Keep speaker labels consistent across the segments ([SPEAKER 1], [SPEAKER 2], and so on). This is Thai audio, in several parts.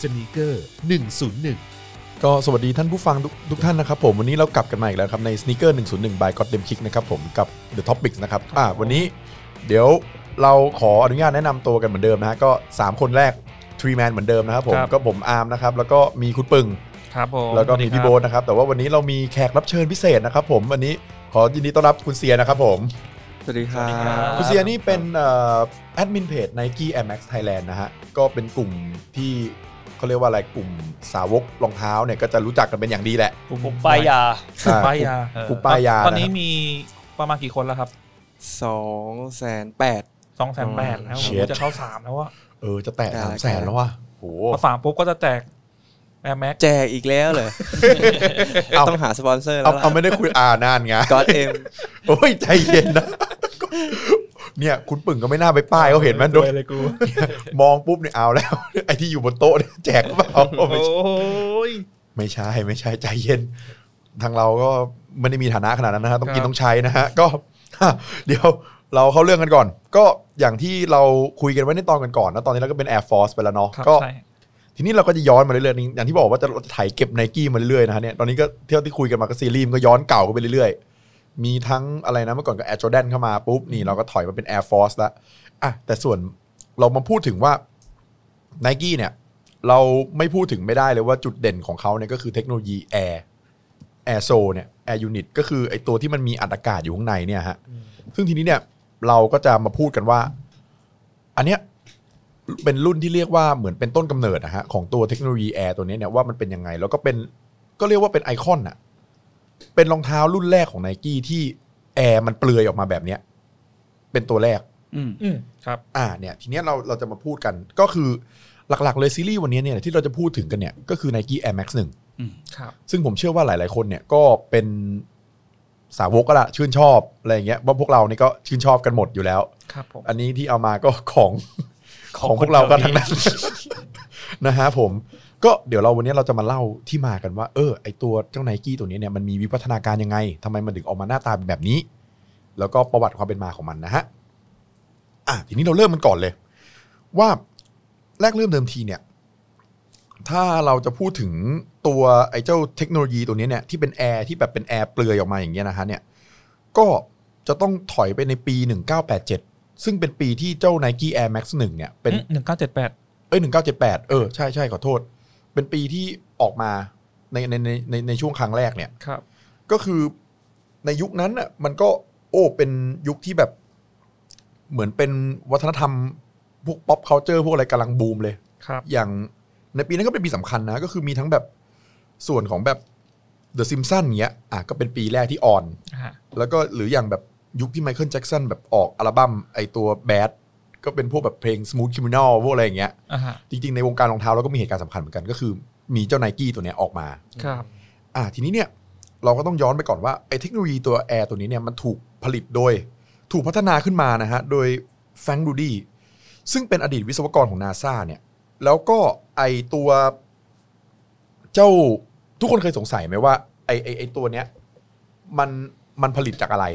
[SPEAKER 1] สนีกเกอร์101
[SPEAKER 2] ก็สวัสดีท่านผู้ฟังทุกทุกท่านนะครับผมวันนี้เรากลับกันมาอีกแล้วครับใน Sneaker 101 by God Damn Kick นะครับผมกับ The Topics นะครับอ่าวันนี้เดี๋ยวเราขออนุญาตแนะนำตัวกันเหมือนเดิมนะฮะก็ 3 คนแรก Tree Man เหมือนเดิมนะครับผม
[SPEAKER 3] ครับ
[SPEAKER 2] ก็ผมอาร์มนะครับแล้วก็มีคุณปึง
[SPEAKER 3] ครับผม
[SPEAKER 2] แล้วก็มีพี่โบทนะครับแต่ว่าวันนี้เรามีแขกรับเชิญพิเศษนะครับผมวันนี้ขอยินดีต้อนรับคุณเสียนะครับผม
[SPEAKER 4] สวัสดีครับ
[SPEAKER 2] คุณเสียนี่เป็นแอดมินเพจ Nike Air Max Thailand นะฮะก็เป็นกลุ่มที่เขาเรียกว่าอะไรกลุ่มสาวกรองเท้าเนี่ยก็จะรู้จักกันเป็นอย่างดีแหละ
[SPEAKER 3] ผม
[SPEAKER 5] ผมป้ายยา
[SPEAKER 3] ผมป้ายยา
[SPEAKER 2] กูป้ายยา
[SPEAKER 3] ตอนนี้
[SPEAKER 2] นะครับ
[SPEAKER 3] มีประมาณกี่คนแล้วครับ
[SPEAKER 4] สองแสนแปด
[SPEAKER 3] สองแสนแปดแล้วผ
[SPEAKER 2] เชี
[SPEAKER 3] ม
[SPEAKER 2] ยด
[SPEAKER 3] จะเข้าสามแล้วว่า
[SPEAKER 2] เออจะแตะ
[SPEAKER 4] ได้
[SPEAKER 2] สามแสน
[SPEAKER 4] ได้
[SPEAKER 2] แล้วว่ะโห
[SPEAKER 3] พอสามปุ๊บก็จะแตกแอร์แม็ก
[SPEAKER 4] แจกอีกแล้วเลย
[SPEAKER 2] เอา
[SPEAKER 4] ต้องหาสปอนเซอร์แล้
[SPEAKER 2] เอา
[SPEAKER 4] วล่ะ
[SPEAKER 2] เอาไม่ได้คุยอ่านาน ไง
[SPEAKER 4] ก็เอ็ม
[SPEAKER 2] โอ้ยใจเย็นนะ เนี่ยคุณปึ่งก็ไม่น่าไปป้ายเขาเห็นไหมโด
[SPEAKER 3] โด
[SPEAKER 2] น
[SPEAKER 3] ยเลยกู
[SPEAKER 2] มองปุ๊บเนี่ยเอาแล้ว ไอ้ที่อยู่บนโต๊ะเนี่ยแจกหรือเปล่า
[SPEAKER 3] โอ้
[SPEAKER 2] ไม่ใช่
[SPEAKER 3] ย
[SPEAKER 2] ไม่ใช่ไม่ใช่ใจเย็น ทางเราก็ไม่ได้มีฐานะขนาดนั้นนะฮะต้องกิน
[SPEAKER 3] ครับ
[SPEAKER 2] ต้องใช้นะฮะก็ เดี๋ยวเราเข้าเรื่องกันก่อน ก็อย่างที่เราคุยกันไว้ในตอนก่อนๆนะตอนนี้เราก็เป็น Air Force ไปแล้วเนาะ
[SPEAKER 3] ครับ
[SPEAKER 2] ก็
[SPEAKER 3] ใช่
[SPEAKER 2] ทีนี้เราก็จะย้อนมาเรื่อยๆอย่างที่บอกว่าจะจะถ่ายเก็บไนกี้มาเรื่อยๆนะฮะเนี่ยตอนนี้ก็เที่ยวที่คุยกันมาก็ซีรีส์มันก็ย้อนเก่ากันไปเรื่อยๆ มีทั้งอะไรนะเมื่อก่อนก็แอร์จอแดนเข้ามาปุ๊บนี่เราก็ถอยมาเป็น Air Force ละอ่ะแต่ส่วนเรามาพูดถึงว่า n i กี้เนี่ย เราไม่พูดถึงไม่ได้เลยว่าจุดเด่นของเขาเนี่ยก็คือเทคโนโลยี Air Air s o เนี่ย Air Unit ก็คือไอตัวที่มันมีอัดอากาศอยู่ข้างในเนี่ยฮะซึ่งทีนี้เนี่ยเราก็จะมาพูดกันว่า อันเนี้ย เป็นรุ่นที่เรียกว่าเหมือนเป็นต้นกำเนิดนะฮะของตัวเทคโนโลยีแอร์ตัวนี้เนี่ยว่ามันเป็นยังไง แล้วก็เป็นก็เรียกว่าเป็นไอคอนน่ะเป็นรองเท้ารุ่นแรกของไนกี้ที่แอร์มันเปลือยออกมาแบบเนี้ยเป็นตัวแรก
[SPEAKER 4] อืม
[SPEAKER 3] อืมครับ
[SPEAKER 2] อ่าเนี่ยทีเนี้ยเราเราจะมาพูดกันก็คือหลักๆ เลยซีรีส์วันนี้เนี่ยที่เราจะพูดถึงกันเนี่ยก็คือ Nike Air Max 1
[SPEAKER 3] ครับ
[SPEAKER 2] ซึ่งผมเชื่อว่าหลาย ๆ คนเนี่ยก็เป็นสาวกก็ละชื่นชอบอะไรอย่างเงี้ยว่าพวกเรานี่ก็ชื่นชอบกันหมดอยู่แล้ว
[SPEAKER 3] ครับผม
[SPEAKER 2] อันนี้ที่เอามาก็ของของพวกเรากันทั้งนั้น นะฮะผม ก็เดี๋ยวเราวันนี้เราจะมาเล่าที่มากันว่า เออ ไอตัวเจ้าไนกี้ตัวนี้เนี่ยมันมีวิวัฒนาการยังไงทำไมมันถึงออกมาหน้าตาแบบนี้ แล้วก็ประวัติความเป็นมาของมันนะฮะอ่ะทีนี้เราเริ่มมันก่อนเลย ว่าแรกเริ่มเดิมทีเนี่ย ถ้าเราจะพูดถึงตัวไอ้เจ้าเทคโนโลยีตัวนี้เนี่ยที่เป็นแอร์ที่แบบเป็นแอร์เปลือยออกมาอย่างเงี้ยนะฮะเนี่ย ก็จะต้องถอยไปในปี 1987 ซึ่งเป็นปีที่เจ้า Nike Air Max 1เนี่ยเป็น
[SPEAKER 3] หนึ่งเก้าเจ็ดแปด
[SPEAKER 2] เอ้ยหนึ่งเก้าเจ็ดแปดเออ ใช่ใช่ขอโทษ เป็นปีที่ออกมาในในในในในช่วงครั้งแรกเนี่ย
[SPEAKER 3] ครับ
[SPEAKER 2] ก็คือในยุคนั้นน่ะมันก็โอ้เป็นยุคที่แบบ เหมือนเป็นวัฒนธรรม พวก pop culture พวกอะไรกำลังบูมเลย
[SPEAKER 3] ครับ
[SPEAKER 2] อย่างในปีนั้นก็เป็นปีสำคัญนะ ก็คือมีทั้งแบบส่วนของแบบ The Simpsons เนี้ยอ่ะก็เป็นปีแรกที่ออน
[SPEAKER 3] อ่า
[SPEAKER 2] แล้วก็หรืออย่างแบบยุคที่ไมเคิลแจ็กสันแบบออกอัลบั้มไอตัวแบดก็เป็นพวกแบบเพลง Smooth Criminal พวกอะไรอย่างเงี้ย
[SPEAKER 3] อ่าฮะ
[SPEAKER 2] จริงๆ ในวงการรองเท้าเราก็มีเหตุการณ์สำคัญเหมือนกันก็คือมีเจ้าไนกี้ตัวเนี้ยออกมา
[SPEAKER 3] ครับ
[SPEAKER 2] อ่าทีนี้เนี่ยเราก็ต้องย้อนไปก่อนว่าไอ้เทคโนโลยีตัวแอร์ตัวนี้เนี่ยมันถูกผลิตโดย ถูกพัฒนาขึ้นมานะฮะ โดยแฟรงค์ดูดี้ซึ่งเป็นอดีตวิศวกรของนาซาเนี่ย แล้วก็ไอตัวเจ้าทุกคนเคยสงสัยไหมว่าไอไอไอตัวเนี้ยมันมันผลิตจากอะไร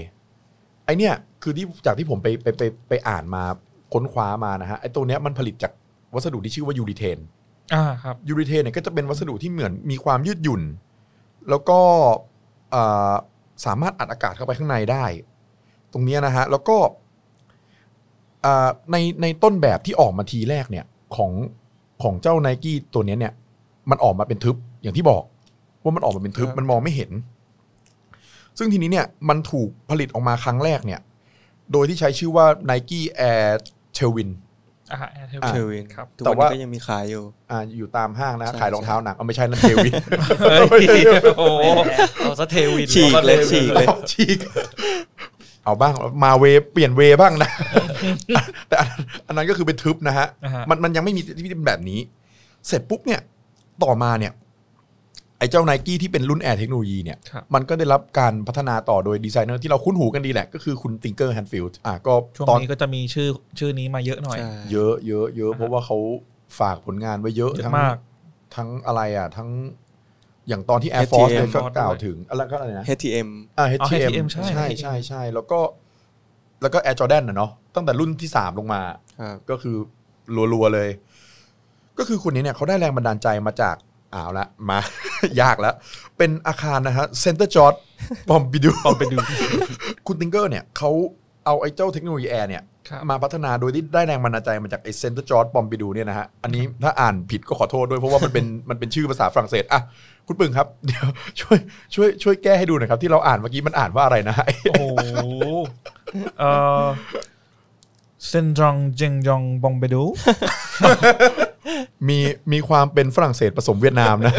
[SPEAKER 2] ไอเนี่ยคือที่จากที่ผมไปไปไปไปอ่านมาค้นคว้ามานะฮะไอตัวเนี้ยมันผลิตจากวัสดุที่ชื่อว่ายูริเทน
[SPEAKER 3] อ่าครับ
[SPEAKER 2] ยูริเทนเนี่ยก็จะเป็นวัสดุที่เหมือนมีความยืดหยุ่น แล้วก็เอ่อสามารถอัดอากาศเข้าไปข้างในได้ ตรงเนี้ยนะฮะ แล้วก็เอ่อในในต้นแบบที่ออกมาทีแรกเนี่ยของของเจ้าไนกี้ตัวเนี้ยเนี่ยมันออกมาเป็นทึบอย่างที่บอกว่ามันออกมาเป็นทึบ
[SPEAKER 4] ครับ
[SPEAKER 2] มันมองไม่เห็น ซึ่งทีนี้เนี่ยมันถูกผลิตออกมาครั้งแรกเนี่ย โดยที่ใช้ชื่อว่า Nike Air t a i l w i n
[SPEAKER 3] อ่าฮะแอร์เทล
[SPEAKER 4] เชวิน
[SPEAKER 3] ครับ
[SPEAKER 4] ทุก
[SPEAKER 2] แต่
[SPEAKER 4] วัน
[SPEAKER 2] ว่า
[SPEAKER 4] นี้ก็ยังมีขายอยู่
[SPEAKER 2] อ่าอยู่ตามห้างนะฮะ
[SPEAKER 4] ใช่
[SPEAKER 2] ขายรองเท้าหนังเอาไม่ใช่นั่นเทวิน
[SPEAKER 3] เฮ้ยโอ้โห
[SPEAKER 5] เราสะเทวิน
[SPEAKER 4] ฉีกเลย
[SPEAKER 5] อาสะทวิน
[SPEAKER 4] ฉีกเลย
[SPEAKER 2] อาฉีกเอาบ้างมาเวเปลี่ยนเวบ้างนะ แต่อันอันนั้นก็คือเป็นทึบนะฮะ
[SPEAKER 3] อ่าฮะ
[SPEAKER 2] มันมันยังไม่มีที่เป็นแบบนี้ เสร็จปุ๊บเนี่ย ต่อมาเนี่ย ไอ้เจ้าไนกี้ที่เป็นรุ่นแอร์เทคโนโลยีเนี่ย
[SPEAKER 3] ครับ
[SPEAKER 2] มันก็ได้รับการพัฒนาต่อโดยดีไซเนอร์ที่เราคุ้นหูกันดีแหละ ก็คือคุณติงเกอร์แฮนฟิลด์อ่ะก็
[SPEAKER 3] ช่วง
[SPEAKER 2] ตอน
[SPEAKER 3] นี้ก็จะมีชื่อชื่อนี้มาเยอะหน่อย
[SPEAKER 4] ใช่
[SPEAKER 2] เยอะเยอะเยอะเพราะว่าเขาฝากผลงานไว้เยอะ
[SPEAKER 3] เยอะ
[SPEAKER 2] ทั้ง
[SPEAKER 3] มาก
[SPEAKER 2] ทั้งอะไรอ่ะ ทั้งอย่างตอนที่ Air Force เนี่ยก็กล่าวถึงอะไรก็อะไรนะ
[SPEAKER 4] HTM
[SPEAKER 2] อ่า
[SPEAKER 3] อ๋อ
[SPEAKER 2] HTM
[SPEAKER 3] HTM
[SPEAKER 2] ใช
[SPEAKER 3] ใช่
[SPEAKER 2] ่
[SPEAKER 3] HTM
[SPEAKER 2] ใช่ใช่แล้วก็แล้วก็ Air Jordan นะเนาะตั้งแต่รุ่นที่ 3 ลงมา
[SPEAKER 4] ครับ
[SPEAKER 2] ก็คือรัว ๆ เลย ก็คือคนนี้เนี่ยเขาได้แรงบันดาลใจมาจากอ้าวละมา ยากแล้ว เป็นอาคารนะฮะเซ็นเตอร์จอร์ดบอมบิดูบอมบิดู คุณติงเกอร์เนี่ยเขาเอาไอ้เจ้าเทคโนโลยีแอร์เนี่ย
[SPEAKER 3] ครับ
[SPEAKER 2] มาพัฒนาโดยที่ได้แรงบันดาลใจมาจากไอเซนเตอร์จอร์ดบอมบิดูเนี่ยนะฮะ อันนี้ถ้าอ่านผิดก็ขอโทษด้วยเพราะว่ามันเป็น มันเป็นชื่อภาษาฝรั่งเศส อ่ะ คุณปึงครับ เดี๋ยวช่วยช่วยช่วยแก้ให้ดูหน่อยครับ ที่เราอ่านเมื่อกี้มันอ่านว่าอะไรนะ ไอ้
[SPEAKER 3] โอ้โหเออเซนจองเจงจองบองเบดู
[SPEAKER 2] มีมีความเป็นฝรั่งเศสผสมเวียดนามนะ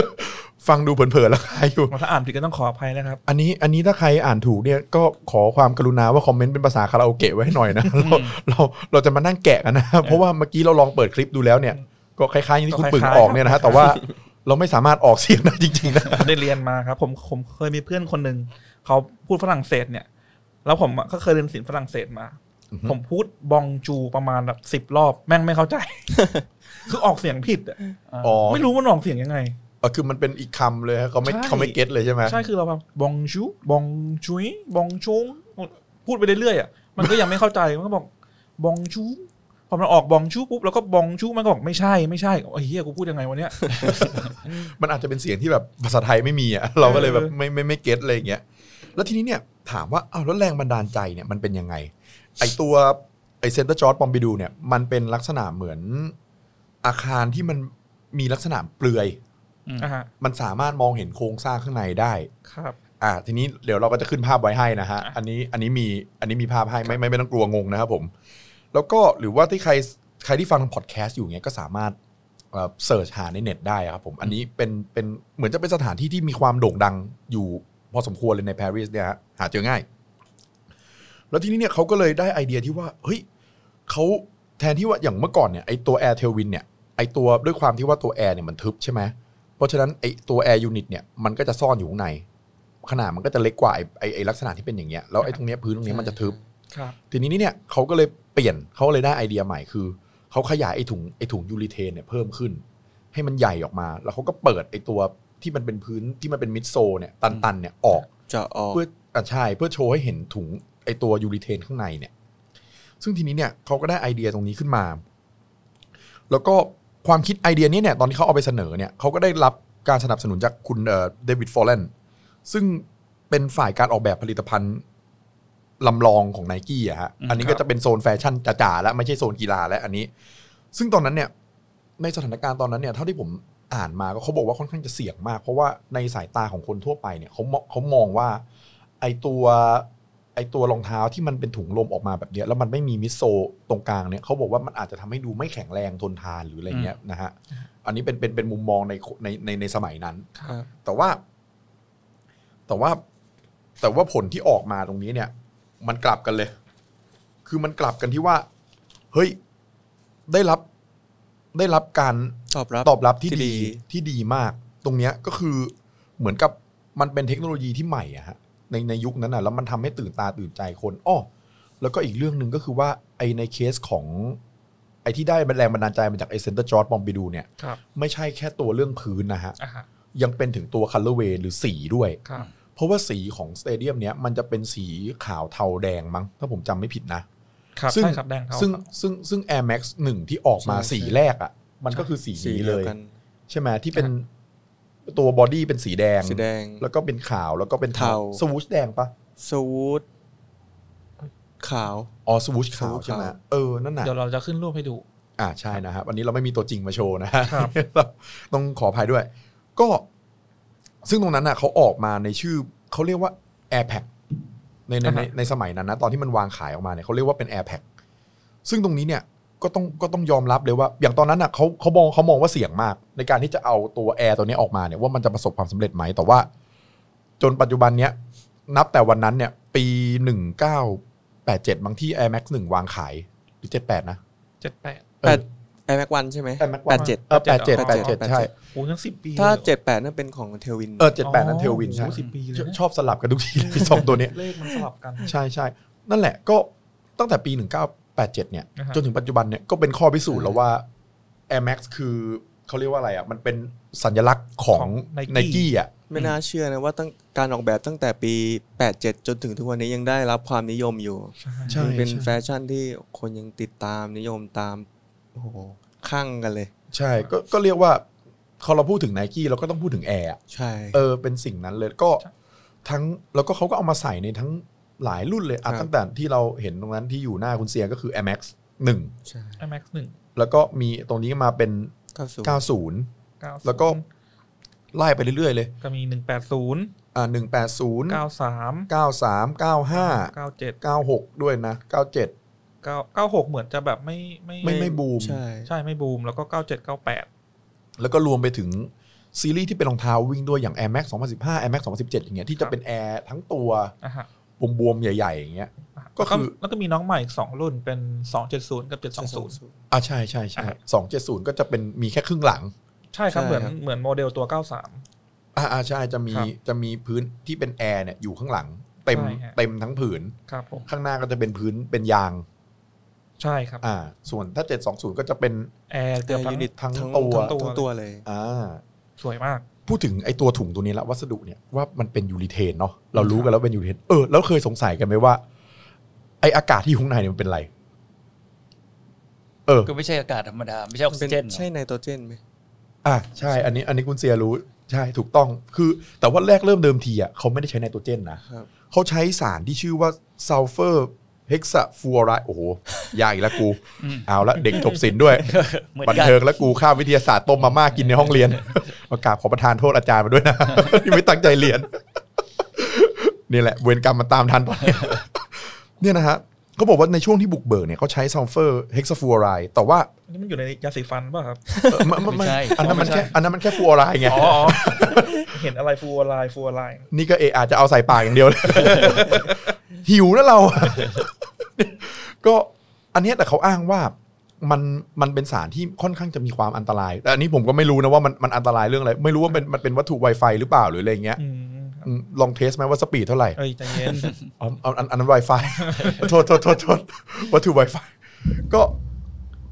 [SPEAKER 2] ฟังดูเผินๆแล้วคล้ายอยู่
[SPEAKER 3] ถ้าอ่านผิดก็ต้องขออภัยนะครับ
[SPEAKER 2] อันนี้อันนี้ถ้าใครอ่านถูกเนี่ยก็ขอความกรุณาว่าคอมเมนต์เป็นภาษาคาราโอเกะไว้ให้หน่อยนะ เราเราเราจะมานั่งแกะกันนะ เพราะว่าเมื่อกี้เราลองเปิดคลิปดูแล้วเนี่ย ก็คล้ายๆอย่างที่คุณปึงออกเนี่ยนะฮะแต่ว่าเราไม่สามารถออกเสียงได้จริงๆนะ
[SPEAKER 3] ผมได้เรียนมาครับ ผมผมเคยมีเพื่อนคนหนึ่งเขาพูดฝรั่งเศสเนี่ย แล้วผมอะก็เคยเรียนศิลป์ฝรั่งเศสมา ผมพูดบองจูประมาณแบบสิบ10 รอบ แม่งไม่เข้าใจ คือออกเสียงผิดอะ
[SPEAKER 2] อ๋อ
[SPEAKER 3] ไม่รู้มันออกเสียงยังไง
[SPEAKER 2] เออคือมันเป็นอีกคำเลยฮะเขาไม่
[SPEAKER 3] ใช่
[SPEAKER 2] เขาไม่เก็ตเลยใช่ไหม
[SPEAKER 3] ใช่คือเราแบบบองชูบองชุยบองชุงพูดไปเรื่อยๆอ่ะมันก็ยังไม่เข้าใจมันก็บอกบองชูพอมันออกบองชูปุ๊บแล้วก็บองชูมันก็บอกไม่ใช่ไม่ใช่โอ้ยเฮียกูพูดยังไงวันเนี้ย
[SPEAKER 2] มันอาจจะเป็นเสียงที่แบบภาษาไทยไม่มีอ่ะ เราก็เลยแบบ
[SPEAKER 3] เออ
[SPEAKER 2] ไม่ไม่ไม่เก็ตอะไรอย่างเงี้ยแล้วทีนี้เนี่ยถามว่าเอาวแล้วแรงบันดาลใจเนี่ยมันเป็นยังไง ไอตัวไอเซนเตอร์จอร์ดปอมบิดูเนี่ยมันเป็นลักษณะเหมือนอาคารที่มันมีลักษณะเปลือย
[SPEAKER 3] อ่ะฮะ
[SPEAKER 2] มันสามารถมองเห็นโครงสร้างข้างในได้
[SPEAKER 3] ครับ
[SPEAKER 2] อ่าทีนี้เดี๋ยวเราก็จะขึ้นภาพไว้ให้นะฮะ
[SPEAKER 3] อ่ะ
[SPEAKER 2] อันนี้อันนี้มีอันนี้มีภาพให้ไม่ไม่ไม่ต้องกลัวงงนะครับผม แล้วก็หรือว่าที่ใครใครที่ฟังพอดแคสต์อยู่เนี้ยก็สามารถเอ่อเสิร์ชหาในเน็ตได้ครับผม อันนี้เป็นเป็นเหมือนจะเป็นสถานที่ที่มีความโด่งดังอยู่พอสมควรเลยในปารีสเนี่ยฮะหาเจอง่าย แล้วทีนี้เนี่ยเขาก็เลยได้ไอเดียที่ว่าเฮ้ยเขาแทนที่ว่าอย่างเมื่อก่อนเนี่ยไอตัว Air t a i l w i n เนี่ยไอตัวด้วยความที่ว่าตัว Air เนี่ยมันทึบใช่ไหมเพราะฉะนั้นไอตัว Air Unit เนี่ยมันก็จะซ่อนอยู่ข้างใน ขนาดมันก็จะเล็กกว่าไอ้ไอไอลักษณะที่เป็นอย่างเงี้ยแล้วไอตรงเนี้ยพื้นตรงเนี้ยมันจะทึบ
[SPEAKER 3] ครับ
[SPEAKER 2] ทีนี้นี่เนี่ยเขาก็เลยเปลี่ยนเขาเลยได้ไอเดียใหม่คือเขาขยายไอถุงไอถุงยูริเทนเนี่ยเพิ่มขึ้น ให้มันใหญ่ออกมา แล้วเขาก็เปิดไอตัวที่มันเป็นพื้นที่มันเป็นมิดโซลเนี่ยตันๆเนี่ยออก
[SPEAKER 4] เจาะออก
[SPEAKER 2] เพื่ออ่ะใช่เพื่อโชว์ให้เห็นถุงไอตัวยูริเทนข้างในเนี่ย ซึ่งทีนี้เนี่ยเขาก็ได้ไอเดียตรงนี้ขึ้นมา แล้วก็ความคิดไอเดียนี้เนี่ยตอนที่เขาเอาไปเสนอเนี่ยเขาก็ได้รับการสนับสนุนจากคุณเดวิดฟอลเลนซึ่งเป็นฝ่ายการออกแบบผลิตภัณฑ์ลำลองของไนกี้อะฮะ
[SPEAKER 3] อืม
[SPEAKER 2] อันนี้
[SPEAKER 3] ครั
[SPEAKER 2] ก็
[SPEAKER 3] บ
[SPEAKER 2] จะเป็นโซนแฟชั่นจ๋าๆแล้วไม่ใช่โซนกีฬาแล้วอันนี้ ซึ่งตอนนั้นเนี่ยในสถานการณ์ตอนนั้นเนี่ยเท่าที่ผมอ่านมาก็เขาบอกว่าค่อนข้างจะเสี่ยงมาก เพราะว่าในสายตาของคนทั่วไปเนี่ยเขามองเขามองว่า ไอตัวไอตัวรองเท้าที่มันเป็นถุงลมออกมาแบบเนี้ยแล้วมันไม่มีมิดโซลตรงกลางเนี่ยเขาบอกว่ามันอาจจะทำให้ดูไม่แข็งแรงทนทานหรืออะไรเงี้ยนะฮะอันนี้เป็นเป็นเป็นมุมมองในในในในสมัยนั้น
[SPEAKER 4] ครับ
[SPEAKER 2] แต่ว่า แต่ว่าแต่ว่าผลที่ออกมาตรงนี้เนี่ย มันกลับกันเลย คือมันกลับกันที่ว่า เฮ้ย ได้รับได้รับการ
[SPEAKER 4] ตอบรับ
[SPEAKER 2] ตอบรับที่
[SPEAKER 4] ที่ดี
[SPEAKER 2] ดีที่ดีมาก ตรงเนี้ยก็คือเหมือนกับมันเป็นเทคโนโลยีที่ใหม่อะฮะในในยุคนั้นอะแล้วมันทำให้ตื่นตาตื่นใจคนอ้อแล้วก็อีกเรื่องหนึ่งก็คือว่าไอในเคสของ ไอที่ได้แรงบันดาลใจมาจากไอเซนเตอร์จอร์ดบอมบิดูเนี่ย
[SPEAKER 3] ครับ
[SPEAKER 2] ไม่ใช่แค่ตัวเรื่องพื้นนะฮะ
[SPEAKER 3] อ่ะฮะ
[SPEAKER 2] ยังเป็นถึงตัวคัลเลอร์เวย์หรือสีด้วย
[SPEAKER 3] ครับ
[SPEAKER 2] เพราะว่าสีของสเตเดียมเนี้ยมันจะเป็นสีขาวเทาแดงมั้ง ถ้าผมจำไม่ผิดนะ
[SPEAKER 3] ครับ
[SPEAKER 2] ซึ่ง
[SPEAKER 3] ใช่ครับแดงเทา
[SPEAKER 2] ซึ่ง
[SPEAKER 3] ครับ
[SPEAKER 2] ซึ่งซึ่ง Air Max หนึ่งที่ออกมา
[SPEAKER 4] ใช่
[SPEAKER 2] สีแรกอะมันก็คือสี
[SPEAKER 4] สี
[SPEAKER 2] นี้
[SPEAKER 4] เดี
[SPEAKER 2] เลย
[SPEAKER 4] วย กัน
[SPEAKER 2] ใช่ไหมที่เป็นตัวบอดี้เป็นสีแดง
[SPEAKER 4] สีแดง
[SPEAKER 2] แล้วก็เป็นขาวแล้วก็เป็นเทา
[SPEAKER 4] เทา
[SPEAKER 2] สวูชแดงปะ
[SPEAKER 4] สวูดขาว
[SPEAKER 2] อ๋อสวูชขาว
[SPEAKER 4] swoosh
[SPEAKER 2] ใช่ไหม
[SPEAKER 4] ขาว
[SPEAKER 2] เออนั่นน่ะ
[SPEAKER 3] เดี๋ยวเราจะขึ้นรูปให้ดู
[SPEAKER 2] อ่าใช่นะครับวันนี้เราไม่มีตัวจริงมาโชว์นะฮะ
[SPEAKER 3] ครับ
[SPEAKER 2] ต้องขออภัยด้วย ก็ ซึ่งตรงนั้นน่ะเขาออกมาในชื่อเขาเรียกว่า Air p a c ในในในในสมัยนั้นนะตอนที่มันวางขายออกมาเนี่ยเขาเรียกว่าเป็น Air p a c ซึ่งตรงนี้เนี่ยก็ต้องก็ต้องยอมรับเลยว่า อย่างตอนนั้นน่ะเขาเขามองเขามองว่าเสี่ยงมาก ในการที่จะเอาตัว Air ตัวนี้ออกมาเนี่ยว่ามันจะประสบความสำเร็จไหมแต่ว่า จนปัจจุบันเนี้ยนับแต่วันนั้นเนี่ย ปี 1987 บางที่ Air Max 1 วางขายหรือ 78 นะ
[SPEAKER 3] เจ็ดแปด
[SPEAKER 2] เออ
[SPEAKER 4] แปดไอแม็กวันใช่ไหม
[SPEAKER 2] Air Max
[SPEAKER 4] แปดเจ็ด
[SPEAKER 2] เออ
[SPEAKER 3] อ๋อ
[SPEAKER 2] 87 87 ใช่
[SPEAKER 3] โอ้ยทั้งสิบปีล
[SPEAKER 4] ถ้า
[SPEAKER 3] ยหรอ
[SPEAKER 4] เจ็ดแปดนั่นเป็นของเทลวิน
[SPEAKER 2] เออ 78 นั้นเทลวินใช่
[SPEAKER 3] โอ้โห10ปีเลยนะ
[SPEAKER 2] ชอบชอบสลับกันทุกที เลยสองตัวเนี้ย
[SPEAKER 3] เลขมันสลับกัน
[SPEAKER 2] ใช่ใช่นั่นแหละก็ตั้งแต่ปี 1987 เนี่ย
[SPEAKER 3] อ่าฮะ
[SPEAKER 2] จนถึงปัจจุบันเนี่ยก็เป็นข้อพิสูจน์แล้วว่า Air Max คือเขาเรียกว่าอะไรอ่ะ มันเป็นสัญลักษณ์ของ
[SPEAKER 3] ของ Nike
[SPEAKER 2] ไนกี้อ่ะ
[SPEAKER 4] ไม่น่าเชื่อนะว่าตั้งการออกแบบตั้งแต่ปี 87 จนถึงทุกวันนี้ยังได้รับความนิยมอยู่
[SPEAKER 2] ใช่
[SPEAKER 4] มันเป็น
[SPEAKER 2] ใช่
[SPEAKER 4] แฟชั่นที่คนยังติดตามนิยมตาม โอ้โหข้างกันเลย
[SPEAKER 2] ใช่ก็ก็เรียกว่าพอเราพูดถึงไนกี้เราก็ต้องพูดถึงแอร์
[SPEAKER 4] ใช่
[SPEAKER 2] เออเป็นสิ่งนั้นเลยก็ทั้งแล้วก็เขาก็เอามาใส่ในทั้งหลายรุ่นเลยอ่ะตั้งแต่ที่เราเห็นตรงนั้นที่อยู่หน้าคุณเซียก็คือ Air Max
[SPEAKER 4] ใช่
[SPEAKER 3] ไอแม็กซ์หนึ่ง
[SPEAKER 2] 1 แล้วก็มีตรงนี้มาเป็น
[SPEAKER 4] เก้าสู
[SPEAKER 2] 90
[SPEAKER 3] เก้า
[SPEAKER 2] แล้วก็ ไล่ไปเรื่อยๆ เลย
[SPEAKER 3] ก็มีหนึ่งแปดศูนย์
[SPEAKER 2] อ่า180
[SPEAKER 3] เก้าสาม
[SPEAKER 2] 93 95
[SPEAKER 3] เก้าเจ็ด
[SPEAKER 2] 96 ด้วยนะ 97
[SPEAKER 3] เก้าเก้าหกเหมือนจะแบบไม่ไม่
[SPEAKER 2] ไม่ไม่บูม
[SPEAKER 4] ใช่
[SPEAKER 3] ใช่ไม่บูม แล้วก็เก้าเจ็ดเก้าแปด
[SPEAKER 2] แล้วก็รวมไปถึงซีรีส์ที่เป็นรองเท้าวิ่งด้วยอย่าง Air Max 2015 Air Max 2017 อย่างเงี้ยที่จะเป็น Air ทั้งตัว
[SPEAKER 3] อ่ะฮะ
[SPEAKER 2] บวมๆ ใหญ่ๆ อย่างเงี้ย
[SPEAKER 3] อ่ะฮะ
[SPEAKER 2] ก็คือ
[SPEAKER 3] แล้วแล้วก็มีน้องใหม่อีกสองรุ่นเป็นสองเจ็ดศูนย์กับเจ็ดสองศูนย์
[SPEAKER 4] นย์
[SPEAKER 2] อ่ะใช่ใช่ใช่
[SPEAKER 3] อ่ะ
[SPEAKER 2] สองเจ็ดศูนย์ก็จะเป็นมีแค่ครึ่งหลัง
[SPEAKER 3] ใช่ครับ
[SPEAKER 4] ใช่
[SPEAKER 3] เหมือน
[SPEAKER 4] ครับ
[SPEAKER 3] เหมือนโมเดลตัวเก้าสาม
[SPEAKER 2] อ่าอ่าใช่จะมี
[SPEAKER 3] ครับ
[SPEAKER 2] จะมีพื้นที่เป็นแอร์เนี่ยอยู่ข้างหลัง เต็ม
[SPEAKER 3] ใช่ฮะ
[SPEAKER 2] เต็มทั้งผืน
[SPEAKER 3] ครับผม
[SPEAKER 2] ข้างหน้าก็จะเป็นพื้นเป็นยาง
[SPEAKER 3] ใช่ครับ
[SPEAKER 2] อ่า ส่วนถ้า 720 ก็จะเป็น
[SPEAKER 3] แอร์เกือบทั้ง
[SPEAKER 4] ยูนิต
[SPEAKER 2] ทั้
[SPEAKER 4] ทั้
[SPEAKER 2] ง
[SPEAKER 4] ง
[SPEAKER 2] ตั
[SPEAKER 4] ตัว วทั้งตัวเลย
[SPEAKER 2] อ่า
[SPEAKER 3] สวยมาก
[SPEAKER 2] พูดถึงไอตัวถุงตัวนี้ละวัสดุเนี่ยว่ามันเป็นยูริเทนเนาะเรารู้กันแล้วเป็นยูริเทนเออแล้วเคยสงสัยกันไหมว่า ไออากาศที่อยู่ข้างในเนี่ยมันเป็นอะไร เออ
[SPEAKER 5] ก็ไม่ใช่อากาศธรรมดา ไม่ใช่ออก
[SPEAKER 4] เป็
[SPEAKER 5] ซิ
[SPEAKER 4] น
[SPEAKER 5] เจนเหรอ
[SPEAKER 4] ใช่ไนโตรเจนไหม
[SPEAKER 2] อ่ะใช่ อันนี้อันนี้คุณเซียรู้ใช่ถูกต้องคือ แต่ว่าแรกเริ่มเดิมทีอ่ะเขาไม่ได้ใช้ไนโตรเจนนะ
[SPEAKER 4] ครับ
[SPEAKER 2] เขาใช้สารที่ชื่อว่าซัลเฟอร์เฮกซาฟูออไรด์โอ้โห ยากอีกแล้วกู เอาละเด็กจบศิลป์ด้วย
[SPEAKER 5] เหมือน
[SPEAKER 2] บัน
[SPEAKER 5] กัน
[SPEAKER 2] เทิงแล้วกูข้ามวิทยาศาสตร์ต้มมาม่ากินในห้องเรีย น ประกราศขอประทานโทษอาจารย์มาด้วยนะ ที่ไม่ตั้งใจเรียน นี่แหละ เวรกรรมมันตามทันตอนนี้ เนี่ยนะฮะเขาบอกว่าในช่วงที่บุกเบิกเนี่ยเขาใช้ซัลเฟอร์เฮกซาฟูออไรด์แต่ว่า
[SPEAKER 3] อันนี้มันอยู่ในยาสีฟันป่ะครับ
[SPEAKER 2] เอ่อมันมันมัน
[SPEAKER 5] ไม่ใช่
[SPEAKER 2] อันนั้นมัน
[SPEAKER 5] ไใช่
[SPEAKER 2] แค่อันนั้นมันแค่ฟูออไรด์ไง
[SPEAKER 3] อ๋ อ เห็นอะไรฟูอะไรฟูอะไร
[SPEAKER 2] นี่ก็เออาจจะเอาใส่ปากอย่างเดียวเลย หิวนะ เรา ก็อันเนี้ยแต่เขาอ้างว่ามันมันเป็นสารที่ค่อนข้างจะมีความอันตราย แต่อันนี้ผมก็ไม่รู้นะว่ามันมันอันตรายเรื่องอะไร ไม่รู้ว่าเป็นมันเป็นวัตถุ Wi-Fi หรือเปล่าหรืออะไรเงี้ย
[SPEAKER 3] อืมครับ
[SPEAKER 2] อืมลองเทสไหมว่าสปีดเท่าไหร่
[SPEAKER 3] เอ้ยใจเย็ น
[SPEAKER 2] อ๋อเอาอันอันนั้น Wi-Fi โทษโทษโทษโทษวัตถุ Wi-Fi ก็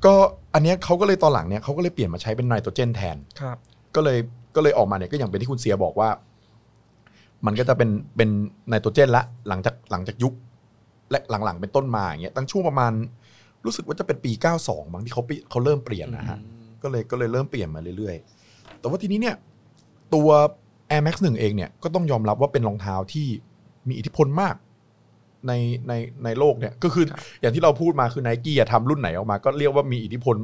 [SPEAKER 2] ก็อันเนี้ยเขาก็เลยตอนหลังเนี่ยเขาก็เลยเปลี่ยนมาใช้เป็นไนโตรเจนแทน
[SPEAKER 3] ครับ
[SPEAKER 2] ก็เลยก็เลยออกมาเนี่ยก็อย่างเป็นที่คุณเสียบอกว่า มันก็จะเป็นเป็นไนโตรเจนละ หลังจากหลังจากยุค และหลังๆเป็นต้นมาอย่างเงี้ยตั้งช่วงประมาณ รู้สึกว่าจะเป็นปี 92มั้งที่เขาเปลี่ยนเขาเริ่มเปลี่ยนนะฮะ ก็เลยก็เลยเริ่มเปลี่ยนมาเรื่อยๆ แต่ว่าทีนี้เนี่ย ตัว Air Max 1 เองเนี่ยก็ต้องยอมรับว่าเป็นรองเท้าที่มีอิทธิพลมาก ในในในโลกเนี่ยก็คืออย่างที่เราพูดมาคือไนกี้ทำรุ่นไหนออกมา ก็เรียกว่ามีอิทธิพล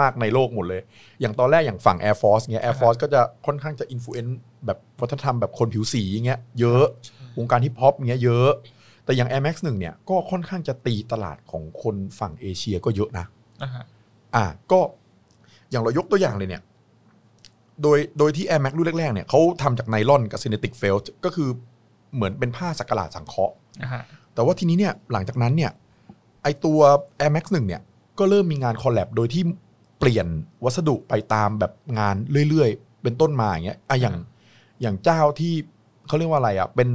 [SPEAKER 2] มากๆในโลกหมดเลย อย่างตอนแรกอย่างฝั่ง Air Force เงี้ย Air Force ก็จะค่อนข้างจะอิม l u เ n นแบบวัฒนธรรมแบบคนผิวสีเงี้ยเยอะวงการฮิปฮอปเงี้ยเยอะ แต่อย่าง Air Max 1เนี่ยก็ค่อนข้างจะตีตลาดของคนฝั่งเอเชียก็เยอะนะ
[SPEAKER 3] นะฮะ
[SPEAKER 2] อ่ะก็อย่างเรายกตัวอย่างเลยเนี่ย โดยโดยที่ Air Max รุ่นแรกๆเนี่ยเขาทำจากไนลอนกับซินเนติกเฟลก็คือเหมือนเป็นผ้าสักหลาดสังเคราะห์
[SPEAKER 3] นะฮะ
[SPEAKER 2] แต่ว่าทีนี้เนี่ยหลังจากนั้นเนี่ยไอตัว Air Max 1เนี่ยก็เริ่มมีงานคอลแลบโดยที่เปลี่ยนวัสดุไปตามแบบงานเรื่อยๆ เป็นต้นมาอย่างเงี้ยอะอย่างอย่างเจ้าที่เขาเรียกว่าอะไรอ่ะเป็น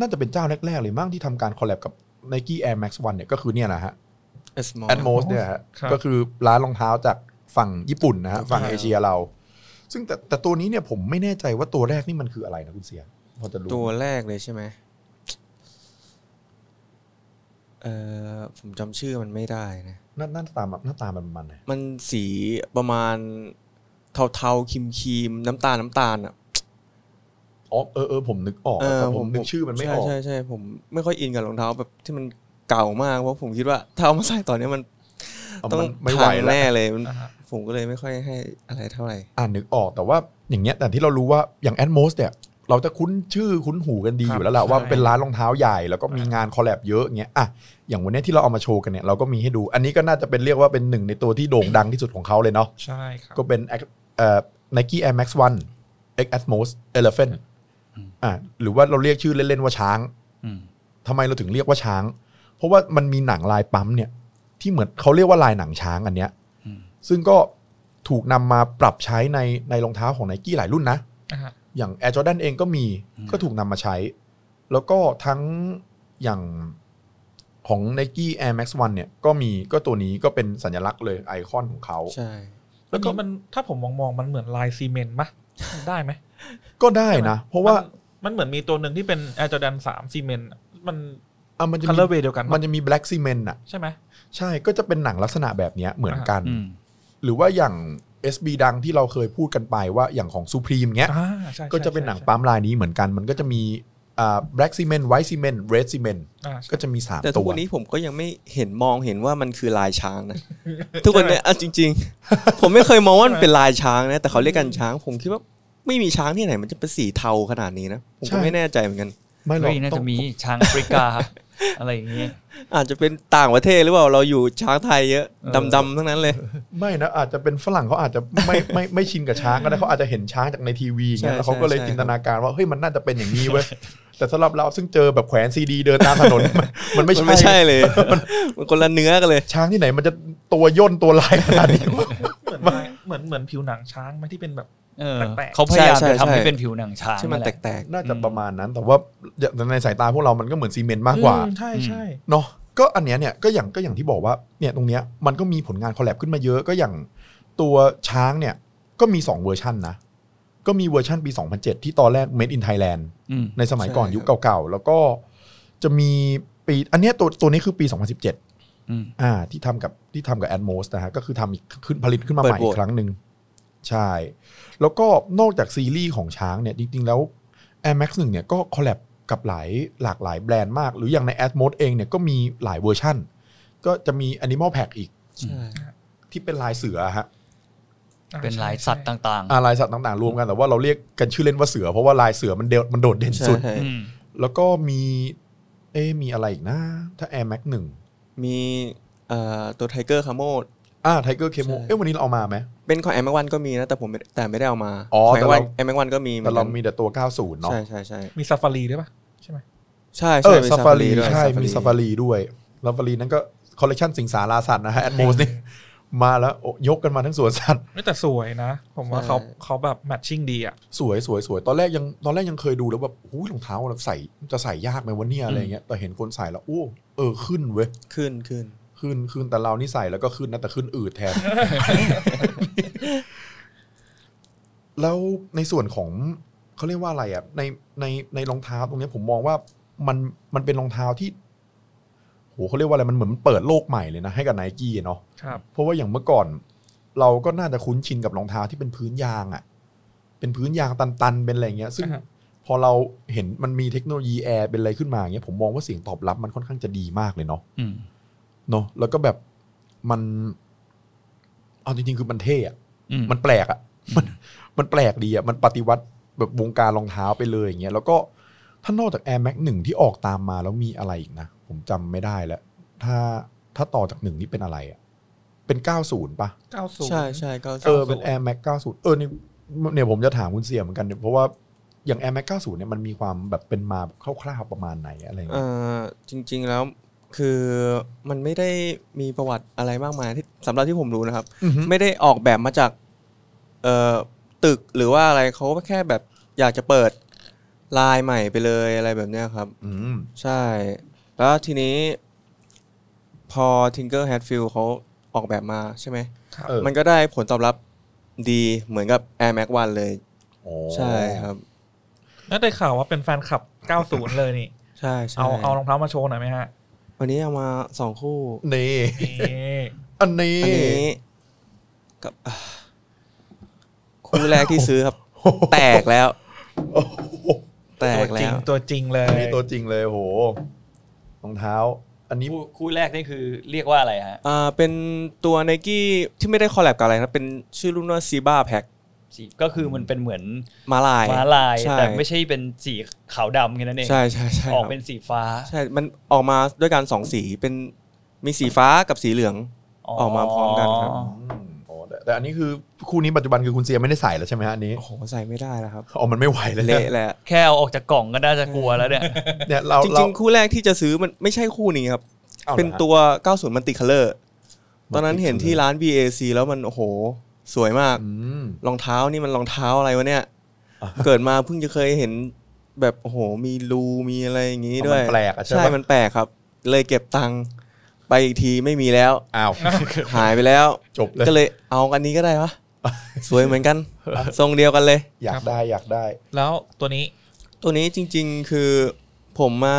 [SPEAKER 2] น่าจะเป็นเจ้าแรกๆเลยมั้งที่ทำการคอลแลบกับ Nike Air Max 1เนี่ยก็คือเนี่ยนะฮะ
[SPEAKER 4] เอสมอล
[SPEAKER 2] แอดโมสเนี่ยฮะ
[SPEAKER 3] ครับ
[SPEAKER 2] ก็คือร้านรองเท้าจากฝั่งญี่ปุ่นนะฮะฝั่ง
[SPEAKER 4] ใช่
[SPEAKER 2] เอเชียเรา ซึ่งแต่แต่ตัวนี้เนี่ยผมไม่แน่ใจว่าตัวแรกนี่มันคืออะไรนะคุณเสียพอจะรู้
[SPEAKER 4] ตัวแรกเลยใช่ไหมเออผมจำชื่อมันไม่ได้นะ
[SPEAKER 2] หน้าหน้าตาแบบหน้าตามันประมันไหน
[SPEAKER 4] มันสีประมาณเทาๆครีมๆน้ำตาลน้ำตาลอ่ะ
[SPEAKER 2] อ๋อเออเออผมนึกออก
[SPEAKER 4] เออ
[SPEAKER 2] แต่ผมนึกชื่อมันไม่ออก
[SPEAKER 4] ใช่ใช่ใช่ผมไม่ค่อยอินกับรองเท้าแบบที่มันเก่ามากเพราะผมคิดว่าถ้าเอามาใส่ตอนเนี้ยมัน
[SPEAKER 2] เอา
[SPEAKER 4] ต้อง
[SPEAKER 2] มันไม่ไหว
[SPEAKER 4] พัง
[SPEAKER 2] แล้ว
[SPEAKER 4] แน่เลยมัน
[SPEAKER 3] อ่าฮะ
[SPEAKER 4] ผมก็เลยไม่ค่อยให้อะไรเท่าไหร่
[SPEAKER 2] อ่านนึกออกแต่ว่าอย่างเงี้ยแต่ที่เรารู้ว่าอย่างแอดโมสเนี่ยเราจะคุ้นชื่อคุ้นหูกันดี
[SPEAKER 3] ครั
[SPEAKER 2] อ
[SPEAKER 3] บ
[SPEAKER 2] ยู่แล้วแหละ
[SPEAKER 3] ใช่
[SPEAKER 2] ว่าเป็นร้านรองเท้าใหญ่แล้วก็มีงานคอลแลบเยอะเงี้ยอ่ะอย่างวันเนี้ยที่เราเอามาโชว์กันเนี่ยเราก็มีให้ดู อันนี้ก็น่าจะเป็นเรียกว่าเป็นหนึ่งในตัวที่โด่งดังที่สุดของเขาเลยเนาะ
[SPEAKER 3] ใช่ครับ
[SPEAKER 2] ก็เป็น Ac- เอ่อ Nike Air Max 1 X Atmos Elephant อ่าหรือว่าเราเรียกชื่อเล่น ๆ ว่าช้าง
[SPEAKER 5] อืม
[SPEAKER 2] ทำไมเราถึงเรียกว่าช้าง เพราะว่ามันมีหนังลายปั๊มเนี่ย ที่เหมือนเขาเรียกว่าลายหนังช้างอันเนี้ย
[SPEAKER 5] อืม
[SPEAKER 2] ซึ่งก็ถูกนำมาปรับใช้ในในรองเท้าของ Nike หลายรุ่นนะ
[SPEAKER 3] นะฮะ
[SPEAKER 2] อย่าง Air Jordan เองก็มีก็ถูกนำมาใช้ แล้วก็ทั้งอย่างของ Nike Air Max 1เนี่ยก็มีก็ตัวนี้ก็เป็นสัญลักษณ์เลยไอคอนของเขา
[SPEAKER 4] ใช่
[SPEAKER 2] แล้
[SPEAKER 3] แล้ว ว
[SPEAKER 2] ก็
[SPEAKER 3] ก็มันถ้าผมมองมองมันเหมือนลายซีเมนต์ปะได้ไหม
[SPEAKER 2] ก็ได้นะ เพราะว่า
[SPEAKER 3] นมันเหมือนมีตัวหนึ่งที่เป็น Air Jordan 3ซีเมนต์อะมัน
[SPEAKER 2] อ่ะมันจะมี
[SPEAKER 3] colorway เดียวกันปะ
[SPEAKER 2] มันจะมีแบล็กซีเมนต์อ่ะ
[SPEAKER 3] ใช่ไหม
[SPEAKER 2] ใช่ก็จะเป็นหนังลักษณะแบบเนี้ยเหมือนกัน
[SPEAKER 5] อืม
[SPEAKER 2] หรือว่าอย่าง SB ดังที่เราเคยพูดกันไปว่าอย่างของซูพรีมเงี้ย
[SPEAKER 3] อ่าใช่
[SPEAKER 2] ก็จะเป็นหนัง
[SPEAKER 3] ใช่
[SPEAKER 2] ปั๊มลายนี้เหมือนกัน มันก็จะมีอ่าแบล็กซีเมนต์ไวท์ซีเมนต์เรดซีเมนต์
[SPEAKER 3] อ่า
[SPEAKER 2] ก็จะมีสาม
[SPEAKER 4] แต่ทุ
[SPEAKER 2] ตั
[SPEAKER 4] ก
[SPEAKER 2] ว
[SPEAKER 4] วันนี้ผมก็ยังไม่เห็นมองเห็นว่ามันคือลาย ช้างนะ ทุกวันเนี้ยอ่ะจริง ๆ ผมไม่เคยมองว่ามันเป็นลายช้างนะ แต่เขาเรียกกันช้าง ผมคิดว่าไม่มีช้างที่ไหน มันจะเป็นสีเทาขนาดนี้นะผมก็ไม่แน่ใจเหมือนกัน
[SPEAKER 2] ไม่หรอ
[SPEAKER 5] เฮ้
[SPEAKER 2] ก
[SPEAKER 5] ยน่า
[SPEAKER 2] ต้อ
[SPEAKER 5] จะ
[SPEAKER 2] ง
[SPEAKER 5] มีช้างแอฟริกา อะไรอย่างเงี้ย
[SPEAKER 4] อาจจะเป็นต่างประเทศหรือเปล่าเราอยู่ช้างไทยเยอะ
[SPEAKER 5] เออ
[SPEAKER 4] ดำๆทั้งนั้นเลย
[SPEAKER 2] ไม่นะอาจจะเป็นฝรั่งเขาอาจจะไม่ ไมไม่ไม่ชินกับช้างก็ได้เขาอาจจะเห็นช้างจากในทีวีเงี้ย
[SPEAKER 4] ใช่
[SPEAKER 2] แล้วเขาก็เลย
[SPEAKER 4] ใช่
[SPEAKER 2] จินตนาการว่าเฮ้ยมันน่าจะเป็นอย่างนี้เว้ยแต่สำหรับเราซึ่งเจอแบบแขวนซีดีเดินตามถนน มันมันไม่
[SPEAKER 4] มันไม่
[SPEAKER 2] ใช่
[SPEAKER 4] ใช่เลย มันคนละเนื้อกันเลย
[SPEAKER 2] ช้างที่ไหนมันจะตัวย่นตัวลายขนาดนี้วะ
[SPEAKER 3] เหมือนเหมือนเหมือนผิวหนังช้างไหมที่เป็นแบบ
[SPEAKER 5] เออ
[SPEAKER 3] แปลกๆ
[SPEAKER 5] เขาพยายาม
[SPEAKER 4] ใช่ใช่
[SPEAKER 5] จะทำให้
[SPEAKER 4] ใช่
[SPEAKER 5] เป็นผิวหนังช้าง
[SPEAKER 4] ใช่มัน
[SPEAKER 5] แหละ
[SPEAKER 4] แตก
[SPEAKER 2] น่าจะประมาณนั้น แต่ว่าในสายตาพวกเรามันก็เหมือนซีเมนต์มากกว่า
[SPEAKER 3] อืใช่ใช่
[SPEAKER 2] เนาะก็อันเนี้ยเนี่ยก็อย่างก็อย่างที่บอกว่าเนี่ยตรงเนี้ยมันก็มีผลงานคอลแลบขึ้นมาเยอะก็อย่างตัวช้างเนี่ยก็มี 2 เวอร์ชันนะ ก็มีเวอร์ชันปี 2007 ที่ตอนแรก Made in Thailand
[SPEAKER 5] อืม
[SPEAKER 2] ในสมัยก่อน
[SPEAKER 4] ใช่
[SPEAKER 2] ยุคเก่าๆ แล้วก็จะมีปีอันเนี้ยตัวตัวนี้คือปี 2017
[SPEAKER 5] อืม
[SPEAKER 2] อ่าที่ทำกับที่ทำกับ Atmos นะฮะก็คือทำอีกขึ้นผลิตขึ้นมาใหม่อีกครั้งหนึ่งใช่ แล้วก็นอกจากซีรีส์ของช้างเนี่ยจริงๆแล้ว Air Max 1เนี่ยก็คอลแลบกับหลายหลากหลายแบรนด์มาก หรืออย่างใน Atmos เองเนี่ยก็มีหลายเวอร์ชั่น ก็จะมี Animal Pack อีก
[SPEAKER 4] ๆ
[SPEAKER 2] ที่เป็นลายเสือฮะ
[SPEAKER 5] เป็นลายสัตว์ต่าง
[SPEAKER 2] อ่าลายสัตว์ต่างๆรวมกันแต่ว่าเราเรียกกันชื่อเล่นว่าเสือ เพราะว่าลายเสือมันเดมันโดดเด่น
[SPEAKER 4] ใช่
[SPEAKER 2] สุด
[SPEAKER 4] ใช่
[SPEAKER 5] ๆอืม
[SPEAKER 2] แล้วก็มี เอ๊ะมีอะไรอีกนะ ถ้า Air Max หนึ่ง
[SPEAKER 4] มีเอ่อตัวไทเกอร์คาโมด
[SPEAKER 2] อ่า Tiger Camo
[SPEAKER 4] ใช่
[SPEAKER 2] เอ๊ะวันนี้เราเอามาไหม
[SPEAKER 4] เป็นของแอมแมวันก็มีนะ แต่ผมไม่แต่ไม่ได้เอามา
[SPEAKER 2] อ๋อ
[SPEAKER 4] ของแอ
[SPEAKER 2] แต่
[SPEAKER 4] ม
[SPEAKER 2] เรา
[SPEAKER 4] วันแอมแมวันก็มีห
[SPEAKER 2] แต่เรา
[SPEAKER 4] อนกัน
[SPEAKER 2] มีแต่ตัว 90 เนาะ
[SPEAKER 4] ใช่ใช่ใช่
[SPEAKER 3] มีซาฟารีด้วยปะใช่ไหม
[SPEAKER 4] ใช่
[SPEAKER 2] เอ
[SPEAKER 4] ใช่
[SPEAKER 2] อซาฟารี
[SPEAKER 4] ด้วย
[SPEAKER 2] ใช่
[SPEAKER 4] Safari
[SPEAKER 2] มีซาฟารีด้วยซาฟารีนั้นก็คอลเล t ชันสิงสาราสัตว์นะฮะ แอดโมสนี่ มาแล้วโอ้ยกกันมาทั้งสวนสัตว์
[SPEAKER 3] ไม่แต่สวยนะ ผมว่า
[SPEAKER 4] ใช่
[SPEAKER 3] เขาเขาแบบแมทชิ่งดีอ่ะ
[SPEAKER 2] สวยสวยสวยตอนแรกยังตอนแรกยังเคยดูแล้วแบบหูยรองเท้าเราใส่จะใส่ยากไหมวะเนี่ยอะไรเงี้ยแต่เห็นคนใส่แล้วโอ้เออขึ้นเว้ย
[SPEAKER 4] ขึ้นขึ้น
[SPEAKER 2] ขึ้นขึ้นแต่เรานี่ใส่แล้วก็ขึ้นนะแต่ขึ้นอืดแท น แล้วในส่วนของเขาเรียกว่าอะไรอ่ะในในในรองเท้าตรงเนี้ยผมมองว่ามันมันเป็นรองเท้าที่โหเขาเรียกว่าอะไรมันเหมือนเปิดโลกใหม่เลยนะให้กับไนกี้เนาะ
[SPEAKER 3] ครับ
[SPEAKER 2] เพราะว่าอย่างเมื่อก่อน เราก็น่าจะคุ้นชินกับรองเท้าที่เป็นพื้นยางอะ่ะ เป็นพื้นยางตันๆ เป็นอะไรอย่างเงี้ย ซึ่ง
[SPEAKER 3] อ่าฮะ
[SPEAKER 2] พอเราเห็นมันมีเทคโนโลยีแอร์เป็นอะไรขึ้นมาอย่างเงี้ยผมมองว่าเสียงตอบรับมันค่อนข้างจะดีมากเลยเนาะ
[SPEAKER 5] อืม
[SPEAKER 2] เนาะแล้วก็แบบมันเอาจริงๆคือมันเท่อะ
[SPEAKER 5] อืม
[SPEAKER 2] มันแปลกอะมันมันแปลกดีอะมันปฏิวัติแบบวงการรองเท้าไปเลยอย่างเงี้ยแล้วก็ถ้านอกจาก Air Max หนึ่งที่ออกตามมาแล้วมีอะไรอีกนะผมจำไม่ได้แล้ว ถ้าถ้าต่อจากหนึ่งนี่เป็นอะไรอะเป็น90ปะ
[SPEAKER 3] เก้าสู
[SPEAKER 4] ใช่ใช่ก็
[SPEAKER 2] เออเป็น Air Max 90 เออนี่เนี่ยผมจะถามคุณเสี่ยเหมือนกันเนี่ยเพราะว่าอย่าง Air Max 90 เนี่ยมันมีความแบบเป็นมาแบบคร่าวๆประมาณไหนอะไร
[SPEAKER 4] เอ
[SPEAKER 2] เงี้ย
[SPEAKER 4] อจริง ๆแล้วคือมันไม่ได้มีประวัติอะไรมากมายที่สำหรับที่ผมรู้นะครับ
[SPEAKER 2] อือฮึ
[SPEAKER 4] ไม่ได้ออกแบบมาจากเอ่อตึกหรือว่าอะไรเขาก็แค่แบบอยากจะเปิดลายใหม่ไปเลยอะไรแบบเนี้ยครับ
[SPEAKER 2] อืม
[SPEAKER 4] ใช่ แล้วทีนี้ พอ Tinker Hatfield เขาออกแบบมาใช่ไหม
[SPEAKER 2] เออ
[SPEAKER 4] มันก็ได้ผลตอบรับดีเหมือนกับ Air Max 1 เลย
[SPEAKER 2] โอ้
[SPEAKER 4] ใช่ครับ
[SPEAKER 3] แล้วได้ข่าวว่าเป็นแฟนคลับ 90 เลยนี่
[SPEAKER 4] ใช่ใช่
[SPEAKER 3] เอาเอารองเท้ามาโชว์หน่อยไหมฮะ
[SPEAKER 4] วันนี้เอามาสองคู่
[SPEAKER 2] นี่
[SPEAKER 3] นี่
[SPEAKER 2] อันนี้
[SPEAKER 4] อันนี้กับอ่าคู่แรกที่ซื้อครับ แตกแล้ว
[SPEAKER 2] โอ้โห
[SPEAKER 4] แต
[SPEAKER 3] ตัว
[SPEAKER 4] ก
[SPEAKER 3] จริ
[SPEAKER 4] แล้
[SPEAKER 3] ง
[SPEAKER 4] ว
[SPEAKER 3] ตัวจริงเลย
[SPEAKER 2] อันนี้ตัวจริงเลยโหรองเท้า อันนี้
[SPEAKER 5] คู่คู่แรกนี่คือเรียกว่าอะไรฮะ
[SPEAKER 4] อ่าเป็นตัว n นกี้ที่ไม่ได้คอลแลบกับอะไรนะเป็นชื่อรุ่นว่าซีบ้าแพ็ค
[SPEAKER 5] สีก็คือมันเป็นเหมือน
[SPEAKER 4] มาลาย
[SPEAKER 5] ม้าลาย
[SPEAKER 4] ใช่
[SPEAKER 5] แต่ไม่ใช่เป็นสีขาวดำแค่นั้นเอง
[SPEAKER 4] ใช่ใช่ใช่
[SPEAKER 5] ออก
[SPEAKER 4] ครับ
[SPEAKER 5] เป็นสีฟ้า
[SPEAKER 4] ใช่ มันออกมาด้วยกันสองสีเป็นมีสีฟ้ากับสีเหลือง ออกมาพร้อมกันครับ
[SPEAKER 2] อืมโอ้แต่แต่อันนี้คือคู่นี้ปัจจุบันคือคุณเซียไม่ได้ใส่แล้วใช่ไหมฮะอันนี้
[SPEAKER 4] โอ้โหใส่ไม่ได้แล้วครับ
[SPEAKER 2] อ๋อมันไม่ไหวแล้วเนี่ย
[SPEAKER 4] เละแหละ
[SPEAKER 5] แค่เอาออกจากกล่องก็น่าจะกลัวแล้วเนี่ย
[SPEAKER 2] เนี่ยเรา
[SPEAKER 4] จ
[SPEAKER 2] เรา
[SPEAKER 4] ริงๆ คู่แรกที่จะซื้อมันไม่ใช่คู่นี้ครับ
[SPEAKER 2] อาหรอ
[SPEAKER 4] เป็นตัว 90 มันติคัลเลอร์
[SPEAKER 2] ฮะ
[SPEAKER 4] ตอนนั้นเห็นที่ร้าน BAC แล้วมัน โอ้โห สวยมาก
[SPEAKER 2] อืม
[SPEAKER 4] รองเท้านี่มันรองเท้าอะไรวะเนี่ย
[SPEAKER 2] อ่ะ
[SPEAKER 4] เกิดมาเพิ่งจะเคยเห็นแบบโอ้โห มีรูมีอะไรอย่างนี้ด้วย
[SPEAKER 2] มันแปลกอะใช่ปะ
[SPEAKER 4] ใช่ มันแปลกครับ เลยเก็บตังค์ไปอีกทีไม่มีแล้ว
[SPEAKER 2] อ้าว
[SPEAKER 4] หายไปแล้ว
[SPEAKER 2] จบเลย
[SPEAKER 4] ก็เลยเอาอันนี้ก็ได้ วะ สวยเหมือนกัน ทรงเดียวกันเลย
[SPEAKER 2] อยากได้อยากได้
[SPEAKER 3] แล้วตัวนี้
[SPEAKER 4] ตัวนี้จริงๆคือผมมา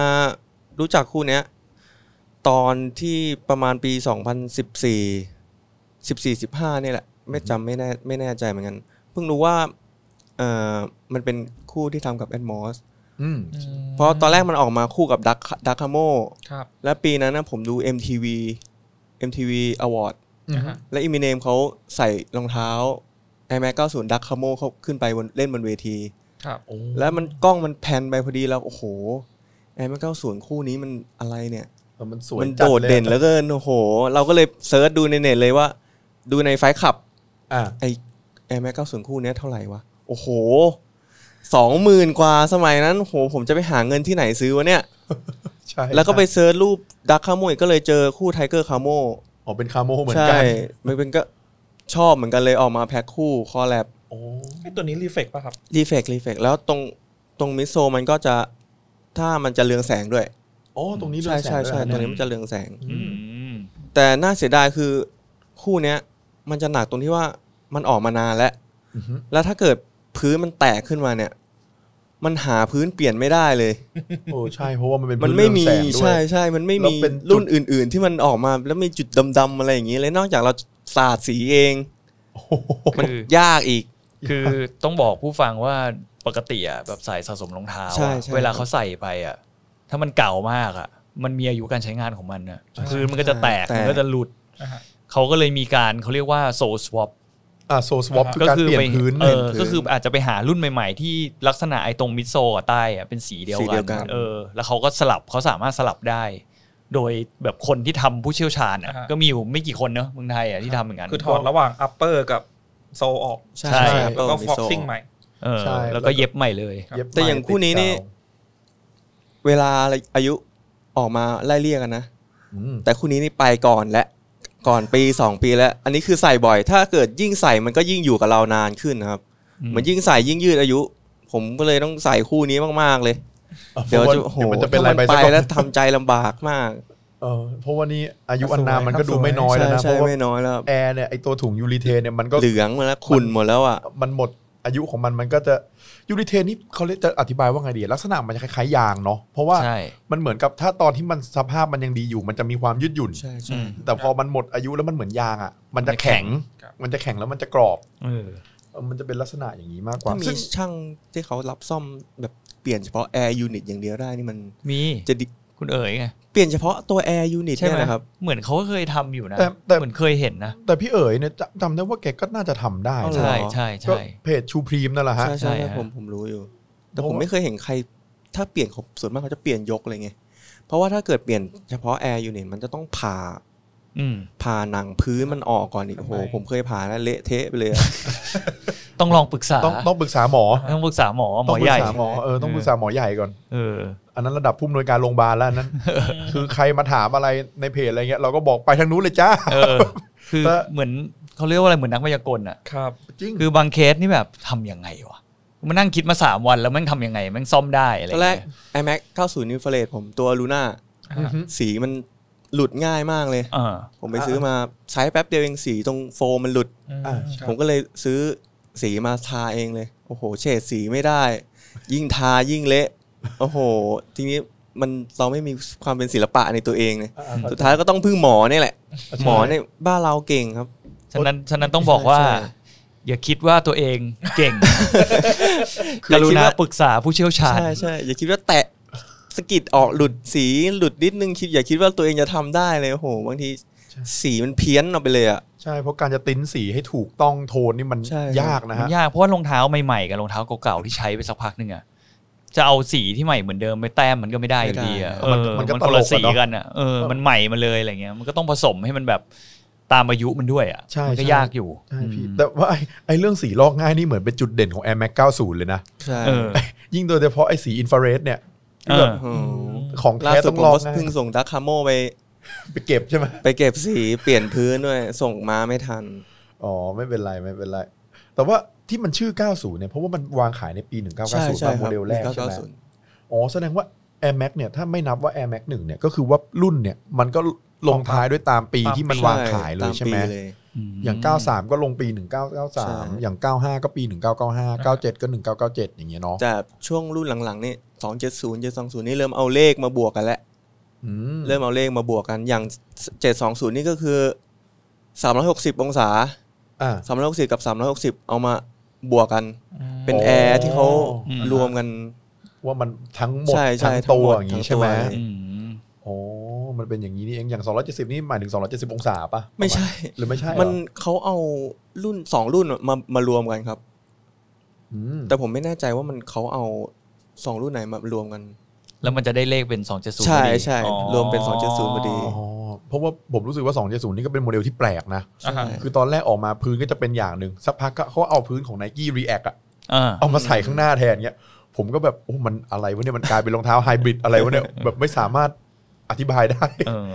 [SPEAKER 4] รู้จักคู่เนี้ย ตอนที่ประมาณปี 2014 14 15นี่แหละ ไม่จำไม่แน่ไม่แน่ใจเหมือนกัน เพิ่งรู้ว่าเออมันเป็นคู่ที่ทำกับแอดมอส
[SPEAKER 2] อืม
[SPEAKER 4] เพราะตอนแรกมันออกมาคู่กับดักดักคาโม
[SPEAKER 3] ครับ
[SPEAKER 4] และปีนั้นนะผมดู MTV MTV Award
[SPEAKER 2] อืม
[SPEAKER 3] นะฮะ
[SPEAKER 4] และอิมิเนมเขาใส่รองเท้า i m a 9 0ดักคาโมเขาขึ้นไปบนเล่นบนเวที
[SPEAKER 3] ครับ
[SPEAKER 4] แล้วมันกล้องมันแพนไปพอดีแล้วโอ้โห i m a 9 0คู่นี้มันอะไรเนี่ย
[SPEAKER 2] เออมันสวย
[SPEAKER 4] มันโดดเด่นเหลือเกินโอ้โห เราก็เลยเซิร์ชดูในเน็ตเลยว่า ดูในไฟขับ
[SPEAKER 2] อ่ะ
[SPEAKER 4] ไอแอร์แม็กเก้าศูนย์คู่เนี้ยเท่าไหร่วะ โอ้โหสองหมื่นกว่าสมัยนั้นโหผมจะไปหาเงินที่ไหนซื้อวะเนี่ย
[SPEAKER 2] ใช่
[SPEAKER 4] แล้วก็ไปเซิร์ชรูปดักคาโมอีกก็เลยเจอคู่ไทเกอร์คาโม
[SPEAKER 2] อ๋อเป็นคาโมเหมือน
[SPEAKER 4] ใช่
[SPEAKER 2] กัน
[SPEAKER 4] มันเป็นก็ชอบเหมือนกันเลยออกมาแพ็คคู่คอแลบ
[SPEAKER 2] โอ้
[SPEAKER 3] ไอ้ตัวนี้รีเฟกป่ะครับ
[SPEAKER 4] รีเฟกรีเฟกแล้วตรงตรงมิโซมันก็จะถ้ามันจะเรืองแสงด้วย
[SPEAKER 2] อ๋อตรงนี้เรื่อง
[SPEAKER 4] ใช่
[SPEAKER 2] แสง
[SPEAKER 4] ใช่
[SPEAKER 2] ด้วย
[SPEAKER 4] ใช่
[SPEAKER 2] นะ
[SPEAKER 4] ต
[SPEAKER 2] เนี่ย
[SPEAKER 4] รงนี้มันจะเรืองแสง
[SPEAKER 2] อืม
[SPEAKER 4] แต่น่าเสียดายคือคู่เนี้ยมันจะหนักตรงที่ว่ามันออกมานานแล้ว
[SPEAKER 2] อือฮึ
[SPEAKER 4] แล้วถ้าเกิดพื้นมันแตกขึ้นมาเนี่ย มันหาพื้นเปลี่ยนไม่ได้เลย
[SPEAKER 2] โอ้ใช่เพราะว่ามันเป็น
[SPEAKER 4] มันไม่มี
[SPEAKER 2] เรื่องแสงด้วย
[SPEAKER 4] ใช่ใช่มันไม่มี
[SPEAKER 2] แล้วเป็นจุด
[SPEAKER 4] รุ่นอื่น ๆ ที่มันออกมาแล้วมีจุดดำๆอะไรอย่างนี้เลยนอกจากเราสาดสีเอง
[SPEAKER 2] โอ้โห
[SPEAKER 4] มัน
[SPEAKER 5] คือ
[SPEAKER 4] ยากอีก
[SPEAKER 5] คือต้องบอกผู้ฟังว่าปกติอ่ะแบบใส่สะสมรองเท้าอะ
[SPEAKER 4] ใช่ใช่
[SPEAKER 5] เวลาเขาใส่ไปอ่ะ ถ้ามันเก่ามากอ่ะ มันมีอายุการใช้งานของมันนะคือมันก็จะแตกมันก็จะหลุด
[SPEAKER 3] อ่าฮะ
[SPEAKER 5] เขาก็เลยมีการเขาเรียกว่าโซลสวอป
[SPEAKER 2] อ่ะโซสวอปคือ
[SPEAKER 5] ก็
[SPEAKER 2] การ
[SPEAKER 5] คือ
[SPEAKER 2] เปลี่ย
[SPEAKER 5] ไป
[SPEAKER 2] นพื้น
[SPEAKER 5] เออ
[SPEAKER 4] เปลี่ยนพื้น
[SPEAKER 5] ก็คืออาจจะไปหารุ่นใหม่ ๆ ที่ลักษณะไอ้ตรงมิดโซกับใต้อะเป็นสีเดียว
[SPEAKER 4] สีเดียวกั
[SPEAKER 5] กัน นเออ แล้วเขาก็สลับเขาสามารถสลับได้ โดยแบบคนที่ทำผู้เชี่ยวชาญอ่ะ
[SPEAKER 3] อ่าฮะ
[SPEAKER 5] ก็มีอยู่ไม่กี่คนเนอะเมืองไทยอ่ะที่ทำเหมือนกัน
[SPEAKER 3] คือถอดระหว่างอัปเปอร์กับโซออก
[SPEAKER 5] ใช่
[SPEAKER 3] แล้วก็ฟ็อกซิ่งใหม่
[SPEAKER 5] เออ
[SPEAKER 2] ใช่
[SPEAKER 5] แล้วก็เย็บใหม่เลย
[SPEAKER 3] ครับ
[SPEAKER 2] เย็บ
[SPEAKER 4] แต่อย่างคู่นี้นี่ เวลาอายุออกมาไล่เรียกกันนะ
[SPEAKER 2] อืม
[SPEAKER 4] แต่คู่นี้นี่ไปก่อนและก่อนปีสองปีแล้ว อันนี้คือใส่บ่อย ถ้าเกิดยิ่งใส่มันก็ยิ่งอยู่กับเรานานขึ้นนะครับ เหมือนยิ่งใส่ยิ่งยืดอายุ ผมก็เลยต้องใส่คู่นี้มากๆเลย
[SPEAKER 2] อา
[SPEAKER 4] เดี๋ยว
[SPEAKER 2] พ
[SPEAKER 4] จะ
[SPEAKER 2] ราา
[SPEAKER 4] โอ้โห
[SPEAKER 2] ดี๋ยวมันจะเป็น
[SPEAKER 4] ถ้า
[SPEAKER 2] อะไร
[SPEAKER 4] มัน
[SPEAKER 2] ไป
[SPEAKER 4] ไป
[SPEAKER 2] สัก
[SPEAKER 4] แล้วทำใจลำบากมาก
[SPEAKER 2] เออเพราะว่านี่อายุอันนามมันก็ดูไม่น้อยแล้วนะเพ
[SPEAKER 4] ใช่ใช่
[SPEAKER 2] ราะว่า
[SPEAKER 4] ไม่น้อยแล้ว
[SPEAKER 2] แอร์เนี่ยไอตัวถุงยูริเทนเนี่ยมันก็
[SPEAKER 4] เหลืองหมดแล้วขุ่นหมดแล้วอ่ะ
[SPEAKER 2] มันหมดอายุของมันมันก็จะยูริเทนนี่เขาเรียกจะอธิบายว่าไงดี ลักษณะมันจะคล้ายๆยางเนาะเพราะว่า
[SPEAKER 5] ใช่
[SPEAKER 2] มันเหมือนกับถ้าตอนที่มันสภาพมันยังดีอยู่ มันจะมีความยืดหยุ่น
[SPEAKER 4] ใช่
[SPEAKER 5] อื
[SPEAKER 4] ใช่
[SPEAKER 5] ม
[SPEAKER 2] แต่พอมันหมดอายุแล้วมันเหมือนยางอ่ะ มันจะแข็ง
[SPEAKER 3] ครับ
[SPEAKER 2] มันจะแข็งแล้วมันจะกรอบ
[SPEAKER 5] เออ
[SPEAKER 2] เออมันจะเป็นลักษณะอย่างนี้มากกว่า
[SPEAKER 4] ถ้ามี
[SPEAKER 2] ซึ่ง
[SPEAKER 4] ช่างที่เขารับซ่อมแบบเปลี่ยนเฉพาะแอร์ยูนิตอย่างเดียวได้นี่มัน
[SPEAKER 5] มี
[SPEAKER 4] จะดี
[SPEAKER 5] คุณเอ๋ยไง
[SPEAKER 4] เปลี่ยนเฉพาะตัวแอร์ยูนิต
[SPEAKER 5] ใช่
[SPEAKER 4] เนี่
[SPEAKER 5] ไหม
[SPEAKER 4] ยนะครับ
[SPEAKER 5] เหมือนเขาก็เคยทำอยู่นะ
[SPEAKER 2] แต่แต่
[SPEAKER 5] เหมือนเคยเห็นนะ
[SPEAKER 2] แต่พี่เอ๋ยเนี่ยจำจำได้ว่าแกก็น่าจะทำได้
[SPEAKER 4] อ๋อเหรอ
[SPEAKER 2] นะ
[SPEAKER 5] ใช่ใช่
[SPEAKER 2] ก็
[SPEAKER 5] ใช่
[SPEAKER 2] เพจชูพรีมนั่นแหละฮะ
[SPEAKER 4] ใช่ใช่
[SPEAKER 5] ใช่ฮะ
[SPEAKER 4] ผมผมรู้อยู่ แต่
[SPEAKER 2] เพ
[SPEAKER 4] ผ
[SPEAKER 2] ราะ
[SPEAKER 4] ม
[SPEAKER 2] ว่า
[SPEAKER 4] ไม่เคยเห็นใคร ถ้าเปลี่ยนเขาส่วนมากเขาจะเปลี่ยนยกเลยไง เพราะว่าถ้าเกิดเปลี่ยนเฉพาะแอร์ยูนิตมันจะต้องผ่า
[SPEAKER 5] อืม
[SPEAKER 4] ผ่าหนังพื้นมันออกก่อนอีกโอ้โห
[SPEAKER 3] ทำไม
[SPEAKER 4] ผมเคยผ่าแล้วเละเทะไปเลยอะ
[SPEAKER 5] ต้องลองปรึกษา
[SPEAKER 2] ต้องต้องปรึกษาหมอ
[SPEAKER 5] ต้องปรึกษาหมอหม
[SPEAKER 2] ต้อ
[SPEAKER 5] อง
[SPEAKER 2] ป
[SPEAKER 5] ให
[SPEAKER 2] รึ
[SPEAKER 5] ญ่
[SPEAKER 2] กษาหมอเออต้องปรึกษาหมอใหญ่ก่อน
[SPEAKER 5] เออ
[SPEAKER 2] อันนั้นระดับผู้อำนวยการโรงพยาบาลแล้วอันนั้น คือใครมาถามอะไรในเพจอะไรเงี้ยเราก็บอกไปทางนู้นเลยจ้า
[SPEAKER 5] เออ คือ
[SPEAKER 2] แต่
[SPEAKER 5] เหมือนเขาเรียกว่าอะไรเหมือนนักพยากลอ่ะ
[SPEAKER 3] ครับ
[SPEAKER 2] จริง
[SPEAKER 5] คือบางเคสนี่แบบทำยังไงวะมานั่งคิดมาสามวันแล้วแม่งทำยังไงแม่งซ่อมได้อะไร
[SPEAKER 4] ตอนแรก
[SPEAKER 5] เงี้ย
[SPEAKER 4] i m a x 90 i n f r a red ผมตัวลูน่า
[SPEAKER 2] อฮึ
[SPEAKER 4] สีมันหลุดง่ายมากเลย
[SPEAKER 5] เออ
[SPEAKER 4] ผมไปซื้อมาใช้แป๊บเดียวเองสีตรงโฟมมันหลุด
[SPEAKER 2] า
[SPEAKER 4] ผมก็เลยซื้อสีมาทาเองเลย โอ้โห เฉดสีไม่ได้ ยิ่งทายิ่งเละ โอ้โห ทีนี้มันเราไม่มีความเป็นศิลปะในตัวเองเลย
[SPEAKER 2] อ่า
[SPEAKER 4] สุดท้ายก็ต้องพึ่งหมอเนี่ยแหละ หมอเนี่ยบ้านเราเก่งครับ
[SPEAKER 5] ฉะนั้นฉะนั้นต้องบอกว่า
[SPEAKER 4] ใช่
[SPEAKER 5] อย่าคิดว่าตัวเองเก่ง
[SPEAKER 4] คื
[SPEAKER 5] ก
[SPEAKER 4] อ
[SPEAKER 5] รุ
[SPEAKER 4] คิด
[SPEAKER 5] ณา
[SPEAKER 4] ว่า
[SPEAKER 5] ปรึกษาผู้เชี่ยวชาญ
[SPEAKER 4] ใช่ใช่อย่าคิดว่าแตะสะกิดออกหลุดสีหลุดนิดนึงคิดอย่าคิดว่าตัวเองจะทำได้เลยโอ้โหบางทีสีมันเพี้ยนออกไปเลยอ่ะ
[SPEAKER 2] ใช่เพราะการจะติ้นสีให้ถูกต้องโทนนี่มัน
[SPEAKER 4] ใช่
[SPEAKER 2] ยากนะ
[SPEAKER 5] มัน
[SPEAKER 2] ฮะ
[SPEAKER 5] ยากเพราะว่ารองเท้าใหม่ๆกับรองเท้าเก่าๆที่ใช้ไปสักพักหนึ่งอะจะเอาสีที่ใหม่เหมือนเดิมไปแต้มมันก็ไม่ได้อยู่ดีอะ
[SPEAKER 4] ไม่
[SPEAKER 5] เอ
[SPEAKER 4] ได้
[SPEAKER 5] อ
[SPEAKER 2] มั
[SPEAKER 5] มัน น
[SPEAKER 2] ก็
[SPEAKER 5] คนละ
[SPEAKER 2] ตล
[SPEAKER 5] สี
[SPEAKER 2] กอะเนาะ
[SPEAKER 5] กันอะเออมันใหม่มาเลยอะไรเงี้ยมันก็ต้องผสมให้มันแบบตามอายุมันด้วยอะ
[SPEAKER 2] ใช่
[SPEAKER 5] มันก็
[SPEAKER 2] ใช่
[SPEAKER 5] ยากอยู่
[SPEAKER 2] ใช่พี่
[SPEAKER 5] อืม
[SPEAKER 2] แต่ว่าไอ้ไอ้เรื่องสีลอกง่ายนี่เหมือนเป็นจุดเด่นของ Air Max 90 เลยนะ
[SPEAKER 4] ใช่
[SPEAKER 5] เออ
[SPEAKER 2] ยิ่งโดยเฉพาะไอ้สีอินฟราเรดเนี่ย
[SPEAKER 5] เออ
[SPEAKER 4] โอ้โห
[SPEAKER 2] ของ
[SPEAKER 4] ล่า
[SPEAKER 2] แท้ต้
[SPEAKER 4] สุด
[SPEAKER 2] อง
[SPEAKER 4] ผม
[SPEAKER 2] ลอก
[SPEAKER 4] ก็
[SPEAKER 2] ง่าย
[SPEAKER 4] เพิ่งส่งดักคาโมไป
[SPEAKER 2] ไปเก็บใช่ไหม
[SPEAKER 4] ไปเก็บสีเปลี่ยนพื้นด้วย ส่งมาไม่ทัน
[SPEAKER 2] อ๋อ ไม่เป็นไรไม่เป็นไร แต่ว่าที่มันชื่อ 90 เนี่ย เพราะว่ามันวางขายในปี 1990
[SPEAKER 4] ใช่ใช่
[SPEAKER 2] ตามโม
[SPEAKER 4] ครับ
[SPEAKER 2] เดลแรกใช่ไหม
[SPEAKER 4] 1990
[SPEAKER 2] อ๋อ แสดงว่า Air Max เนี่ย ถ้าไม่นับว่า Air Max 1เนี่ย ก็คือว่ารุ่นเนี่ย มันก็ลงท้ายด้วยตามปี
[SPEAKER 3] ตาม
[SPEAKER 2] ที่มันวางขายเลยใช่ไหม
[SPEAKER 4] ตาปีเลย
[SPEAKER 2] อย่าง 93 ก็ลงปี 1993 อย่าง 95 ก็ปี 1995 97 ก็ 1997 อย่างเงี้ยเนาะ
[SPEAKER 4] แต่ช่วงรุ่นหลังๆนี่สองเจ็ดศูนย์เจ็ดสองศูนย์นี่เริ่มเอาเลขมาบวกกันแล้ว
[SPEAKER 2] อืม
[SPEAKER 4] เริ่มเอาเลขมาบวกกัน อย่างเจ็ดสองศูนย์นี่ก็คือสามร้อยหกสิบองศา
[SPEAKER 2] อ่า
[SPEAKER 4] สามร้อยหกสิบกับสามร้อยหกสิบเอามาบวกกัน เป็น
[SPEAKER 2] อ๋อ
[SPEAKER 4] แอร์ที่เขา
[SPEAKER 5] อืม
[SPEAKER 4] รวมกัน
[SPEAKER 2] ว่ามันทั้งหมด
[SPEAKER 4] ใช่ใช่
[SPEAKER 2] ทั้งตัวอ
[SPEAKER 4] ทั้งหมด
[SPEAKER 2] ย่าง
[SPEAKER 4] ทั้
[SPEAKER 2] นี้
[SPEAKER 4] ง
[SPEAKER 2] ใช่ไหม
[SPEAKER 4] ตัวเลย
[SPEAKER 5] อืม
[SPEAKER 2] โอ้มันเป็นอย่างนี้นี่เองอย่าง 270 นี่หมายถึง 270 องศาปะ
[SPEAKER 4] ไม่ใช่
[SPEAKER 2] หรือไม่ใช่เหรอ
[SPEAKER 4] มันเขาเอารุ่นสองรุ่นมามารวมกันครับ
[SPEAKER 2] อืม
[SPEAKER 4] แต่ผมไม่แน่ใจว่ามันเขาเอาสองรุ่นไหนมารวมกัน
[SPEAKER 5] แล้วมันจะได้เลขเป็นสองเจ็ดศูนย์
[SPEAKER 4] ใช่ใช่รวมเป็น270พอดี
[SPEAKER 2] อ๋อเพราะว่าผมรู้สึกว่า 270 นี่ก็เป็นโมเดลที่แปลกนะ
[SPEAKER 3] อ่าฮะ
[SPEAKER 2] คือตอนแรกออกมาพื้นก็จะเป็นอย่างหนึ่งสักพักก็เขาเอาพื้นของ n i กี้ React อะ
[SPEAKER 5] อ่า
[SPEAKER 2] เอามาใส่ข้างหน้าแทนเงี้ยผมก็แบบโอ้มันอะไรวะเนี่ยมันกลายเป็นรองเท้าไฮบริดอะไร วะเนี่ยแบบไม่สามารถอธิบายได้
[SPEAKER 5] เออ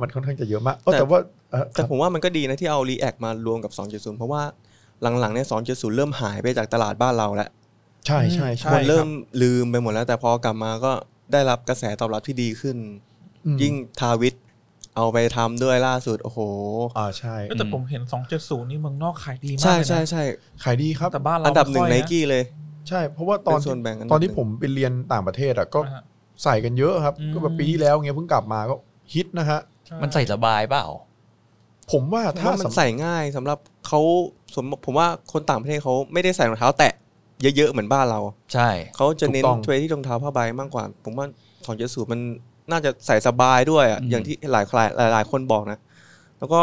[SPEAKER 2] มันค่อนข้างจะเยอะมากเอ้า
[SPEAKER 4] แต่
[SPEAKER 2] แต่ว่าเอ่อค
[SPEAKER 4] แต่
[SPEAKER 2] รับ
[SPEAKER 4] ผมว่ามันก็ดีนะที่เอา React มารวมกับ 2.0 เพราะว่าหลังๆเนี่ย2.0 เริ่มหายไปจากตลาดบ้านเราแล้ว
[SPEAKER 2] ใช่ใช่ใช่
[SPEAKER 4] คนเริ่มลืมไปหมดแล้ว แต่พอกลับมาก็ได้รับกระแสตอบรับที่ดีขึ้น
[SPEAKER 2] อืม
[SPEAKER 4] ยิ่งทาวิทเอาไปทำด้วยล่าสุด โอ้โห
[SPEAKER 2] อ่าใช่
[SPEAKER 3] เอ้ยแต่ผมเห็นสองเจ็ดศูนย์นี่เมืองนอกขายดีมาก
[SPEAKER 4] ใช่
[SPEAKER 3] เลย
[SPEAKER 4] ใช่
[SPEAKER 3] นะ
[SPEAKER 4] ใช่
[SPEAKER 2] ขายดีครับ
[SPEAKER 3] แต่บ้านเรา
[SPEAKER 4] อันดับหนึ่งไน
[SPEAKER 3] ไม่ค่อยะ
[SPEAKER 4] กี้เลย
[SPEAKER 2] ใช่เพราะว่าตอน
[SPEAKER 4] เป็นส่วน
[SPEAKER 2] ที่
[SPEAKER 4] แบ่งอันดับ
[SPEAKER 2] ตอนที่
[SPEAKER 4] หนึ่ง
[SPEAKER 2] ผมไปเรียนต่างประเทศอะก็
[SPEAKER 3] อ่าฮะ
[SPEAKER 2] ใส่กันเยอะครับ
[SPEAKER 3] อืม
[SPEAKER 2] ก็แบบปีที่แล้วเงี้ยเพิ่งกลับมาก็ฮิตนะฮะ
[SPEAKER 5] มันใส่สบายเปล่า
[SPEAKER 2] ผมว่า
[SPEAKER 4] ถ้า
[SPEAKER 2] ถ้า
[SPEAKER 4] มัน
[SPEAKER 2] สำ
[SPEAKER 4] ใส่ง่ายสำหรับเขาสมผมว่าคนต่างประเทศเขาไม่ได้ใส่รองเท้าแตะเยอะๆเหมือนบ้านเรา
[SPEAKER 5] ใช่
[SPEAKER 4] เขาจะเน้นเทรนที่รองเท้าผ้าใบมากกว่า ผมว่าของเจสูมันน่าจะใส่สบายด้วยอะ
[SPEAKER 5] อืม
[SPEAKER 4] อย่างที่หลายหลายหลายคนบอกนะ แล้วก็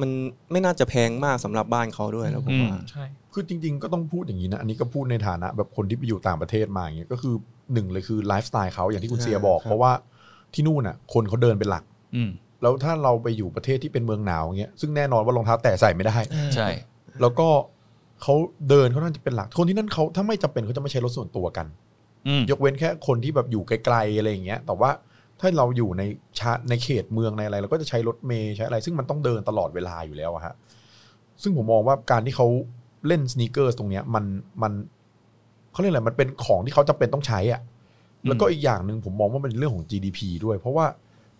[SPEAKER 4] มันไม่น่าจะแพงมากสำหรับบ้านเขาด้วยนะผมว่า
[SPEAKER 3] ใช่
[SPEAKER 2] คือจริง ๆ ก็ต้องพูดอย่างนี้นะ อันนี้ก็พูดในฐานะ แบบคนที่ไปอยู่ต่างประเทศมาอย่างเงี้ยก็คือหนึ่งเลยคือไลฟ์สไตล์เขาอย่างที่คุณเซียบอก เพราะว่าที่นู่นน่ะ คนเขาเดินเป็นหลัก
[SPEAKER 5] อืม
[SPEAKER 2] แล้วถ้าเราไปอยู่ประเทศที่เป็นเมืองหนาวอย่างเงี้ยซึ่งแน่นอนว่ารองเท้าแตะใส่ไม่ได้
[SPEAKER 5] ใช่
[SPEAKER 2] แล้วก็เขาเดินเขาน่าจะเป็นหลัก คนที่นั่นเขาถ้าไม่จำเป็นเขาจะไม่ใช้รถส่วนตัวกัน
[SPEAKER 5] อืม
[SPEAKER 2] ยกเว้นแค่คนที่แบบอยู่ไกลๆอะไรอย่างเงี้ย แต่ว่าถ้าเราอยู่ในชาในเขตเมืองในอะไรเราก็จะใช้รถเมย์ใช้อะไร ซึ่งมันต้องเดินตลอดเวลาอยู่แล้วอะฮะ ซึ่งผมมองว่าการที่เขาเล่นสเนคเกอร์สตรงเนี้ยมันมันเขาเรียกอะไรมันเป็นของที่เขาจำเป็นต้องใช้อะแล้วก็อีกอย่างหนึ่งผมมองว่ามันเป็นเรื่องของ GDP ด้วย เพราะว่า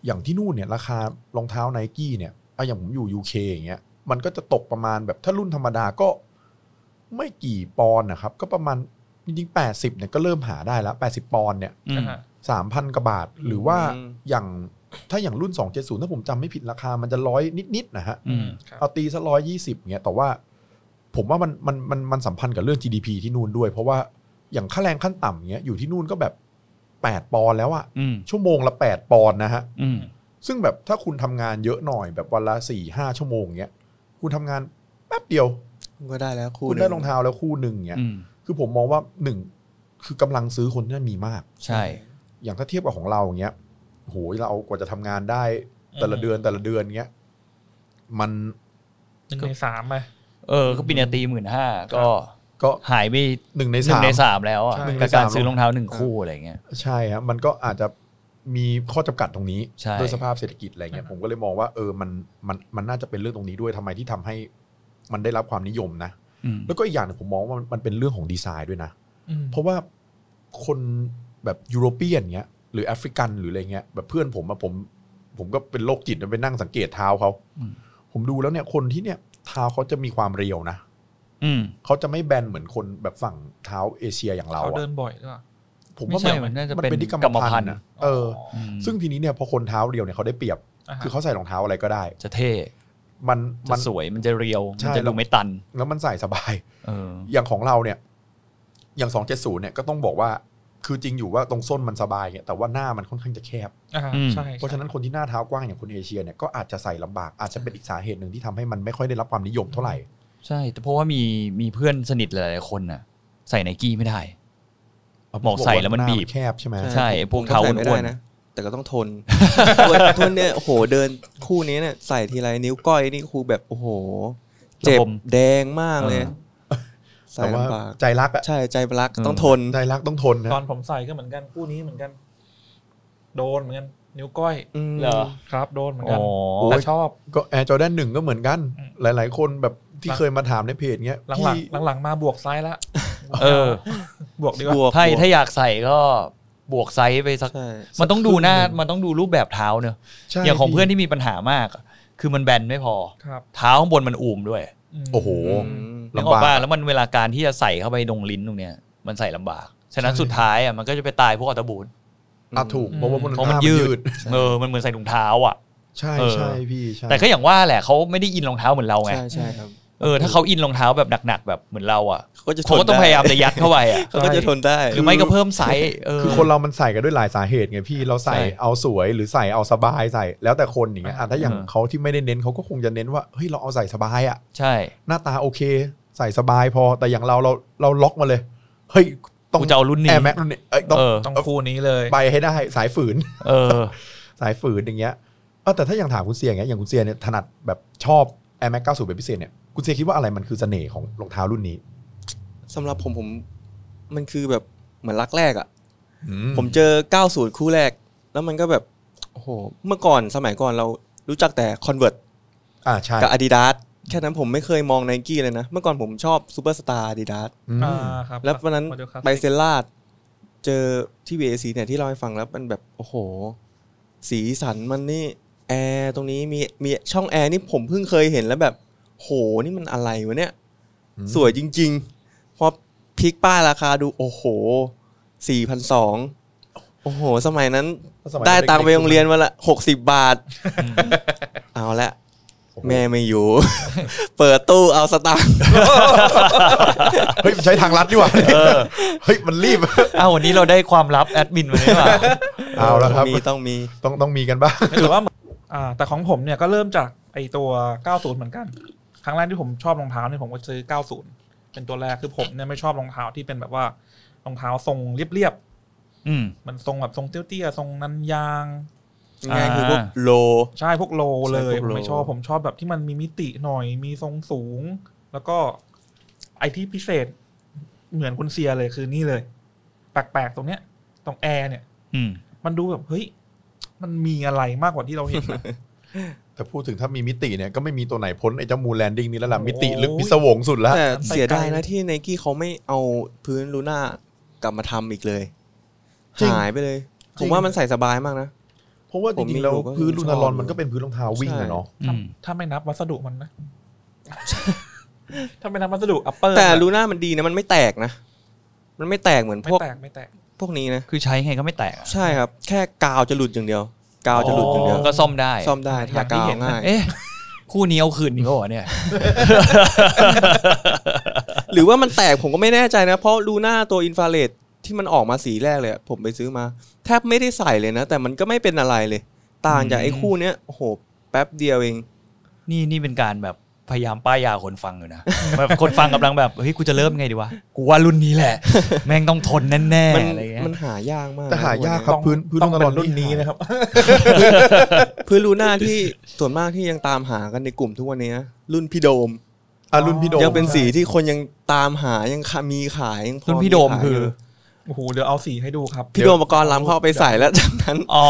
[SPEAKER 2] อย่างที่นู่นเนี่ยราคารองเท้าไนกี้เนี่ยอะอย่างผมอยู่ UK อย่างเงี้ย มันก็จะตกประมาณแบบถ้ารุ่นธรรมดาก็ไม่กี่ปอนด์นะครับ ก็ประมาณจริงๆแปดสิบเนี่ยก็เริ่มหาได้แล้วแปดสิบปอนด์เนี่ย
[SPEAKER 5] อืม
[SPEAKER 3] อ่าฮะ
[SPEAKER 2] สามพันกว่าบาท หรือว่าอย่างถ้าอย่างรุ่น 270 ถ้าผมจำไม่ผิดราคามันจะร้อยนิดๆนะฮะ
[SPEAKER 5] อืม
[SPEAKER 3] ครับ
[SPEAKER 2] เอาตีซะร้อยยี่สิบเงี้ยแต่ว่าผมว่ามันมันมันมันสัมพันธ์กับเรื่อง GDP ที่นู่นด้วย เพราะว่าอย่างค่าแรงขั้นต่ำเงี้ยอยู่ที่นู่นก็แบบ 8 ปอนด์แล้วอะ
[SPEAKER 5] อืม
[SPEAKER 2] ชั่วโมงละ 8 ปอนด์นะฮะ
[SPEAKER 5] อืม
[SPEAKER 2] ซึ่งแบบถ้าคุณทำงานเยอะหน่อยแบบวันละ4ี่ห้าชั่วโมงเงี้ยคุณทำงานแป๊บเดียว
[SPEAKER 4] ก็ได้แล้วคู่
[SPEAKER 2] คุณ
[SPEAKER 4] หนึ่
[SPEAKER 2] ได้รองเท้าแล้วคู่หนึ่งเงี้ย
[SPEAKER 5] อืม
[SPEAKER 2] คือผมมองว่าหนึ่งคือกำลังซื้อคนที่นั่นมีมาก
[SPEAKER 5] ใช่
[SPEAKER 2] อย่างถ้าเทียบกับของเราอย่างเงี้ยโหยเรากว่าจะทำงานได้แต่ละ
[SPEAKER 3] อืม
[SPEAKER 2] เดือนแต่ละเดือนเงี้ยมัน
[SPEAKER 3] หนึ่งในสามไหม
[SPEAKER 5] เออก็ปริญญาตรีหมื่นห้าก็
[SPEAKER 2] ก็
[SPEAKER 5] หายไป
[SPEAKER 2] หนึ่งใน
[SPEAKER 5] หนึ่
[SPEAKER 2] สาง ม
[SPEAKER 5] ในสามแล้วอ่ะ
[SPEAKER 2] ใช่หนึ่งใน
[SPEAKER 5] กับการ
[SPEAKER 2] สาม
[SPEAKER 5] ซื้อรองเท้าหนึ่งคู่อะไรเงี้ย
[SPEAKER 2] ใช่ครับมันก็อาจจะมีข้อจำกัดตรงนี้
[SPEAKER 5] ใช่
[SPEAKER 2] ด้วยสภาพเศรษฐกิจอะไรเงี้ย
[SPEAKER 3] อ่าฮะ
[SPEAKER 2] ผมก็เลยมองว่าเออมันมันมันน่าจะเป็นเรื่องตรงนี้ด้วยทำไมที่ทำให้มันได้รับความนิยมนะ
[SPEAKER 5] อืม
[SPEAKER 2] แล้วก็อีกอย่างหนึงผมมองว่ามันมันเป็นเรื่องของดีไซน์ด้วยนะ
[SPEAKER 3] อืม
[SPEAKER 2] เพราะว่าคนแบบยุโรเปียนเงี้ยหรือแอฟริกันหรืออะไรเงี้ยแบบเพื่อนผมอะผม ผมก็เป็นโรคจิตนะไปนั่งสังเกตเท้าเขาผมดูแล้วเนี่ยคนที่เนี่ยเท้าเขาจะมีความเรียวนะ
[SPEAKER 5] อืม
[SPEAKER 2] เขาจะไม่แบนเหมือนคนแบบฝั่งเท้าเอเชียอย่างเรา
[SPEAKER 3] เขา
[SPEAKER 2] อะ
[SPEAKER 3] เดินบ่อยหรือเปล่า
[SPEAKER 2] ผม
[SPEAKER 5] ไม่
[SPEAKER 2] ว่า
[SPEAKER 5] ใช่
[SPEAKER 2] มัน
[SPEAKER 5] มันน่าจะ
[SPEAKER 2] มัน
[SPEAKER 5] เป็น
[SPEAKER 2] เป็นที่กร
[SPEAKER 5] กร
[SPEAKER 2] ร
[SPEAKER 5] ร
[SPEAKER 2] ม
[SPEAKER 5] ม
[SPEAKER 2] พั
[SPEAKER 5] พั
[SPEAKER 2] น
[SPEAKER 5] น
[SPEAKER 2] ธุ์
[SPEAKER 5] ธุ์
[SPEAKER 2] อะเออ
[SPEAKER 5] ม
[SPEAKER 2] ซึ่งทีนี้เนี่ยพอคนเท้าเรียวเนี่ยเขาได้เปรียบ
[SPEAKER 3] อ่าฮะ
[SPEAKER 2] คือเขาใส่รองเท้าอะไรก็ได้
[SPEAKER 5] จะเท่
[SPEAKER 2] มันมั
[SPEAKER 5] จะ
[SPEAKER 2] น
[SPEAKER 5] สวยมันจะเรียว
[SPEAKER 2] ใช่
[SPEAKER 5] มันจะ
[SPEAKER 2] แล้
[SPEAKER 5] ดู
[SPEAKER 2] ว
[SPEAKER 5] ไม่ตัน
[SPEAKER 2] แล้วมันใส่สบาย
[SPEAKER 5] เออ
[SPEAKER 2] อย่างของเราเนี่ย อย่างสองเจ็ดศูนย์เนี่ยก็ต้องบอกว่า คือจริงอยู่ว่าตรงส้นมันสบายเนี่ยแต่ว่าหน้ามันค่อนข้างจะแคบ
[SPEAKER 3] อ่า
[SPEAKER 5] อืม
[SPEAKER 3] ใช่
[SPEAKER 2] เพราะฉะนั้นคนที่หน้าเท้ากว้างอย่างคนเอเชียเนี่ยก็อาจจะใส่ลำบากอาจจะเป็นอีกสาเหตุหนึ่งที่ทำให้มันไม่ค่อยได้รับความนิยมเท่าไหร่
[SPEAKER 5] ใช่ แต่เพราะว่ามีมีเพื่อนสนิทหลายๆคนน่ะ ใส่ไนกี้ไม่ได้ บอกใส่แล้วมันบีบ
[SPEAKER 2] หาแคบใช่ไหม
[SPEAKER 5] ใช่พวก
[SPEAKER 4] ผม
[SPEAKER 5] เขา
[SPEAKER 4] ใส่ไม่
[SPEAKER 5] อ้ว
[SPEAKER 4] ได้
[SPEAKER 5] นๆ
[SPEAKER 4] นะ แต่ก็ต้องท นทนทนเนี่ยโอ้โหเดินคู่นี้เนี่ยใส่ทีไรนิ้วก้อยนี่ครูแบบโอ้โห เจ็บ
[SPEAKER 5] ระบม
[SPEAKER 4] แดงมากเลย
[SPEAKER 5] เออ
[SPEAKER 4] ใส่
[SPEAKER 2] แต่ว่า
[SPEAKER 4] ลำบาก
[SPEAKER 2] ใจรักอะ
[SPEAKER 4] ใช่ใจรักต้องทน
[SPEAKER 2] ใจรักต้องทนนะ
[SPEAKER 3] ตอนผมใส่ก็เหมือนกันคู่นี้เหมือนกัน โดนเหมือนกันนิ้วก้อย
[SPEAKER 4] อืม
[SPEAKER 5] เหรอ
[SPEAKER 3] ครับ โดนเหมือน
[SPEAKER 5] อ๋
[SPEAKER 3] กัน
[SPEAKER 5] อ
[SPEAKER 3] แต่ชอบ
[SPEAKER 2] ก็แอร์จอแดนหนึ่งก็เหมือนกัน
[SPEAKER 3] อืม
[SPEAKER 2] หลาย ๆ คนแบบที่เคยมาถามในเพจเงี้ย
[SPEAKER 3] หลัง
[SPEAKER 2] พี่
[SPEAKER 3] หลังหลังๆมาบวกซ้ายละ
[SPEAKER 5] เออ
[SPEAKER 3] บวกดีกว่า
[SPEAKER 4] บวก
[SPEAKER 5] ถ้า
[SPEAKER 4] บวก
[SPEAKER 5] ถ้าอยากใส่ก็บวกไซส์ไปสัก
[SPEAKER 4] ใช่
[SPEAKER 5] มันต้องดูหน้า
[SPEAKER 2] สักครึ่งหนึ่ง
[SPEAKER 5] มันต้องดูรูปแบบเท้าเนอะ
[SPEAKER 2] ใช่
[SPEAKER 5] อย่างของเพื่อนที่มีปัญหามากอะคือมันแบนไม่พอ
[SPEAKER 3] ครับ
[SPEAKER 5] เท้าข้างบนมันอูมด้วย
[SPEAKER 3] ม
[SPEAKER 2] โอ้โห
[SPEAKER 4] ม
[SPEAKER 5] นึกออก
[SPEAKER 2] ลำบา
[SPEAKER 5] ป่ะ
[SPEAKER 2] ก
[SPEAKER 5] แล้วมันเวลาการที่จะใส่เข้าไปตรงลิ้นตรงเนี้ยมันใส่ลำบาก ฉะนั้นสุดท้ายอ่ะมันก็จะไปตายพวกอัตบูน
[SPEAKER 2] อ่ะถูกเพราะว่าบน
[SPEAKER 5] เพราะมัน
[SPEAKER 2] หา
[SPEAKER 5] ยืด เออมันเหมือนใส่ถุงเท้าอ่ะ
[SPEAKER 2] ใช่
[SPEAKER 5] เออ
[SPEAKER 2] ใช่พี่ใช่
[SPEAKER 5] แต่ก็อย่างว่าแหละเขาไม่ได้อินรองเท้าเหมือนเราไง
[SPEAKER 4] ใช่ใช่ครับ
[SPEAKER 5] เออถ้าเขาอินรองเท้าแบบหนักๆแบบเหมือนเราอ่ะ
[SPEAKER 4] เขาก็จะท
[SPEAKER 5] เขา
[SPEAKER 4] น
[SPEAKER 5] ก็ต้อง
[SPEAKER 4] ได้
[SPEAKER 5] พยายามจะยัดเข้าไปอ่ะ
[SPEAKER 4] เขาก็จะทนได้
[SPEAKER 5] หรือไม่ก็เพิ่มไซส์เออ
[SPEAKER 2] คือคนเรามันใส่กันด้วยหลายสาเหตุไงพี่เราใส่
[SPEAKER 5] ใช่
[SPEAKER 2] เอาสวยหรือใส่เอาสบายใส่แล้วแต่คนอย่างเงี้ยอ่ะถ้าอย่าง
[SPEAKER 5] เออ
[SPEAKER 2] เขาที่ไม่ได้เน้นเขาก็คงจะเน้นว่าเฮ้ยเราเอาใส่สบายอ่ะ
[SPEAKER 5] ใช่
[SPEAKER 2] หน้าตาโอเค ใส่สบายพอแต่อย่างเราเราเราล็อกมาเลยเฮ้ยต้อง
[SPEAKER 5] กูจะเอารุ่น
[SPEAKER 2] แอ
[SPEAKER 5] นี้
[SPEAKER 2] ร์แม็กนี่เอ้ยต้อง
[SPEAKER 5] เออ
[SPEAKER 3] ต้องคู่นี้เลย
[SPEAKER 2] ไปให้ได้สายฝืน
[SPEAKER 5] เออ
[SPEAKER 2] สายฝืนอย่างเงี้ยเออแต่ถ้าอย่างถามคุณเซียอย่างเงี้ยอย่างคุณเซียเนี่ยถนัดแบบชอบ Air Max 90เป็นพิเศษเนี่ยคุณเซียคิดว่าอะไรมันคือเสน่ห์ของรองเท้ารุ่นนี้
[SPEAKER 4] สำหรับผมผมมันคือแบบเหมือนรักแรกอะ่ะ
[SPEAKER 2] ผ
[SPEAKER 4] ผม มเจอ 90 คู่แรก แล้วมันก็แบบ โอ้โห เมื่อก่อนสมัยก่อนเรารู้จักแต่ Convert
[SPEAKER 2] อ่าใช่
[SPEAKER 4] กับ Adidas แค่นั้นผมไม่เคยมอง n i กี้เลยนะ เมื่อก่อนผมชอบ Superstar Adidas
[SPEAKER 2] อืม
[SPEAKER 3] อ่าครับ
[SPEAKER 4] แล้ววันนั้น
[SPEAKER 3] ขอโทษครับ
[SPEAKER 4] ไปเซนลาดเจอที่ VAC เนี่ยที่เราให้ฟังแล้วมันแบบโอ้โห สีสันมันนี่แอร์ตรงนี้มีมีช่องแอร์นี่ผมเพิ่งเคยเห็นแล้วแบบโหนี่มันอะไรวะเนี่ย สวยจริงๆ พอพลิกป้ายราคาดูโอ้โหสี่พันสองโอ้โห สมัยนั้น
[SPEAKER 2] สมัย
[SPEAKER 4] ได้
[SPEAKER 2] เด็กๆ
[SPEAKER 4] ตังค์ไปโรงเรียนวันละหกสิบบาท เอาละ
[SPEAKER 2] โอ้โห
[SPEAKER 4] แม่ไม่อยู่ เปิดตู้เอาสตางค์
[SPEAKER 2] เฮ้ยมันใช้ทางลัดดีกว่า
[SPEAKER 5] เออ
[SPEAKER 2] เฮ้ยมันรีบ
[SPEAKER 5] อ้าววันนี้เราได้ความลับแอดมินวันนี้ว่ะ
[SPEAKER 2] เอาละครับ
[SPEAKER 4] มีต้องมี
[SPEAKER 2] ต้องต้องมีกันบ้าง
[SPEAKER 3] แต่ว่าอ่า แต่ของผมเนี่ยก็เริ่มจากไอตัว 90 เหมือนกัน ครั้งแรกที่ผมชอบรองเท้าเนี่ยผมก็ซื้อ 90 เป็นตัวแรกคือผมเนี่ยไม่ชอบรองเท้าที่เป็นแบบว่ารองเท้าทรงเรียบ
[SPEAKER 5] อืม
[SPEAKER 3] ๆเหมันทรงแบบทรงเตี้ยๆทรงนันยาง
[SPEAKER 4] ง่ายคือพวก
[SPEAKER 5] อ่า
[SPEAKER 4] โล
[SPEAKER 3] ใช่พวกโลเล
[SPEAKER 4] ใช่
[SPEAKER 3] ย
[SPEAKER 4] พวก
[SPEAKER 3] ผม
[SPEAKER 4] โล
[SPEAKER 3] ไม่ชอบผมชอบแบบที่มันมีมิติหน่อยมีทรงสูง แล้วก็ไอที่พิเศษ เหมือนคุณเซียเลยคือนี่เลย แปลกๆตรงเนี้ย ตรงแอร์เนี่ย
[SPEAKER 5] อืม
[SPEAKER 3] มันดูแบบเฮ้ย มันมีอะไรมากกว่าที่เราเห็น นะ
[SPEAKER 2] แต่พูดถึงถ้ามีมิติเนี่ยก็ไม่มีตัวไหนพ้นไอ้เจ้ามูแลนดิ้งนี่แล้วล่ะ
[SPEAKER 3] โอ้ย
[SPEAKER 2] มิติลึกพิศวงสุดแล้ว
[SPEAKER 4] แต่เสียดาย
[SPEAKER 3] ไปไกล
[SPEAKER 4] นะที่ไนกี้เขาไม่เอาพื้นลูน่ากลับมาทำอีกเลย หายไปเลย ผมว่ามันใส่สบายมากนะ
[SPEAKER 2] เพราะว่าจ
[SPEAKER 4] ผมมี
[SPEAKER 2] ริ
[SPEAKER 4] อง
[SPEAKER 2] ๆแล้ว
[SPEAKER 4] ยู่ก็
[SPEAKER 2] พื้นลูนารอน
[SPEAKER 4] ชอบ
[SPEAKER 2] มันก็เป็นพื้นรองเท้าวิ่งอะเนาะ
[SPEAKER 5] อืม
[SPEAKER 3] ถ้าไม่นับวัสดุมันนะ ถ้าไม่นับวัสดุอัปเปอร์
[SPEAKER 4] แต่ลูน่ามันดีนะมันไม่แตกนะ มันไม่แตกเหมือน
[SPEAKER 3] ไม่
[SPEAKER 4] พวก
[SPEAKER 3] แตกไม่แตก
[SPEAKER 4] พวกนี้นะ
[SPEAKER 5] คือใช้ไงก็ไม่แตกอะ
[SPEAKER 4] ใช่ครับ แค่กาวจะหลุดอย่างเดียว กาวจะหลุดอย่างเดียว
[SPEAKER 5] ก็ซ่อมได้
[SPEAKER 4] ซ่อมได้
[SPEAKER 3] อย่า
[SPEAKER 4] ทาง
[SPEAKER 3] ที่
[SPEAKER 4] กาว
[SPEAKER 3] เห็นนะ
[SPEAKER 4] ง่าย
[SPEAKER 5] เอ๊ะ คู่นี้เอาคืนอีกเหรอเนี่ย
[SPEAKER 4] หรือว่ามันแตกผมก็ไม่แน่ใจนะ เพราะลูน่าตัวอินฟราเรดที่มันออกมาสีแรกเลยอะผมไปซื้อมา แทบไม่ได้ใส่เลยนะ แต่มันก็ไม่เป็นอะไรเลย ต่างจากไอ้คู่เนี้ยโอ้โหแป๊บเดียวเอง
[SPEAKER 5] นี่นี่เป็นการแบบพยายามป้ายยาคนฟังอยู่นะ แบบคนฟังกำลังแบบเฮ้ยกูจะเริ่มไงดีวะกูว่ารุ่นนี้แหละ แม่งต้องทนแน่
[SPEAKER 4] มัน
[SPEAKER 5] ๆอะไรเงี้ย
[SPEAKER 4] มันหายากมากนะ
[SPEAKER 2] แต่หายาก
[SPEAKER 4] ตัวเนี้
[SPEAKER 2] ครับ
[SPEAKER 3] ต้อง
[SPEAKER 2] พื้นพื้น
[SPEAKER 3] ต้
[SPEAKER 2] ลู
[SPEAKER 3] อง
[SPEAKER 2] นา
[SPEAKER 3] เป็
[SPEAKER 2] รอน น
[SPEAKER 3] รุ่นนี้นะครับ
[SPEAKER 4] พื้นลูน่าที่ ส่วนมากที่ยังตามหากันในกลุ่มทุกวันนี้นะรุ่นพี่โดม
[SPEAKER 2] อ่ะรุ่นพี่โดม
[SPEAKER 4] ยังเป็นสีที่คนยังตามหายังค่ะมีขายยังพอ
[SPEAKER 5] รุ่นพี่โดม
[SPEAKER 4] ขาย
[SPEAKER 5] คือ
[SPEAKER 4] ยู่
[SPEAKER 3] โอ้โหเดี๋ยวเอาสีให้ดูครับ
[SPEAKER 4] พี่โดมอุปกรณ์ล้ำเข้าไปใส่แล้วจากนั้น
[SPEAKER 5] อ๋อ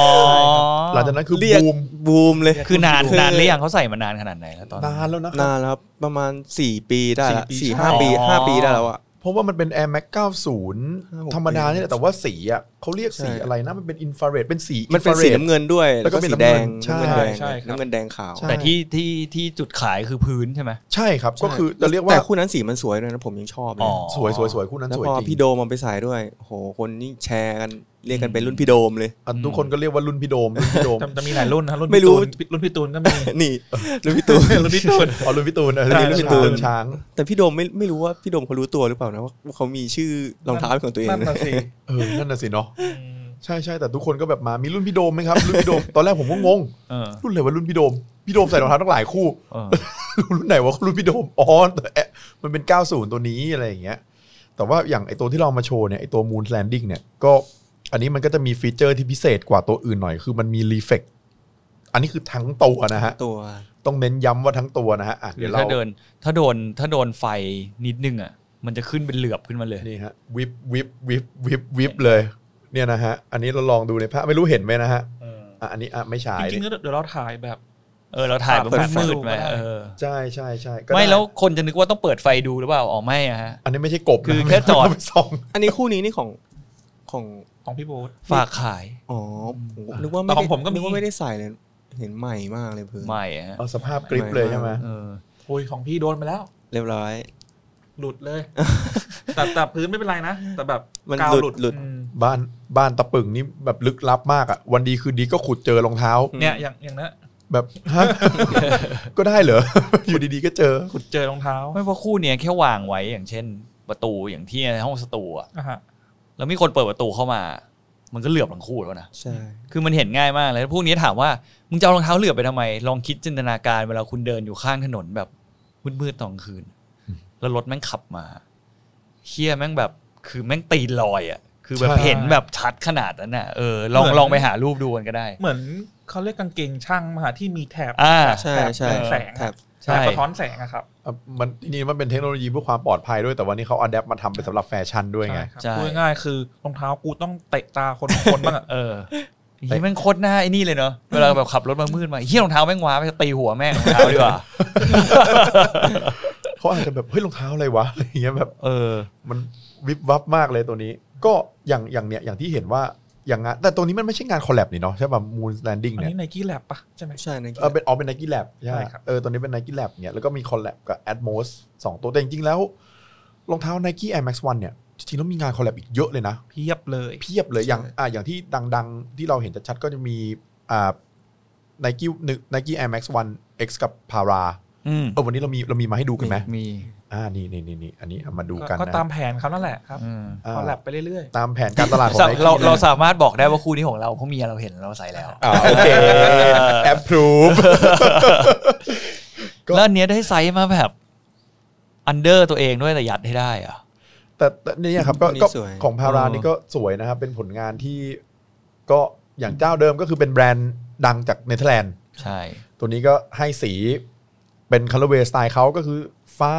[SPEAKER 2] หลังจากนั้นคือ
[SPEAKER 4] เรียก
[SPEAKER 2] บูม
[SPEAKER 4] บูมเลย
[SPEAKER 5] คือนาน
[SPEAKER 4] คือ
[SPEAKER 5] นานหรือยังเขาใส่มานานขนาดไหนแล้วตอน
[SPEAKER 2] นานแล้วนะครั
[SPEAKER 4] นา
[SPEAKER 2] บ
[SPEAKER 4] นแล้วครับประมาณ 4 ปีได้ละ
[SPEAKER 2] สี่ปี
[SPEAKER 4] สี่ห้าปีห้าปีได้แล้วอะ
[SPEAKER 2] เพราะว่ามันเป็น Air Max 90
[SPEAKER 4] 56
[SPEAKER 2] ธรรมดาเนี่ยแหละแต่ว่าสีอ่ะเขาเรียกสีอะไรนะ มันเป็นอินฟราเรดเป็นสี
[SPEAKER 4] มันเป็นสี
[SPEAKER 2] infrared
[SPEAKER 4] น้ำเงินด้วย แล้วก็
[SPEAKER 2] แล้วก็
[SPEAKER 4] สีแดง
[SPEAKER 2] เป็น
[SPEAKER 4] น้ำ
[SPEAKER 2] น้ำเงิน
[SPEAKER 4] เงินแดง
[SPEAKER 2] ใช่
[SPEAKER 3] ใช่ครับ
[SPEAKER 4] น้ำเงินแดงขาว
[SPEAKER 2] ใช่
[SPEAKER 5] แต่ที่ที่ที่จุดขายคือพื้นใช่ไหม
[SPEAKER 2] ใช่ครับ ก็คือ
[SPEAKER 4] ใช่
[SPEAKER 2] จะเรียกว่า
[SPEAKER 4] แต่คู่นั้นสีมันสวยด้วยนะผมยังชอบเล
[SPEAKER 5] อ๋อย
[SPEAKER 2] สวยสวยสวยคู่นั้น
[SPEAKER 4] แล้ว
[SPEAKER 2] สวย
[SPEAKER 4] พอ
[SPEAKER 2] จริง
[SPEAKER 4] พี่โดมเอาไปใส่ด้วยโอ้โหคนนี่แชร์กันเรียกกันเป็นรุ่นพี่โดมเลย
[SPEAKER 2] อ่ะทุกคนก็เรียกว่ารุ่นพี่โดมรุ่นพี่โดม
[SPEAKER 3] จะจะมีหลายรุ่นนะรุ่น
[SPEAKER 4] ไม่รู้
[SPEAKER 3] พี่ตูนรุ่นพี่ตูนก็มี
[SPEAKER 4] นี่รุ่นพี่ตูน
[SPEAKER 3] รุ่นพี่ตูน
[SPEAKER 2] อ๋อรุ่นพี่ตูนเออ
[SPEAKER 4] ใช่
[SPEAKER 2] รุ่น
[SPEAKER 4] รุ่นพี่
[SPEAKER 2] พี่
[SPEAKER 4] ตู
[SPEAKER 2] ตู
[SPEAKER 4] น
[SPEAKER 2] นช้าง
[SPEAKER 4] แต่พี่โดมไม่ไม่รู้ว่าพี่โดมเขารู้ตัวหรือเปล่านะว่าเขามีชื่อรองเท้าเป็นของตัวเอง
[SPEAKER 3] นั่น
[SPEAKER 4] นะ
[SPEAKER 3] น่ะสิ
[SPEAKER 2] เออนั่นน่ะสิเนาะใช่ใช่แต่ทุกคนก็แบบมามีรุ่นพี่โดมไหมครับรุ่นพี่โดมตอนแรกผมก็งง
[SPEAKER 5] เออ
[SPEAKER 2] รุ่นเลยว่ารุ่นพี่โดม พี่โดมใส่รองเท้าตั้งหลายคู่
[SPEAKER 5] เออ
[SPEAKER 2] รุ่นไหนวะรุ่นพี่โดมอ๋อแต่แอะมันเป็น 90 ตัวนี้อะไรอย่างเงี้ย แต่ว่าอย่างไอตัวที่เรามาโชว์เนี่ยไอตัว Moon Landing เนี่ยก็อันนี้มันก็จะมีฟีเจอร์ที่พิเศษกว่าตัวอื่นหน่อย คือมันมีรีเฟกอันนี้คือทั้งตัวนะฮะ
[SPEAKER 4] ตัว
[SPEAKER 2] ต้องเน้นย้ำว่าทั้งตัวนะฮะอ่ะ
[SPEAKER 5] ห
[SPEAKER 2] เดี๋
[SPEAKER 5] รือ
[SPEAKER 2] ยวเรา
[SPEAKER 5] ถ้าเดินถ้าโดนถ้าโดนไฟนิดนึงอ่ะ มันจะขึ้นเป็นเหลือบขึ้นมาเลย
[SPEAKER 2] นี่ฮะวิบวิบวิบวิบวิบเลย เนี่ยนะฮะอันนี้เราลองดูในภาพไม่รู้เห็นไหมนะฮะอ่ะอันนี้อ่ะไม่ฉาย
[SPEAKER 3] จริงๆ
[SPEAKER 2] นี่
[SPEAKER 3] ก็เดี๋ยวเราถ่ายแบบ
[SPEAKER 5] เออเราถ่ายแบบ
[SPEAKER 3] เปิดไฟ
[SPEAKER 5] มื
[SPEAKER 3] ดู
[SPEAKER 5] ดๆไหม
[SPEAKER 3] ก็ได้
[SPEAKER 5] เออ
[SPEAKER 2] ใช่ใช่ใช่ก็ด้
[SPEAKER 5] ไม่แล้วคนจะนึกว่าต้องเปิดไฟดูหรือเปล่าอ๋อไม่อะฮะ
[SPEAKER 2] อันนี้ไม่ใช่กบนะ
[SPEAKER 5] คือแค่จอด
[SPEAKER 2] เาไปส่อง
[SPEAKER 4] อันนี้คู่นี้นี่ของของ
[SPEAKER 3] ของพี่โบ๊ท
[SPEAKER 5] ฝากขาย
[SPEAKER 4] อ๋อผมนึกว่า
[SPEAKER 3] แต่
[SPEAKER 4] ไม่
[SPEAKER 3] ของผมก็มี
[SPEAKER 4] นึกว่าไม่ได้ใส่เลยเห็นใหม่มากเลยเพื่อน
[SPEAKER 5] ไม่อะฮะ
[SPEAKER 2] เอาสภาพกริปเลยใช่ไหม
[SPEAKER 5] เออ
[SPEAKER 3] โอ้ยของพี่โดนไปแล้ว
[SPEAKER 4] เรียบร้อย
[SPEAKER 3] หลุดเลย แต่แต่พื้นไม่เป็นไรนะ แต่แบบ
[SPEAKER 4] มัน
[SPEAKER 3] กาว
[SPEAKER 4] หลุด
[SPEAKER 3] หลุด
[SPEAKER 4] หลุด
[SPEAKER 3] อืม
[SPEAKER 2] บ้านบ้านตะปึ่งนี่แบบลึกลับมากอะวันดีคืนดีก็ขุดเจอรองเท้า
[SPEAKER 3] เนี่ยอย่างอย่างนั้น
[SPEAKER 2] แบบ ฮะ ก็ได้เหรอ อยู่ดีๆก็เจอ
[SPEAKER 3] ขุดเจอรองเท้า
[SPEAKER 5] ไม่เพราะคู่เนี่ยแค่วางไว้อย่างเช่น ประตูอย่างที่ในห้องสตูอะ
[SPEAKER 3] อ่ะฮะ
[SPEAKER 5] แล้วมีคนเปิดประตูเข้ามา มันก็เหลือบทั้งคู่แล้วนะ
[SPEAKER 4] ใช่
[SPEAKER 5] คือมันเห็นง่ายมากเลยแล้วพวกนี้ถามว่ามึงจะเอารองเท้าเหลือบไปทำไม ลองคิดจินตนาการเวลาคุณเดินอยู่ข้างถนนแบบมืดๆตอนกลางคืน แล้วรถแม่งขับมาเฮี้ยแม่งแบบ คือแม่งตีนลอยอ่ะ คือแบบ
[SPEAKER 2] ใช่
[SPEAKER 5] เห็นแบบชัดขนาดนั้นน่ะเออลองลองไปหารูปดูกันก็ได้
[SPEAKER 3] เหมือนเขาเรียกกางเกงช่างมาหาที่มีแถบ
[SPEAKER 5] อ่า
[SPEAKER 4] ใช่ใช่
[SPEAKER 3] แถบแสง
[SPEAKER 4] ครั
[SPEAKER 3] อะ
[SPEAKER 4] บ
[SPEAKER 3] แถ
[SPEAKER 5] ใช่
[SPEAKER 3] บสะท้อนแสงอะครับ
[SPEAKER 2] อ่ะมันทีนี้มันเป็นเทคโนโลยีเพื่อความปลอดภัยด้วยแต่วันนี้เขาอัดแอปมาทำเป็นสำหรับแฟชั่นด้วยไง
[SPEAKER 3] ใช่ครับ
[SPEAKER 5] ใช่
[SPEAKER 3] พูดง่ายๆคือรองเท้ากูต้องเตะตาคนคนบ้างอะ
[SPEAKER 5] เออเฮียแม่งโคตรหน้าไอ้นี่เลยเนาะเวลาแบบขับรถมามืดมาเฮียรองเท้าแม่งว้าไปตีหัวแม่งรองเท้าดีกว่า
[SPEAKER 2] เขาอาจจะแบบ เฮ้ยรองเท้าอะไรวะ อะไรอย่างเงี้ยแบบ
[SPEAKER 5] เออ
[SPEAKER 2] มันวิบวับมากเลยตัวนี้ ก็อย่างอย่างเนี้ยอย่างที่เห็นว่าอย่างงานแต่ตัวนี้มันไม่ใช่งานคอลแลบนี่เนาะใช่ป่ะมูนแลนดิ้ง
[SPEAKER 3] อัน
[SPEAKER 2] เนี่ย
[SPEAKER 3] นี้ไนกี้แลบปะใช่ไหม
[SPEAKER 4] ใช่นะ
[SPEAKER 2] เออเป็นออเป็นไนกี้แลบใช่
[SPEAKER 3] ใช่ครับ
[SPEAKER 2] เออตัวนี้เป็นไนกี้แลบเนี่ยแล้วก็มีคอลแลบกับ Atmos สองตัวแต่จริงๆแล้วรองเท้า Nike Air Max 1เนี่ยจริงๆแล้วมีงานคอลแลบอีกเยอะเลยนะ
[SPEAKER 3] เพียบเลย
[SPEAKER 2] เพียบเลยอย่างอ่าอย่างที่ดังๆ ที่เราเห็นชัดๆก็จะมีอ่า Nike หนึ่ง Nike Air Max 1 X กับ Para
[SPEAKER 5] อืม
[SPEAKER 2] เออวันนี้เรามีเรามีมาให้ดูกันไหม
[SPEAKER 5] มี
[SPEAKER 2] อ่านี่นี่นี่นี่อันนี้เอามาดูกัน
[SPEAKER 3] ก็
[SPEAKER 2] นะ
[SPEAKER 3] ตามแผนเขานั่นแหละครับ
[SPEAKER 5] อืม
[SPEAKER 2] อ่า
[SPEAKER 3] คอลแลบไปเรื่อย
[SPEAKER 2] ตามแผนการต ลาดของ Nike
[SPEAKER 5] เราเรา
[SPEAKER 2] นะ
[SPEAKER 5] สามารถบอกได้ว่าคู่นี้ของเราเพราะเมียเราเห็นเราใส่แล้ว
[SPEAKER 2] อ่าโอเค แอปพรูฟ ก็
[SPEAKER 5] แล้วอันเนี้ยได้ไซส์มาแบบ อันเดอร์ตัวเองด้วยแต่ยัดให้ได้อะ
[SPEAKER 2] แต่แต่เนี่ยครับก็
[SPEAKER 4] อันนี้
[SPEAKER 2] ก็
[SPEAKER 4] สวย
[SPEAKER 2] ของพารา
[SPEAKER 5] เออ
[SPEAKER 2] นี่ก็สวยนะครับ เป็นผลงานที่ก็อย่างเจ้าเดิมก็คือเป็นแบรนด์ดังจากเนเธอร์แลนด์
[SPEAKER 5] ใช่
[SPEAKER 2] ตัวนี้ก็ให้สีเป็นคัลเลอร์เวย์สไตล์เขาก็คือฟ้า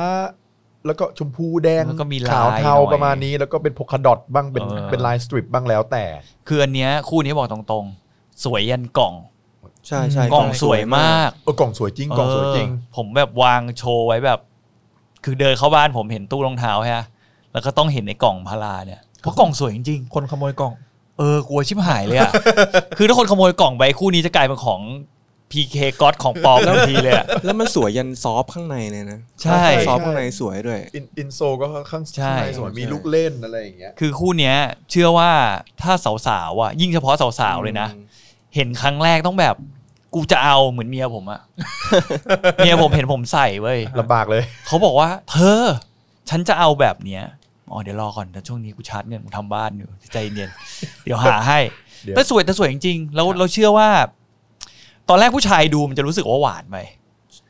[SPEAKER 2] แล้วก็ชมพูแดง
[SPEAKER 5] แล้วก็มีลาย
[SPEAKER 2] ขาวเทา
[SPEAKER 5] หน่อย
[SPEAKER 2] ประมาณนี้ แล้วก็เป็นโพคาดอทบ้างเป็น
[SPEAKER 5] เออ
[SPEAKER 2] เป็นลายสตริปบ้างแล้วแต่
[SPEAKER 5] คืออันเนี้ยคู่นี้บอกตรงๆ สวยยันกล่อง
[SPEAKER 4] ใช่ใช่
[SPEAKER 5] กล่องสวยมาก
[SPEAKER 2] เออกล่องสวยจริงกล่องสวยจริง
[SPEAKER 5] เออผมแบบวางโชว์ไว้แบบ คือเดินเข้าบ้านผมเห็นตู้รองเท้าฮะ แล้วก็ต้องเห็นในกล่องพาราเนี่ยเพราะกล่องสวยจริง
[SPEAKER 3] ๆ คนขโมยกล่อง
[SPEAKER 5] ๆเออกลัวชิบหายเลยอะ คือถ้าคนขโมยกล่องไปคู่นี้จะกลายเป็นของ PK ก๊อตของปลอมทันทีเลย อะ
[SPEAKER 4] แล้วมันสวยยันซอฟต์ข้างในเลยนะ
[SPEAKER 5] ใช่
[SPEAKER 4] ซอฟต์ข้างในสวยด้วย
[SPEAKER 2] อินอินโซก็ค่อนข้าง
[SPEAKER 5] ใช่
[SPEAKER 2] ข้างในสวยมีลูกเล่นอะไรอย่างเงี้ย
[SPEAKER 5] คือคู่เนี้ย เชื่อว่าถ้าสาวๆอ่ะยิ่งเฉพาะสาวๆเลยนะ เห็นครั้งแรกต้องแบบ กูจะเอาเหมือนเมียผม อะ เมียผมเห็นผมใส่เว้ย
[SPEAKER 2] ลำบากเลย
[SPEAKER 5] เขาบอกว่า เธอ ฉันจะเอาแบบเนี้ยอ๋อเดี๋ยวรอก่อนแต่ช่วงนี้กูชาร์จเงินกูทำบ้านอยู่ใจเย็นเดี๋ยวหาให้
[SPEAKER 2] เดี๋ยว
[SPEAKER 5] แต่สวยแต่สวยจริงๆแล้วเราเชื่อว่า ตอนแรกผู้ชายดูมันจะรู้สึกว่าหวานไป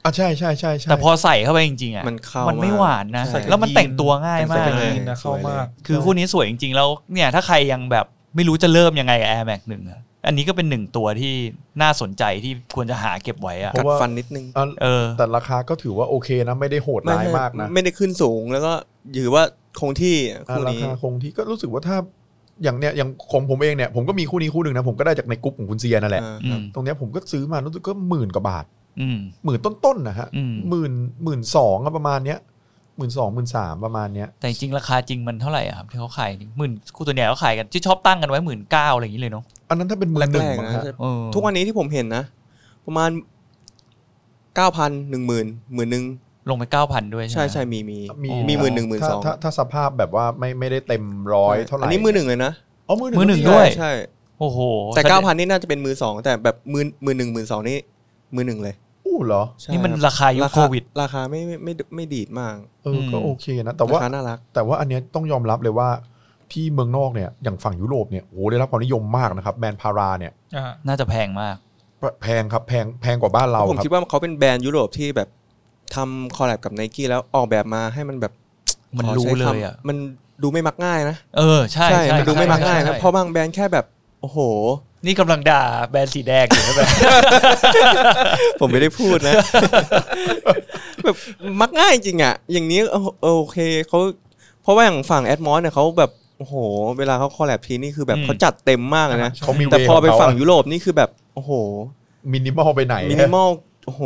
[SPEAKER 2] อ่ะใช่ใช่ใช่ใช่
[SPEAKER 5] แต่พอใส่เข้าไปจริงๆอะ
[SPEAKER 4] มันเข้ามั
[SPEAKER 5] นไม่หวานนะ
[SPEAKER 4] ใช่
[SPEAKER 5] แล้วมันแต่งตัวง่ายมา
[SPEAKER 3] ใส่
[SPEAKER 5] ก
[SPEAKER 3] กาง
[SPEAKER 5] เล
[SPEAKER 3] เก
[SPEAKER 5] ย
[SPEAKER 3] งยีนนะเข้ามาก
[SPEAKER 5] คือคู่นี้สวยจริงๆ แล้วเนี่ยถ้าใครยังแบบไม่รู้จะเริ่มยังไงกับ Air Max หนึ่งอะอันนี้ก็เป็นหนึ่งตัวที่น่าสนใจที่ควรจะหาเก็บไว้อะ
[SPEAKER 4] กัดฟันนิดนึง
[SPEAKER 2] อ่ะ
[SPEAKER 5] เออ
[SPEAKER 2] แต่ราคาก็ถือว่าโอเคนะ ไม่ได้โหดร้ายมากนะ
[SPEAKER 4] ไม่ได้ขึ้นสูงแล้วก็ถือว่าคงที่
[SPEAKER 2] อ่ะ
[SPEAKER 4] คู่
[SPEAKER 2] รา
[SPEAKER 4] นี้
[SPEAKER 2] คาคงที่ก็รู้สึกว่าถ้าอย่างเนี้ยอย่างของผมเองเนี่ยผมก็มีคู่นี้คู่หนึ่งนะผมก็ได้จากในกลุ่มของคุณเซียนั่นแหละ
[SPEAKER 4] อ่า
[SPEAKER 5] อืม
[SPEAKER 2] ตรงเนี้ยผมก็ซื้อมารู้สึกก็หมื่นกว่าบาท
[SPEAKER 5] อืม
[SPEAKER 2] หมื่นต้นๆนะฮะ
[SPEAKER 5] อืม
[SPEAKER 2] หมื่นหมื่นสองอะประมาณเนี้ยหมื่นสองหมื่นสามประมาณเนี้ย
[SPEAKER 5] แต่จริงๆราคาจริงมันเท่าไหร่อะครับที่เขาขายหมื่นคู่ตัวใหญ่เขาขายกันที่ชอบตั้งกันไว้หมื่นเก้าอะไรอย่างนี้เลยเนาะ
[SPEAKER 2] อันนั้นถ้าเป็นมือหนึ่
[SPEAKER 4] แรง กๆ
[SPEAKER 2] มั้ง
[SPEAKER 4] นะ
[SPEAKER 2] ฮะ
[SPEAKER 5] เออ
[SPEAKER 4] ทุกวันนี้ที่ผมเห็นนะ ประมาณเก้าพันหนึ่งหมื่นหมื่นหนึ่ง
[SPEAKER 5] ลงไปเก้าพันด้วย
[SPEAKER 4] ใช่
[SPEAKER 5] ใช่ไหม
[SPEAKER 4] ใช่มีมี
[SPEAKER 5] มี
[SPEAKER 4] หมื่นหนึ่งหมื่นสอง
[SPEAKER 2] ถ้าถ้าถ้าสภาพแบบว่าไม่ไม่ได้เต็มร้อยเท่าไหร่
[SPEAKER 4] อันนี้มือหนึ่งเลยนะ
[SPEAKER 2] อ๋อมือหนึ่ง
[SPEAKER 5] มือหนึ่ง
[SPEAKER 2] ก็มี
[SPEAKER 5] ด้วย
[SPEAKER 2] ไ
[SPEAKER 4] ใช่
[SPEAKER 5] โอ้โห
[SPEAKER 4] แต่เก้าพันนี่น่าจะเป็นมือสองแต่แบบมือมือหนึ่งมือสองนี่มือหนึ่งเลย
[SPEAKER 2] อู้เหรอ
[SPEAKER 4] ใช่
[SPEAKER 5] นี่มัน
[SPEAKER 4] ครับ
[SPEAKER 5] ราคายุคโควิด
[SPEAKER 4] ราคาไม่ไม่ไม่ไม่ไม่ดีดมาก
[SPEAKER 2] เอออ
[SPEAKER 5] ม
[SPEAKER 2] ก็โอเคนะ แต่ว่า
[SPEAKER 4] ราคาน่ารัก
[SPEAKER 2] แต่ว่าอันเนี้ยต้องยอมรับเลยว่าที่เมืองนอกเนี่ยอย่างฝั่งยุโรปเนี่ยโอ้โหได้รับความนิยมมากนะครับแบรนด์พาราเนี่ย
[SPEAKER 3] อ่า
[SPEAKER 5] น่าจะแพงมาก
[SPEAKER 2] แพงครับแพงแพงกว่าบ้านเรา
[SPEAKER 4] ผม
[SPEAKER 2] ครั
[SPEAKER 4] คิด
[SPEAKER 2] บ
[SPEAKER 4] ว่าเขาเป็นแบรนด์ยุโรปที่แบบทำคอลแลบกับไนกี้แล้วออกแบบมาให้มันแบบ
[SPEAKER 5] มัน
[SPEAKER 4] ขอ
[SPEAKER 5] รู้
[SPEAKER 4] ใช้คำ
[SPEAKER 5] เลยอะ
[SPEAKER 4] มันดูไม่มักง่ายนะ
[SPEAKER 5] เออใช่ใช่
[SPEAKER 4] มันดูไม่มักง่าย
[SPEAKER 5] ใช่
[SPEAKER 4] นะ
[SPEAKER 5] ใช่
[SPEAKER 4] เพราะบางแบรนด์แค่แบบโอ้โห
[SPEAKER 5] นี่กำลังด่าแบรนด์สีแดงอยู่นะแบบ
[SPEAKER 4] ผมไม่ได้พู ดนะ แบบมักง่ายจริงอ่ะ อย่างนี้เอาเอาโอเคเขาเพราะว่าอย่างฝั่งแอดมอสเนี่ยเขาแบบโอ้โห เวลาเขาคอลแลบทีนี่คือแบบ
[SPEAKER 5] อืม
[SPEAKER 4] เขาจัดเต็มมากเลยนะ
[SPEAKER 2] เขามี
[SPEAKER 4] แต่
[SPEAKER 2] เว
[SPEAKER 4] พอไป
[SPEAKER 2] ขเขา
[SPEAKER 4] ฝั่งยุโรปนี่คือแบบโอ้โห
[SPEAKER 2] มินิมอลไปไหน
[SPEAKER 4] มินิมอลโอ้โห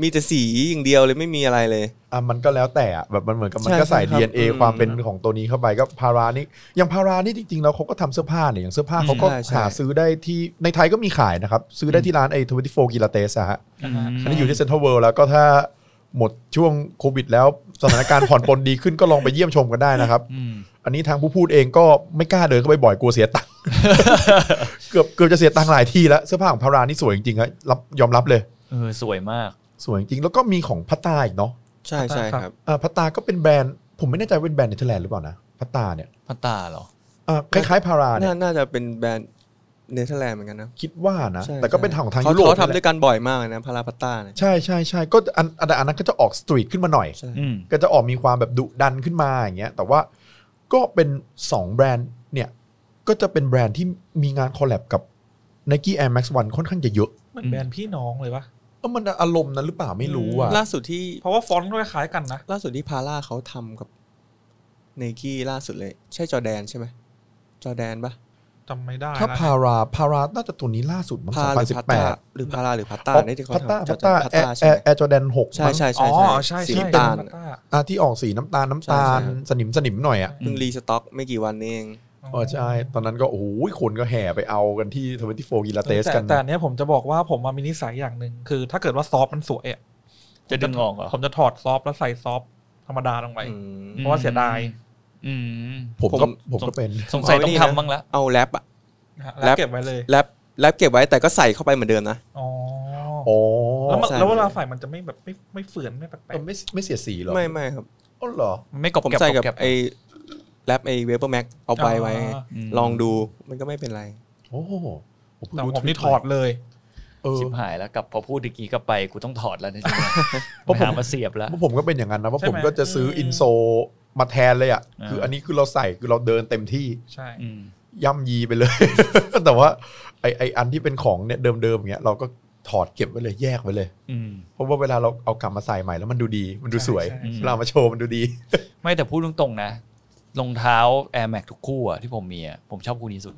[SPEAKER 4] มีแต่สีอย่างเดียวเลยไม่มีอะไรเลย
[SPEAKER 2] อ่ะมันก็แล้วแต่อะแบบมันเหมือนกับมันก็
[SPEAKER 4] ใช่
[SPEAKER 2] ใส่
[SPEAKER 4] ครับ
[SPEAKER 2] DNA
[SPEAKER 4] อืม
[SPEAKER 2] ความเป็นของตัวนี้เข้าไปก็พารานี่อย่างพารานี่จริงๆแล้วเขาก็ทำเสื้อผ้าเนี่ยอย่างเสื้อผ้าเขาก็
[SPEAKER 4] ใช่ใช่
[SPEAKER 2] หาซื้อได้ที่ในไทยก็มีขายนะครับ ซื้อได้ที่ร้านไอ้ทเวนตี้โฟกิลาเตสอะฮะอันนี้อยู่ที่เซ็นทรัลเวิลด์แล้วก็ถ้าหมดช่วงโควิดแล้วสถานการณ์ ผ่อนปลนดีขึ้นก็ลองไปเยี่ยมชมกันได้นะครับ
[SPEAKER 5] อืม
[SPEAKER 2] อันนี้ทางผู้พูดเองก็ไม่กล้าเดินเข้าไปบ่อยกลัวเสียตังค์ เกือบเกือบจะเสียตังค์หลายที่แล้วเสื้อผ้าของพารานี่สวยจริงๆครับรับยอมรับเลย
[SPEAKER 5] เออสวยมาก
[SPEAKER 2] สวยจริงๆแล้วก็มีของพัตตาอีกเนาะ
[SPEAKER 4] ใช่ใช่ครับ
[SPEAKER 2] อ่าพัตตาก็เป็นแบรนด์ผมไม่แน่ใจว่าเป็นแบรนด์เนเธอร์แลนด์หรือเปล่านะพัตตาเนี่ย
[SPEAKER 5] พัตตาเหรอ
[SPEAKER 2] อ่าคล้ายๆพาราเนี่
[SPEAKER 4] น่าย น่าจะเป็นแบรนด์เนเธอร์แลนด์เหมือนกันนะ
[SPEAKER 2] คิดว่านะ
[SPEAKER 4] ใช่
[SPEAKER 2] แต่ก็
[SPEAKER 4] ใช่
[SPEAKER 2] เป็นของทาง
[SPEAKER 4] เข
[SPEAKER 2] ยุโรป
[SPEAKER 4] เขา
[SPEAKER 2] นั่น
[SPEAKER 4] ทำ
[SPEAKER 2] แห
[SPEAKER 4] ด้ว
[SPEAKER 2] ละ
[SPEAKER 4] ยกันบ่อยมากเลยนะพาราพัตตาเนี่ย
[SPEAKER 2] ใช่ใช่ใช่ก็อันอันอันนั้นก็จะออกสตรีทขึ้นมาหน่อย
[SPEAKER 4] ใช่
[SPEAKER 5] อืม
[SPEAKER 2] ก็จะออกมีความแบบดุดันขึ้นมาอย่างเงี้ยแต่ว่าก็เป็น 2 แบรนด์เนี่ย ก็จะเป็นแบรนด์ที่มีงานคอลแลบกับ n i k e Air Max 1ค่อนข้างจะเยอะ
[SPEAKER 3] มันแบรนด์พี่น้องเลยปะ
[SPEAKER 2] เออมันอารมณ์นั้นหรือเปล่าไม่รู้อ่ะ
[SPEAKER 4] ล่าสุดที่
[SPEAKER 3] เพราะว่าฟอนต์ก็คล้ายๆกันนะ
[SPEAKER 4] ล่าสุดที่พาร่าเขาทำกับไนกี้ล่าสุดเลย ใช่จอร์แดนใช่ไหมจอร์แดนปะ
[SPEAKER 3] จำไม่ได้
[SPEAKER 2] ถ้า
[SPEAKER 3] แล้ว
[SPEAKER 2] พาราพาราน่าจะตัวนี้ล่าสุดมั้งส
[SPEAKER 4] พา
[SPEAKER 2] องพั
[SPEAKER 4] หรื
[SPEAKER 2] น
[SPEAKER 4] อ
[SPEAKER 2] สิบ
[SPEAKER 4] พัต
[SPEAKER 2] แป
[SPEAKER 4] ตา
[SPEAKER 2] ด
[SPEAKER 4] หรือพาราหรือพัตตาเนี่ยที่เขา
[SPEAKER 2] พัตตา
[SPEAKER 4] ทำจ
[SPEAKER 2] พั
[SPEAKER 4] อ
[SPEAKER 2] ต
[SPEAKER 4] ร์แด
[SPEAKER 2] ตานแอ
[SPEAKER 4] พัตตา
[SPEAKER 2] ร์
[SPEAKER 4] ใช่ไหม
[SPEAKER 2] แอร์จอแดนหก
[SPEAKER 4] ใช่ใช่ใช่
[SPEAKER 3] อ๋อ
[SPEAKER 4] ใช่
[SPEAKER 3] ใช่
[SPEAKER 4] สี
[SPEAKER 3] ใช่
[SPEAKER 4] น้ำตาล
[SPEAKER 3] ใช่ใช่
[SPEAKER 2] อ่ะที่ออกสีน้ำตาลน้ำตาล
[SPEAKER 4] ใช่ใช่
[SPEAKER 2] สนิมสนิมหน่อยอ่ะ
[SPEAKER 4] เพิ่งรีสต็อกไม่กี่วันเอง
[SPEAKER 2] อ๋อใช่ ตอนนั้นก็โอ้โหคนก็แห่ไปเอากันที่ทเวนตี้โฟกีลาเตส
[SPEAKER 3] แต่
[SPEAKER 2] กัน
[SPEAKER 3] แต่อันเนี้ยผมจะบอกว่าผมมามีนิสัยอย่างหนึ่งคือ ถ้าเกิดว่าซอฟต์มันสวยอ่ะ
[SPEAKER 5] จะดึงออกเหรอ
[SPEAKER 3] ผมจะถอดซอฟต์แล้วใส่ซอฟต์ธรรมดาลงไป
[SPEAKER 4] อืม
[SPEAKER 3] เพราะว่าเสียดาย
[SPEAKER 5] อืม
[SPEAKER 2] ผมก็
[SPEAKER 5] ผ
[SPEAKER 2] ผม มก็เป็น
[SPEAKER 5] สงสัยต้อง
[SPEAKER 4] เอาไว้นี่นะ
[SPEAKER 5] ทำบ้างละ
[SPEAKER 4] เอาแรปอะ
[SPEAKER 3] นะฮะ
[SPEAKER 4] แล้
[SPEAKER 3] แล้ว
[SPEAKER 4] ว
[SPEAKER 3] เก็บไว้เลย
[SPEAKER 4] แรปแรปเก็บไว้แต่ก็ใส่เข้าไปเหมือนเดิมนะ
[SPEAKER 3] อ๋อ
[SPEAKER 2] อ๋อ
[SPEAKER 3] แล้วมัน
[SPEAKER 4] ใส่
[SPEAKER 3] แล้วเวลาใส่มันจะไม่แบบไม่ไม่เฝื่อนไม่แปลก
[SPEAKER 2] เออไม่ไม่เสียสีเหรอ
[SPEAKER 4] ไม่ไม่ครับ
[SPEAKER 2] อ๋อเหรอ
[SPEAKER 5] ไม่กรอบ
[SPEAKER 4] ผม
[SPEAKER 5] แกรบ
[SPEAKER 4] ใส่กับ
[SPEAKER 5] รร
[SPEAKER 4] ไอ้แรปไอ้เวเปอร์แม็กเอา
[SPEAKER 3] ๆ
[SPEAKER 4] ไปไว้ไง
[SPEAKER 3] อ่า
[SPEAKER 5] อืม
[SPEAKER 4] ลองดูมันก็ไม่เป็นไร
[SPEAKER 2] โอ้โหผมเพิ่ง
[SPEAKER 3] แต่
[SPEAKER 2] รู้
[SPEAKER 3] ผมนี่
[SPEAKER 2] ท
[SPEAKER 3] ถอดเลย
[SPEAKER 2] เออ
[SPEAKER 5] ชิบหายแล้วกลับพอพูดอย่างนี้กลับไปกูต้องถอดแล้วนะจริงๆ
[SPEAKER 2] เพราะผม
[SPEAKER 5] หามาเสียบแล้ว
[SPEAKER 2] เพราะผมก็เป็นอย่างนั้นนะเพราะ
[SPEAKER 3] ใช่
[SPEAKER 2] ผม
[SPEAKER 3] ไหม
[SPEAKER 2] ก็จะซื้ออินโซมาแทนเลยอ่ะ
[SPEAKER 5] อ่า
[SPEAKER 2] คืออันนี้คือเราใส่คือเราเดินเต็มที่
[SPEAKER 3] ใช่
[SPEAKER 5] อืม
[SPEAKER 2] ย่ำยีไปเลย แต่ว่าไอไออันที่เป็นของเนี่ยเดิมๆอย่างเงี้ยเราก็ถอดเก็บไว้เลยแยกไว้เลย
[SPEAKER 5] อืม
[SPEAKER 2] เพราะว่าเวลาเราเอากลับมาใส่ใหม่แล้วมันดูดีมันดูสวย
[SPEAKER 3] ใช่ใช่
[SPEAKER 5] อืม
[SPEAKER 2] เวลาเอามาโชว์มันดูดี
[SPEAKER 5] ไม่แต่พูดตรงๆนะรองเท้า Air Max ทุกคู่อะที่ผมมีอะผมชอบคู่นี้สุด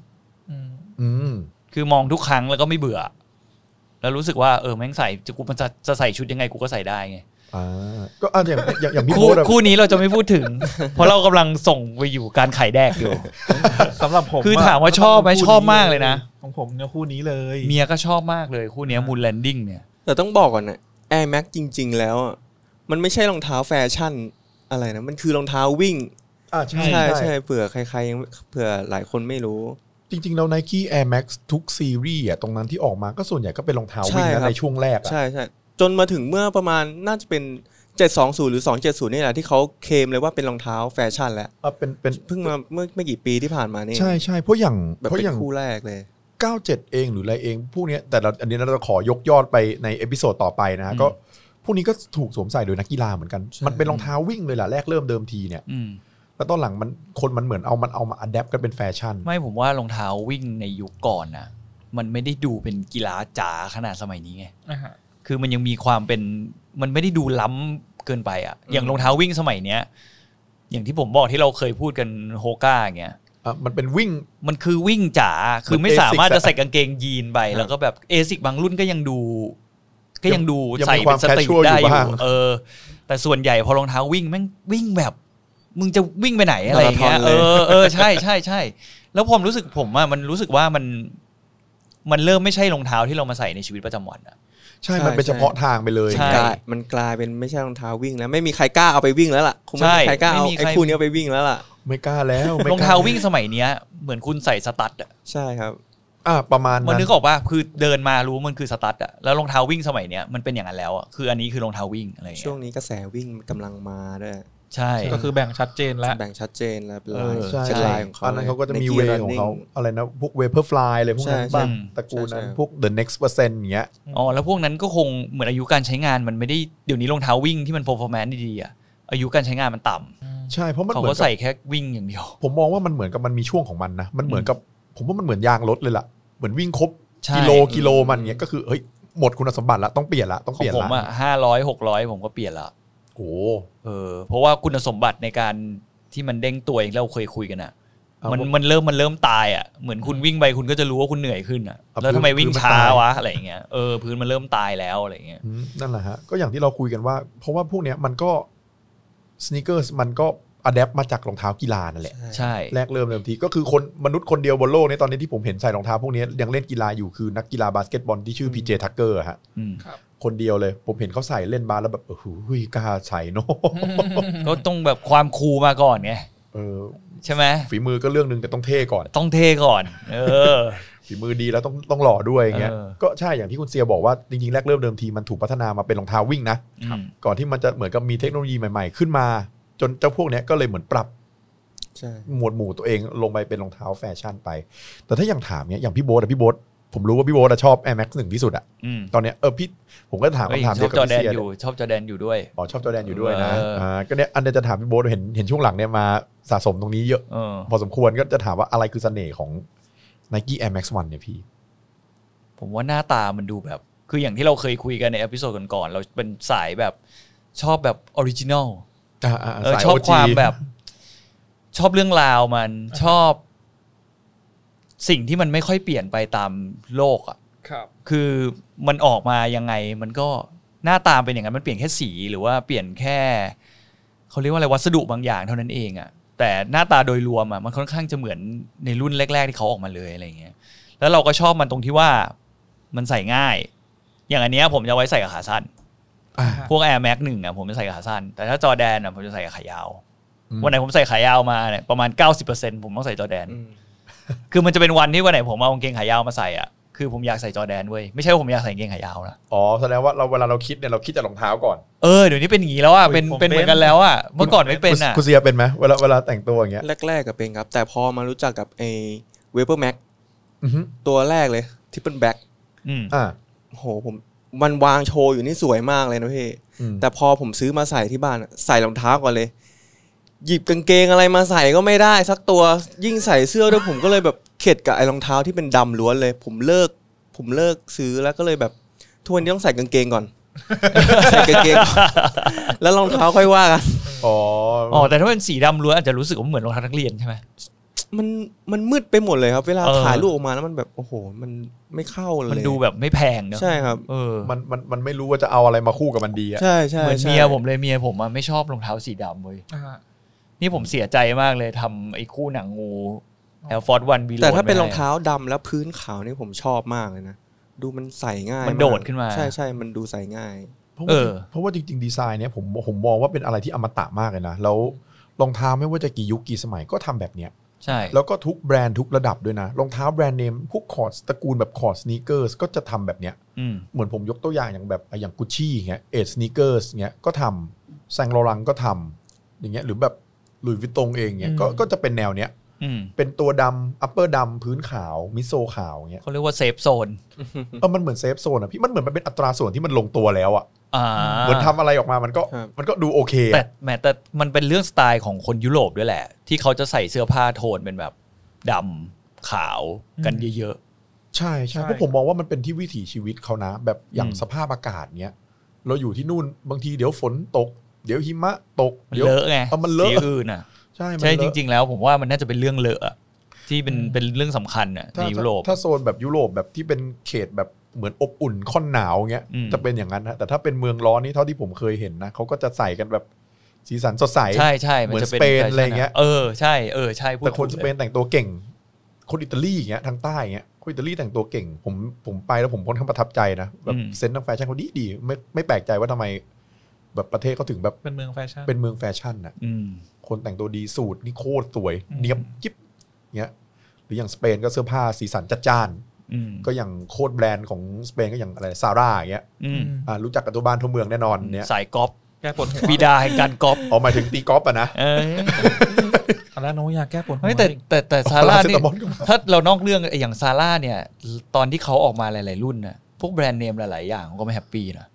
[SPEAKER 3] อืม
[SPEAKER 2] อืม
[SPEAKER 5] คือมองทุกครั้งแล้วก็ไม่เบื่อ แล้วรู้สึกว่าเออแม่งใส่จะกูมันจะจะใส่ชุดยังไงกูก็ใส่ได้ไง
[SPEAKER 2] อ่าก็อ่ะอย่างอย่างอย่างพี่
[SPEAKER 5] คู่
[SPEAKER 2] โบ๊ทอะ
[SPEAKER 5] คู่นี้เราจะไม่พูด ถึง เพราะเรากำลังส่งไปอยู่การขายแดกอยู่
[SPEAKER 3] สำหรับผม
[SPEAKER 5] คือถามว่าชอบไหมชอบมากเลยนะ
[SPEAKER 3] ของผมเนี่ยคู่นี้เลย
[SPEAKER 5] เมียก็ชอบมากเลยคู่เนี้มูลแลนดิ้งเนี่ย
[SPEAKER 4] แต่ต้องบอกก่อนนะแอร์แม็กจริง ๆ แล้วอะมันไม่ใช่รองเท้าแฟชั่นอะไรนะ มันคือรองเท้าวิ่ง
[SPEAKER 2] อ่าใช่
[SPEAKER 4] ใช่
[SPEAKER 2] ใช่
[SPEAKER 4] ใช่เผื่อใครๆยังเผื่อหลายคนไม่รู้
[SPEAKER 2] จริงๆเรา Nike Air Max ทุกซีรีส์อ่ะตรงนั้นที่ออกมาก็ส่วนใหญ่ก็เป็นรองเท้าวิ่ง
[SPEAKER 4] ใช่ครั
[SPEAKER 2] นะ
[SPEAKER 4] บ
[SPEAKER 2] ในช่วงแรกอ่ะ
[SPEAKER 4] ใช่ใช่จนมาถึงเมื่อประมาณน่าจะเป็น 720 หรือ 270 นี่แหละที่เขาเคลมเลยว่าเป็นรองเท้าแฟชั่นแล้ว
[SPEAKER 2] อ่ะเป็นเป็น
[SPEAKER 4] เพิ่งมาเมื่อไม่กี่ปีที่ผ่านมานี่
[SPEAKER 2] ใช่ใช่เพราะอย่าง
[SPEAKER 4] แบบ
[SPEAKER 2] เพราะ
[SPEAKER 4] เป็
[SPEAKER 2] อย่าง
[SPEAKER 4] นคู่แรกเลย
[SPEAKER 2] 97 เองหรืออะไรเองพวกเนี้ยแต่เราอันนี้เราจะขอยกยอดไปในเอพิโซดต่อไปนะฮะ
[SPEAKER 5] อืม
[SPEAKER 2] ก็พวกนี้ก็ถูกสวมใส่โดยนักกีฬาเหมือนกัน
[SPEAKER 4] ใช่
[SPEAKER 2] มันเป็นรองเท้าวิ่งเลยล่ะแรกเริ่มเดิมทีเนี่ย
[SPEAKER 5] อืม
[SPEAKER 2] แล้วตอนหลังมันคนมันเหมือนเอามันเอามาอัดแอปกันเป็นแฟชั่น
[SPEAKER 5] ไม่ผมว่ารองเท้าวิ่งในยุคก่อนนะมันไม่ได้ดูเป็นกีฬาจ๋าขนาดสมัยนี้ไง
[SPEAKER 3] อ่าฮะ
[SPEAKER 5] คือมันยังมีความเป็นมันไม่ได้ดูล้ำเกินไปอะ่ะ อย่างรองเท้าวิ่งสมัยเนี้ยอย่างที่ผมบอกที่เราเคยพูดกันโฮก้าอย่างเงี้ย
[SPEAKER 2] อ่ะมันเป็นวิ่ง
[SPEAKER 5] มันคือวิ่งจ๋าคือไม่
[SPEAKER 2] เหมือน Asics
[SPEAKER 5] สามารถจะใส่กางเกงยีนไป
[SPEAKER 4] ครับ
[SPEAKER 5] แล้วก็แบบเอซิกบางรุ่นก็ยังดู ก็ยังดู
[SPEAKER 2] ยังมี
[SPEAKER 5] ใส่
[SPEAKER 2] ค
[SPEAKER 5] เป็
[SPEAKER 2] วาม
[SPEAKER 5] นสตรี
[SPEAKER 2] casual
[SPEAKER 5] ทได้อ
[SPEAKER 2] อยู่
[SPEAKER 5] ยู่
[SPEAKER 2] บ้าง
[SPEAKER 5] เออ แต่ส่วนใหญ่พอรองเท้าวิ่งแม่งวิ่งแบบ มึงจะวิ่งไปไหนอะไรอย่างเงี้ย
[SPEAKER 4] มาราธอน
[SPEAKER 5] เอ
[SPEAKER 4] เลย
[SPEAKER 5] อเออใช่ใช่ใช่แล้วผมรู้สึกผมอ่ะมันรู้สึกว่ามัน มันเริ่มไม่ใช่รองเท้าที่เรามาใส่ในชีวิตประจำวันอ่ะ
[SPEAKER 2] ใช่
[SPEAKER 4] ใช่
[SPEAKER 2] มันเป็น
[SPEAKER 4] ใช่
[SPEAKER 2] เฉพาะทางไปเลย
[SPEAKER 5] ใช่
[SPEAKER 4] กลายมันกลายเป็นไม่ใช่รองเท้าวิ่งแล้วไม่มีใครกล้าเอาไปวิ่งแล้วล่ะคงไม่มี
[SPEAKER 5] ใช่
[SPEAKER 4] ใครกล้าเอา
[SPEAKER 5] ไม่มี
[SPEAKER 4] ไอ้
[SPEAKER 5] ใคร
[SPEAKER 4] คู่นี้เอาไปวิ่งแล้วล่ะ
[SPEAKER 2] ไม่กล้าแล้วไม่ก
[SPEAKER 5] ร
[SPEAKER 2] ล้
[SPEAKER 5] องเท้าวิ่งสมัยเนี้ย เหมือนคุณใส่สตั๊ดอ่ะ
[SPEAKER 4] ใช่ครับ
[SPEAKER 2] อ่ะประมาณ
[SPEAKER 5] มัน
[SPEAKER 2] นั้น
[SPEAKER 5] นึกออกว่าคือเดินมารู้มันคือสตั๊ดอ่ะแล้วรองเท้าวิ่งสมัยเนี้ยมันเป็นอย่างนั้นแล้วอ่ะคืออันนี้คือรองเท้าวิ่งอะไรอย่าง
[SPEAKER 4] ช่วง
[SPEAKER 5] เงี้ย
[SPEAKER 4] นี้กระแสวิ่งกำลังมาด้วย
[SPEAKER 5] ใช่
[SPEAKER 3] ก็คือแบ่งชัดเจนแล้ว
[SPEAKER 4] แบ่งชัดเจนแล้วเป็น
[SPEAKER 5] เอ
[SPEAKER 4] ลาย
[SPEAKER 5] อ
[SPEAKER 2] ใช่
[SPEAKER 4] เป็น
[SPEAKER 5] ใช่
[SPEAKER 4] ลายของเขา
[SPEAKER 2] อันนั้นเขาก็จะมี
[SPEAKER 4] ใน
[SPEAKER 2] เว
[SPEAKER 4] Nike
[SPEAKER 2] ของเขา
[SPEAKER 4] Running
[SPEAKER 2] อะไรนะพวกเวเ e อร์ฟลายอะไรพวกนั้น
[SPEAKER 4] ใช่
[SPEAKER 2] บ้าง
[SPEAKER 5] ใช่
[SPEAKER 2] ตระกูลนั้น
[SPEAKER 4] ใช่
[SPEAKER 2] พวก the next percent อย่างเงี้ย
[SPEAKER 5] อ๋อแล้วพวกนั้นก็คงเหมือนอายุการใช้งานมันไม่ได้เดี๋ยวนี้รองเท้าวิ่งที่มัน performance ดีๆอ่ะอายุการใช้งานมันต่ำ
[SPEAKER 2] ใช่เพราะมัน
[SPEAKER 5] เขา
[SPEAKER 2] เหมือ
[SPEAKER 5] ก็
[SPEAKER 2] นกับ
[SPEAKER 5] ใส่แค่วิ่งอย่างเดียว
[SPEAKER 2] ผมมองว่ามันเหมือนกับมันมีช่วงของมันนะมันเหมือนกับผมว่ามันเหมือนยางรถเลยล่ะเหมือนวิ่งครบ
[SPEAKER 5] ใช่
[SPEAKER 2] กิโลกิโลมันเนี้ยก็คือเฮ้ยหมดคุณสมบัติละต้องเปลี่ยนละต้อง
[SPEAKER 5] ข
[SPEAKER 2] เป
[SPEAKER 5] อง
[SPEAKER 2] ลี่ยน
[SPEAKER 5] ผม
[SPEAKER 2] ละ
[SPEAKER 5] อ่ะห้าร้อยหกร้อยผมก็เปลี่ยนละ
[SPEAKER 2] โอ้
[SPEAKER 5] เออเพราะว่าคุณสมบัติในการที่มันเด้งตัวอย่างที่เราเคยคุยกันอ่ะ
[SPEAKER 2] เอา
[SPEAKER 5] มัน
[SPEAKER 2] ผม
[SPEAKER 5] มันเริ่มมันเริ่มตายอ่ะเหมือนคุณวิ่งไปคุณก็จะรู้ว่าคุณเหนื่อยขึ้นอ่ะ
[SPEAKER 2] เอา
[SPEAKER 5] แล้ว
[SPEAKER 2] พื้น
[SPEAKER 5] ทำไมวิ่ง
[SPEAKER 2] พื้นมัน
[SPEAKER 5] ช้า
[SPEAKER 2] ตาย
[SPEAKER 5] วะอะไรอย่างเงี้ยเออพื้นมันเริ่มตายแล้วอะไรอย่างเงี้ย
[SPEAKER 2] อืมนั่นแหละฮะก็อย่างที่เราคุยกันว่า เพราะว่าพวกเนี้ยมันก็สเนคเกอร์สมันก็อัดแอปมาจากรองเท้ากีฬานั่นแหละ
[SPEAKER 5] ใช่
[SPEAKER 2] แรกเริ่มเดิมทีก็คือคนมนุษย์คนเดียวบนโลกในยตอนนี้ที่ผมเห็นใส่รองเท้าพวกเนี้ยยังเล่นกีฬาอยู่คือนักกีฬาบาสเกตบอลที่ชื่อพีเจทักเกอร์ฮะ
[SPEAKER 5] อืม
[SPEAKER 2] คนเดียวเลย ผมเห็นเขาใส่เล่นบาสแล้วแบบโอ้โหกล้าใส่เนอะ
[SPEAKER 5] ก็ต้องแบบความคูลมาก่อนไง
[SPEAKER 2] เออ
[SPEAKER 5] ใช่ไหม
[SPEAKER 2] ฝีมือก็เรื่องหนึ่งแต่ต้องเท่ก่อน
[SPEAKER 5] ต้องเทก่อน เออ
[SPEAKER 2] ฝีมือดีแล้วต้องต้องหล่อด้วยอย่างเงี้ย
[SPEAKER 5] เออ
[SPEAKER 2] ก็ใช่อย่างที่คุณเซียบอกว่าจริงๆแรกเริ่มเดิมทีมันถูกพัฒนามาเป็นรองเท้าวิ่งนะ
[SPEAKER 5] อืม
[SPEAKER 2] ก่อนที่มันจะเหมือนกับมีเทคโนโลยีใหม่ๆ ขึ้นมา จนเจ้าพวกเนี้ยก็เลยเหมือนปรับ
[SPEAKER 4] ใช่
[SPEAKER 2] หมวดหมู่ตัวเองลงไปเป็นรองเท้าแฟชั่นไป แต่ถ้าอย่างถามเนี้ยอย่างพี่โบ๊ทอะพี่โบ๊ทผมรู้ว่าพี่โบ๊ทอะชอบ Air Max หนึ่งที่สุดอะ
[SPEAKER 5] อืม
[SPEAKER 2] ตอนเนี้ยเออพี่ผมก็ถาม
[SPEAKER 5] เฮ้ย
[SPEAKER 2] คำถาม
[SPEAKER 5] ชอ
[SPEAKER 2] เดี
[SPEAKER 5] ย บ
[SPEAKER 2] วกับ
[SPEAKER 5] จอ
[SPEAKER 2] พี่
[SPEAKER 5] แดน
[SPEAKER 2] เซีย
[SPEAKER 5] อ
[SPEAKER 2] เล
[SPEAKER 5] ยู่
[SPEAKER 2] ย
[SPEAKER 5] ชอบจอแดนอยู่ด้วย
[SPEAKER 2] อ๋อชอบจอแดนอยู่ด้วยนะ
[SPEAKER 5] เอออ่
[SPEAKER 2] ่าก็เนี้ยอันเนี้ยจะถามพี่โบ๊ทเห็นเห็นช่วงหลังเนี่ยมาสะสมตรงนี้เยอะ
[SPEAKER 5] เออ
[SPEAKER 2] พอสมควรก็จะถามว่าอะไรคือเสน่ห์ของ Nike Air Max 1เนี่ยพี่
[SPEAKER 5] ผมว่าหน้าตามันดูแบบ คืออย่างที่เราเคยคุยกันในเอพิโซดก่อนๆเราเป็นสายแบบชอบแบบออริจินอล
[SPEAKER 2] อ่าา
[SPEAKER 5] เออ
[SPEAKER 2] สาย
[SPEAKER 5] ชอบ
[SPEAKER 2] OG
[SPEAKER 5] ความแบบ ชอบเรื่องราวมันชอบ สิ่งที่มันไม่ค่อยเปลี่ยนไปตามโลกอ่ะ
[SPEAKER 3] ครับ
[SPEAKER 5] คือมันออกมายังไงมันก็หน้าตาเป็นอย่างนั้นมันเปลี่ยนแค่สีหรือว่าเปลี่ยนแค่เขาเรียกว่าอะไรวัสดุบางอย่างเท่านั้นเองอะแต่หน้าตาโดยรวมอะมันค่อนข้างจะเหมือนในรุ่นแรก ๆ ที่เขาออกมาเลยอะไรเงี้ยแล้วเราก็ชอบมันตรงที่ว่ามันใส่ง่าย อย่างอันเนี้ยผมจะเอาไว้ใส่กับขาสั้น
[SPEAKER 2] อ่า
[SPEAKER 5] พวก Air Max หนึ่งอะผมจะใส่กับขาสั้น แต่ถ้าจอแดนอะผมจะใส่กับขายาว
[SPEAKER 2] อืม
[SPEAKER 5] วันไหนผมใส่ขายาวมาเนี่ยประมาณ 90%ผมต้องใส่จอแดน
[SPEAKER 4] อืม
[SPEAKER 5] คือมันจะเป็นวันที่วันไหนผมเอากางเกงขายาวมาใส่อ่ะ คือผมอยากใส่จอแดนเว้ย ไม่ใช่ว่าผมอยากใส่กางเกงขายาวนะ
[SPEAKER 2] อ๋อแสดงว่าเราเวลาเราคิดเนี่ยเราคิดจากรองเท้าก่อน
[SPEAKER 5] เออ เดี๋ยวนี้เป็นอย่างนี้แล้วอ่ะ เป็น
[SPEAKER 3] ผม
[SPEAKER 5] เป็
[SPEAKER 3] เป็
[SPEAKER 5] น
[SPEAKER 3] น
[SPEAKER 5] เหมือนกันแล้วอ่ะ เมื่อก่อนไม่เป็นอ่ะ
[SPEAKER 2] คุณคุณเซียเป็นไหมเวลาเวลาแต่งตัวอย่างเงี้ย
[SPEAKER 4] แรกๆก็เป็นครับ แต่พอมารู้จักกับไอ้เวเปอร์แม็ก
[SPEAKER 2] อือฮึ
[SPEAKER 4] ตัวแรกเลยทิปเปิลแบ็ก
[SPEAKER 5] อืม
[SPEAKER 2] อ่า
[SPEAKER 4] โหผมมันวางโชว์อยู่นี่สวยมากเลยนะพี่
[SPEAKER 2] อืม
[SPEAKER 4] แต่พอผมซื้อมาใส่ที่บ้านอะใส่รองเท้าก่อนเลย หยิบกางเกงอะไรมาใส่ก็ไม่ได้สักตัวยิ่งใส่เสื้อด้วยผมก็เลยแบบเข็ดกับไอ้รองเท้าที่เป็นดำล้วนเลย ผมเลิก ผมเลิกซื้อแล้วก็เลยแบบทุกวันนี้ต้องใส่กางเกงก่อน ใส่กางเกงก่อนแล้วรองเท้าค่อยว่ากัน
[SPEAKER 2] อ๋อ
[SPEAKER 5] อ๋อ แต่ถ้าเป็นสีดำล้วนอาจจะรู้สึกว่าเหมือนรองเท้านักเรียนใช่ไหม
[SPEAKER 4] มันมันมืดไปหมดเลยครับ เวลา
[SPEAKER 5] เออ
[SPEAKER 4] ถ่ายรูปออกมาแล้วมันแบบโอ้โห มันไม่เข้าเลย
[SPEAKER 5] มันดูแบบไม่แพงเนอะ
[SPEAKER 4] ใช่ครับ
[SPEAKER 5] เออ
[SPEAKER 2] มันมันมันไม่รู้ว่าจะเอาอะไรมาคู่กับมันดีอะ
[SPEAKER 4] ใช่ใช่
[SPEAKER 5] เหมือน
[SPEAKER 4] ใช่
[SPEAKER 5] เมียผมเลย เมียผมอ่ะไม่ชอบรองเท้าสีดำเว้ย
[SPEAKER 3] อ่า
[SPEAKER 5] นี่ผมเสียใจมากเลยทำไอ้คู่หนังงู Air Force One วีโร
[SPEAKER 4] แต่ถ้าเป็นรองเท้าดำแล้วพื้นขาวนี่ผมชอบมากเลยนะดูมันใส่ง่าย
[SPEAKER 5] มันโดด
[SPEAKER 4] าก
[SPEAKER 5] ขึ้นมา
[SPEAKER 4] ใช่ใช่มันดูใส่ง่าย
[SPEAKER 2] เพราะ
[SPEAKER 5] เออ
[SPEAKER 2] ว่าเพราะว่าจริงๆดีไซน์เนี้ยผมผมมองว่าเป็นอะไรที่อมตะมากเลยนะ แล้วรองเท้าไม่ว่าจะกี่ยุคกี่สมัยก็ทำแบบเนี้ย
[SPEAKER 5] ใช่
[SPEAKER 2] แล้วก็ทุกแบรนด์ทุกระดับด้วยนะ รองเท้าแบรนด์เนม พวกคอร์ดตระกูลแบบคอร์ดสเนคเกอร์สก็จะทำแบบเนี้ย
[SPEAKER 5] อืม
[SPEAKER 2] เหมือนผมยกตัวอย่างอย่างแบบอย่างกุชชี่เงี้ยเอทสเนคเกอร์สเงี้ยก็ทำแซงโรลังก็ทำอย่างเงี้ยหรือแบบหลุยส์วิตตงเองเงี้ยก็
[SPEAKER 3] อืม
[SPEAKER 2] ก็จะเป็นแนวเนี้ย
[SPEAKER 5] อืม
[SPEAKER 2] เป็นตัวดำอัปเปอร์ดำพื้นขาวมิโซขาวเงี้ย
[SPEAKER 5] เขาเรียกว่าเซฟโซน
[SPEAKER 2] เออมันเหมือนเซฟโซนอะพี่มันเหมือนมันเป็นอัตราส่วนที่มันลงตัวแล้วอะ
[SPEAKER 5] อ่า
[SPEAKER 2] เหมือนทำอะไรออกมามันก็
[SPEAKER 4] ครับ
[SPEAKER 2] มันก็ดูโอเค
[SPEAKER 5] แต่
[SPEAKER 2] อะ
[SPEAKER 5] แหมแต่มันเป็นเรื่องสไตล์ของคนยุโรปด้วยแหละ ที่เขาจะใส่เสื้อผ้าโทนเป็นแบบดำขาวกัน
[SPEAKER 3] อืม
[SPEAKER 5] เยอะ
[SPEAKER 2] ใช่ใช่
[SPEAKER 3] ใช่
[SPEAKER 2] เพราะผมมองว่ามันเป็นที่วิถีชีวิตเขานะ แบบอย่าง
[SPEAKER 5] อืม
[SPEAKER 2] สภาพอากาศเนี้ยเราอยู่ที่นู่นบางทีเดี๋ยวฝนตก เดี๋ยวหิมะตก
[SPEAKER 5] ๆ มัน
[SPEAKER 2] ดี๋ยว
[SPEAKER 5] เลอะไง
[SPEAKER 2] เอามันเลอะ
[SPEAKER 5] สีอื่นอ่ะ
[SPEAKER 2] ใช่มัน
[SPEAKER 5] ใช่
[SPEAKER 2] เลอะ
[SPEAKER 5] จริง ๆ แล้วผมว่ามันน่าจะเป็นเรื่องเลอะอะที่เป็นเป็นเรื่องสำคัญอ่ะใน
[SPEAKER 2] ถ้า
[SPEAKER 5] ยุโรป
[SPEAKER 2] ถ้าโซนแบบยุโรปแบบที่เป็นเขตแบบเหมือนอบอุ่นค่อนหนาวเงี้ย
[SPEAKER 5] อืม
[SPEAKER 2] จะเป็นอย่างนั้นนะแต่ถ้าเป็นเมืองร้อนนี่เท่าที่ผมเคยเห็นนะเขาก็จะใส่กันแบบสีสันสดใส
[SPEAKER 5] ใช่ใช่
[SPEAKER 2] เหมือน
[SPEAKER 5] จะ
[SPEAKER 2] สเปนอะไรเงี้ย
[SPEAKER 5] เออใช่เออใช่พูด
[SPEAKER 2] แต่คน
[SPEAKER 5] ถู
[SPEAKER 2] ส
[SPEAKER 5] ก
[SPEAKER 2] เปนแต่งตัวเก่ง คนอิตาลีอย่างเงี้ยทางใต้อย่างเงี้ยคนอิตาลีแต่งตัวเก่ง ผมผมไปแล้วผมค่อนข้างประทับใจนะแบบเซนส์ทางแฟชั่นเขาดีดีๆไม่ไม่แปลกใจว่าทำไม แบบประเทศเขาถึงแบบ
[SPEAKER 3] เป็นเมืองแฟชั่น
[SPEAKER 2] เป็นเมืองแฟชั่นน่ะ
[SPEAKER 5] อืม
[SPEAKER 2] คนแต่งตัวดีสูตรนี่โคตรสวย
[SPEAKER 3] อืม
[SPEAKER 2] เนี้ยบจิ๊บเนี้ย หรืออย่างสเปนก็เสื้อผ้าสีสันจัดจ้าน
[SPEAKER 5] อืม
[SPEAKER 2] ก็อย่างโคตรแบรนด์ของสเปนก็อย่างอะไรซาร่าอย่างเงี้ย
[SPEAKER 5] อืม
[SPEAKER 2] อ่ารู้จักกันตัวบ้านทั่วเมืองแน่นอนเนี้ย
[SPEAKER 5] สาย กอล์ฟ
[SPEAKER 3] แก้ปวดหัว
[SPEAKER 5] บิดาแห่งการกอล์ฟ
[SPEAKER 2] อ๋อหมายถึงตีกอล์ฟอะนะ
[SPEAKER 5] เออ
[SPEAKER 3] อันแรกน้องอยากแก้ปวดหัว
[SPEAKER 5] เฮ้ยแต่
[SPEAKER 3] ดิ
[SPEAKER 5] แต่แต่ซาร่า
[SPEAKER 2] เซ
[SPEAKER 5] นี่
[SPEAKER 2] ตามอลก็มา
[SPEAKER 5] ถ้าเรานอกเรื่องไอ้อย่างซาร่าเนี่ย ตอนที่เขาออกมาหลาย ๆ รุ่นนะพวกแบรนด์เนมหลาย ๆ อย่างก็ไม่แฮปปี้นะ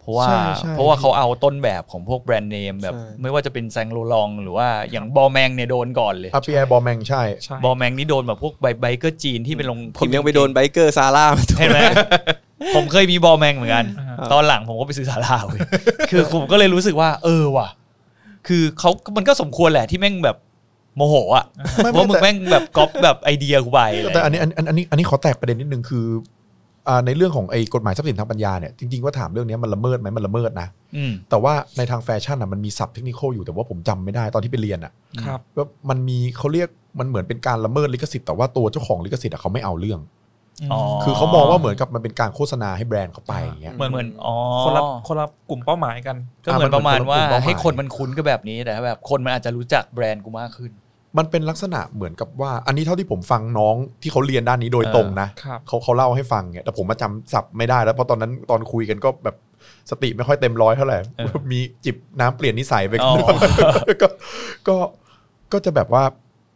[SPEAKER 5] เพราะว่า
[SPEAKER 4] ใช่ใช่
[SPEAKER 5] เพราะว่าเขาเอาต้นแบบของพวกแบรนด์เนมแบบ
[SPEAKER 4] ใช่
[SPEAKER 5] ไม่ว่าจะเป็นแซงโลลอง หรือว่าอย่างบอแมงเนี่ยโดนก่อนเลย
[SPEAKER 2] อาพีแอบอแมงใช่
[SPEAKER 3] ใช่
[SPEAKER 5] บอแมงนี่โดนแบบพวกไบไบเกอร์จีนที่เป็นลง
[SPEAKER 4] ผมยังไปโดนไบเกอร์ซาร่ามาตัว
[SPEAKER 5] เห็นไหม ผมเคยมีบอแมงเหมือนกัน
[SPEAKER 3] อ่าฮะ
[SPEAKER 5] ตอนหลังผมก็ไปซื้อซาร่าเว้ยคือผมก็เลยรู้สึกว่า เออว่ะ คือเขามันก็สมควรแหละที่แม่งแบบโมโหอะ
[SPEAKER 2] ไม่ไม่
[SPEAKER 5] ว่ามึง
[SPEAKER 2] แต่
[SPEAKER 5] แม่งแบบก๊อปแบบไอเดียกูไปอะไร
[SPEAKER 2] แต่อันนี้อันอันอันนี้อันนี้ขอแตกประเด็นนิดนึงคืออ่าในเรื่องของไอ้กฎหมายทรัพย์สินทางปัญญาเนี่ยจริงๆว่าถามเรื่องเนี้ยมันละเมิดไหมมันละเมิดนะ
[SPEAKER 5] อืม
[SPEAKER 2] แต่ว่าในทางแฟชั่นอะมันมีศัพท์เทคนิคอยู่แต่ว่าผมจำไม่ได้ตอนที่ไปเรียนอะ
[SPEAKER 3] ครับ
[SPEAKER 2] ว่ามันมีเขาเรียกมันเหมือนเป็นการละเมิดลิขสิทธิ์แต่ว่าตัวเจ้าของลิขสิทธิ์อะเขาไม่เอาเรื่อง
[SPEAKER 5] อ๋อ
[SPEAKER 2] คือเขามองว่าเหมือนกับมันเป็นการโฆษณาให้แบรนด์เขาไปอย่างเงี้ย
[SPEAKER 5] เหมือนเหมือนอ๋อ
[SPEAKER 3] คนละคนละกลุ่มเป้าหมายกัน
[SPEAKER 5] ก็เหมือน
[SPEAKER 2] อ่ะมัน
[SPEAKER 5] ประมาณว่า
[SPEAKER 2] คนละกลุ่มเป้าหมาย
[SPEAKER 5] ให้คนมันคุ้นก็แบบนี้แต่ถ้าแบบคนมันอาจจะรู้จักแบรนด์กูมากขึ้น
[SPEAKER 2] มันเป็นลักษณะเหมือนกับว่า อันนี้เท่าที่ผมฟังน้องที่เขาเรียนด้านนี้โดย
[SPEAKER 5] เออ
[SPEAKER 2] ตรงนะครับ เขาเขาเล่าให้ฟังเนี่ยแต่ผมมาจำศัพท์ไม่ได้แล้วเพราะตอนนั้นตอนคุยกันก็แบบสติไม่ค่อยเต็มร้อยเท่าไหร่
[SPEAKER 5] เออ
[SPEAKER 2] มีจิบน้ำเปลี่ยนนิสัยไป
[SPEAKER 5] อ๋อ
[SPEAKER 2] ก็ก็ก็จะแบบว่า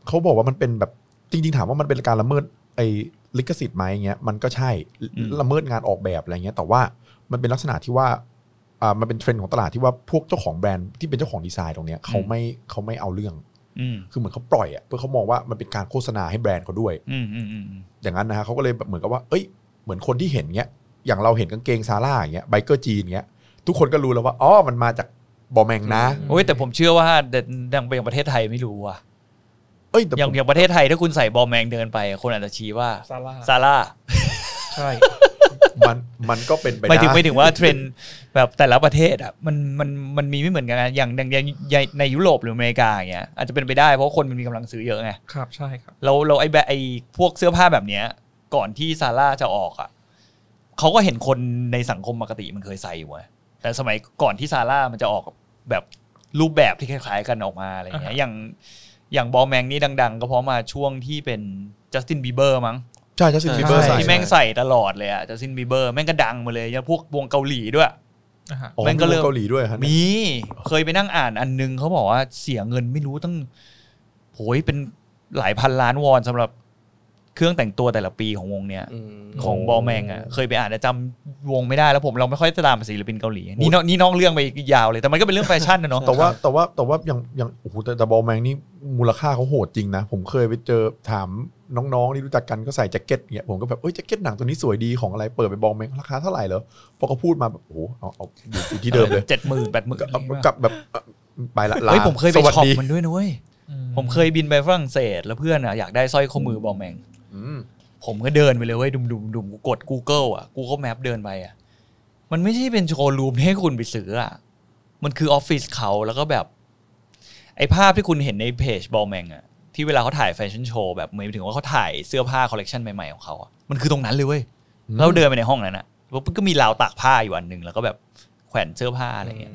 [SPEAKER 2] เขาบอกว่ามันเป็นแบบจริง ๆ ถามว่ามันเป็นการละเมิดไอ้ลิขสิทธิ์ไหมอย่างเงี้ยมันก็ใช่
[SPEAKER 5] อืม
[SPEAKER 2] ละเมิดงานออกแบบอะไรเงี้ย แต่ว่ามันเป็นลักษณะที่ว่าอ่ามันเป็นเทรนด์ของตลาดที่ว่าพวกเจ้าของแบรนด์ที่เป็นเจ้าของดีไซน์ตรงเนี้ยเขาไม่เขาไม่เอาเรื่อง
[SPEAKER 5] อืม
[SPEAKER 2] คือเหมือนเขาปล่อยอะเพื่อเขามองว่ามันเป็นการโฆษณาให้แบรนด์เขาด้วย
[SPEAKER 5] อืมอืมอืมอืม
[SPEAKER 2] อย่างนั้นนะฮะเขาก็เลยแบบเหมือนกับว่า เอ้ย เหมือนคนที่เห็นเงี้ย อย่างเราเห็นกางเกงซาร่าอย่างเงี้ยไบเกอร์จีนเงี้ย ทุกคนก็รู้แล้วว่า อ๋อ มันมาจากบอแมงนะ
[SPEAKER 5] โอ้ยแต่ผมเชื่อว่าแต่อย่างอย่างประเทศไทยไม่รู้ว่ะ
[SPEAKER 2] เอ้ย แต่ผม
[SPEAKER 5] อย่างอย่างประเทศไทยถ้าคุณใส่บอมแมงเดินไป คนอาจจะชี้ว่า
[SPEAKER 3] ซาร่า
[SPEAKER 5] ซาร่า
[SPEAKER 3] ใช่
[SPEAKER 2] มัน มันก็เป็นไป
[SPEAKER 5] ไม่ถึง
[SPEAKER 2] ด้
[SPEAKER 5] ไม่ถึงว่าเท รนด์แบบแต่ละประเทศอ่ะมันมันมันมีไม่เหมือนกันนะอย่างอย่างอย่างอย่างในยุโรปหรืออเมริกาอย่างเงี้ยอาจจะเป็นไปได้เพราะคนมันมีกำลังซื้อเยอะไง
[SPEAKER 3] ครับใช่ครับ
[SPEAKER 5] เราเราไอ้แบบไอ้พวกเสื้อผ้าแบบเนี้ย ก่อนที่ซาร่าจะออกอ่ะเขาก็เห็นคนในสังคมปกติมันเคยใส่อยู่ไงแต่สมัยก่อนที่ซาร่ามันจะออกแบบรูปแบบที่คล้ายๆกันออกมาอะไรอย่างเงี้ยอย่างอย่างบอลแมงนี่ดัง ๆ ก็เพราะมาช่วงที่เป็นจัสตินบีเบอร์มั้ง
[SPEAKER 2] ใช่จัสตินบีเบอร์
[SPEAKER 5] ใช่
[SPEAKER 2] ใส่
[SPEAKER 5] ที่แม่งใส่ตลอดเลยอ่ะจัสตินบีเบอร์แม่งก็ดังมาเลยอย่างพวกวงเกาหลีด้วย
[SPEAKER 2] อ๋อ
[SPEAKER 5] แม่งก็เริ่ม
[SPEAKER 2] เกาหลีด้วยฮะ
[SPEAKER 5] มี เคยไปนั่งอ่านอันนึงเขาบอกว่าเสียเงินไม่รู้ตั้งโหยเป็นหลายพันล้านวอนสำหรับเครื่องแต่งตัวแต่ละปีของวงเนี้ย
[SPEAKER 4] อืม
[SPEAKER 5] ของบอลแมงอ่ะเคยไปอ่านแต่จำวงไม่ได้แล้วผมเราไม่ค่อยตามศิลปินเกาหลีนี่นอกนี่นอกเรื่องไปยาวเลยแต่มันก็เป็นเรื่องแฟชั่นนะเนาะ
[SPEAKER 2] แต่ว่าแต่ว่าแต่ว่าอย่างอย่างโอ้โหแต่แต่บอแมงนี่มูลค่าเขาโหดจริงนะ ผมเคยไปเจอถามน้องๆที่รู้จักกันก็ใส่แจ็คเก็ตเงี้ยผมก็แบบเอ้ยแจ็คเก็ตหนังตัวนี้สวยดีของอะไรเปิดไปบอแมงราคาเท่าไหร่เหรอพอเขาพูดมาแบบโอ้โหเอาเอาอยู่อยู่ที่เดิมเลย
[SPEAKER 5] เจ็ดหมื่นแปดหมื่น
[SPEAKER 2] ก็เอากลับแบบเอ่อไปละลา
[SPEAKER 5] เฮ้ยผมเคยไป
[SPEAKER 2] สวัส
[SPEAKER 5] ช็อป
[SPEAKER 2] ดี
[SPEAKER 5] มันด้วยนะเว้ยผมเคยบินไปฝรั่งเศสแล้วเพื่อนอ่ะอยากได้สร้อยข้อมือบอลแมง
[SPEAKER 2] อืม
[SPEAKER 5] ผมก็เดินไปเลยเว้ยดุมดุมดุมกูกด Google อ่ะ Google Map เดินไปอ่ะ มันไม่ใช่เป็นโชว์รูมที่ให้คุณไปซื้ออ่ะ มันคือออฟฟิศเขาแล้วก็แบบ ไอ้ภาพที่คุณเห็นในเพจบอลแมงอ่ะ ที่เวลาเขาถ่ายแฟชั่นโชว์แบบเหมือนถึงว่าเขาถ่ายเสื้อผ้าคอลเลกชันใหม่ๆของเขาอ่ะมันคือตรงนั้นเลยเว้ยเราเดินไปในห้องนั้นอ่ะแล้วก็มีราวตากผ้าอยู่อันหนึ่งแล้วก็แบบแขวนเสื้อผ้าอะไรเงี้ย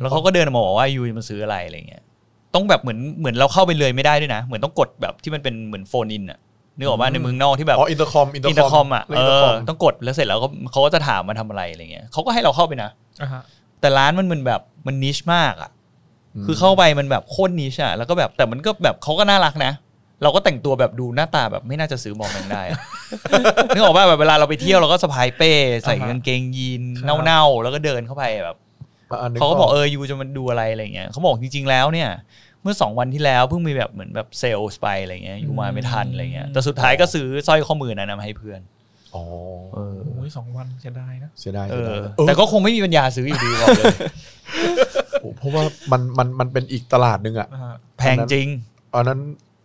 [SPEAKER 5] แล้วเขาก็เดินมาบอกว่ายูจะมาซื้ออะไรอะไรเงี้ย ต้องแบบเหมือนเหมือนเราเข้าไปเลยไม่ได้ด้วยนะ เหมือนต้องกดแบบที่มันเป็นเหมือนโฟนอินอ่ะนึกออกว่าในเมืองนอกที่แบบ
[SPEAKER 2] อ๋ออินเตอร์คอมอิน
[SPEAKER 5] อินเตอร์คอมอ่ะ
[SPEAKER 2] เล่น
[SPEAKER 5] เอ
[SPEAKER 2] อินเตอร์คอ
[SPEAKER 5] อ
[SPEAKER 2] ม
[SPEAKER 5] ต้องกดแล้วเสร็จแล้วก็เขาก็จะถามมาทำอะไรอะไรเงี้ยเขาก็ให้เราเข้าไปนะ
[SPEAKER 3] อ่าฮะ
[SPEAKER 5] แต่ร้านมันเหมือนแบบมันนิชมากอ่ะ คือเข้าไปมันแบบโคตรนิชอ่ะแล้วก็แบบแต่มันก็แบบเขาก็น่ารักนะ เราก็แต่งตัวแบบดูหน้าตาแบบไม่น่าจะซื้อมองแมงได้อะ นึกออกป่ะแบบเวลาเราไปเที่ยวเราก็สะพายเป้ใส่กางเกงยีนเน่าๆแล้วก็เดินเข้าไปแบบ
[SPEAKER 2] ะนึ
[SPEAKER 5] เขาก็บอกเออยูจะมาดูอะไรอะไรเงี้ยเขาบอกจริงๆแล้วเนี่ย เมื่อสองวันที่แล้วเพิ่งมีแบบเหมือนแบบเซลล์ไปอะไรเงี้ยยูมาไม่ทันอะไรเงี้ยแต่สุดท้ายก็ซื้อสร้อยข้อมือนั้นนะมาให้เพื่อน
[SPEAKER 2] อ๋อ
[SPEAKER 3] โอ้ยสองวันจะได้นะ
[SPEAKER 2] เสียดาย
[SPEAKER 5] เอ
[SPEAKER 2] เสีย
[SPEAKER 5] อ
[SPEAKER 2] ดาย
[SPEAKER 5] แต่
[SPEAKER 2] แต่
[SPEAKER 5] ก็คงไม่มีปัญญาซื้ออยู่ดีบอกเลย
[SPEAKER 2] เพราะว่ามันมันมันเป็นอีกตลาดหนึ่งอ่ะ
[SPEAKER 3] อ่าฮะ
[SPEAKER 5] แพงจริง
[SPEAKER 2] อันนั้น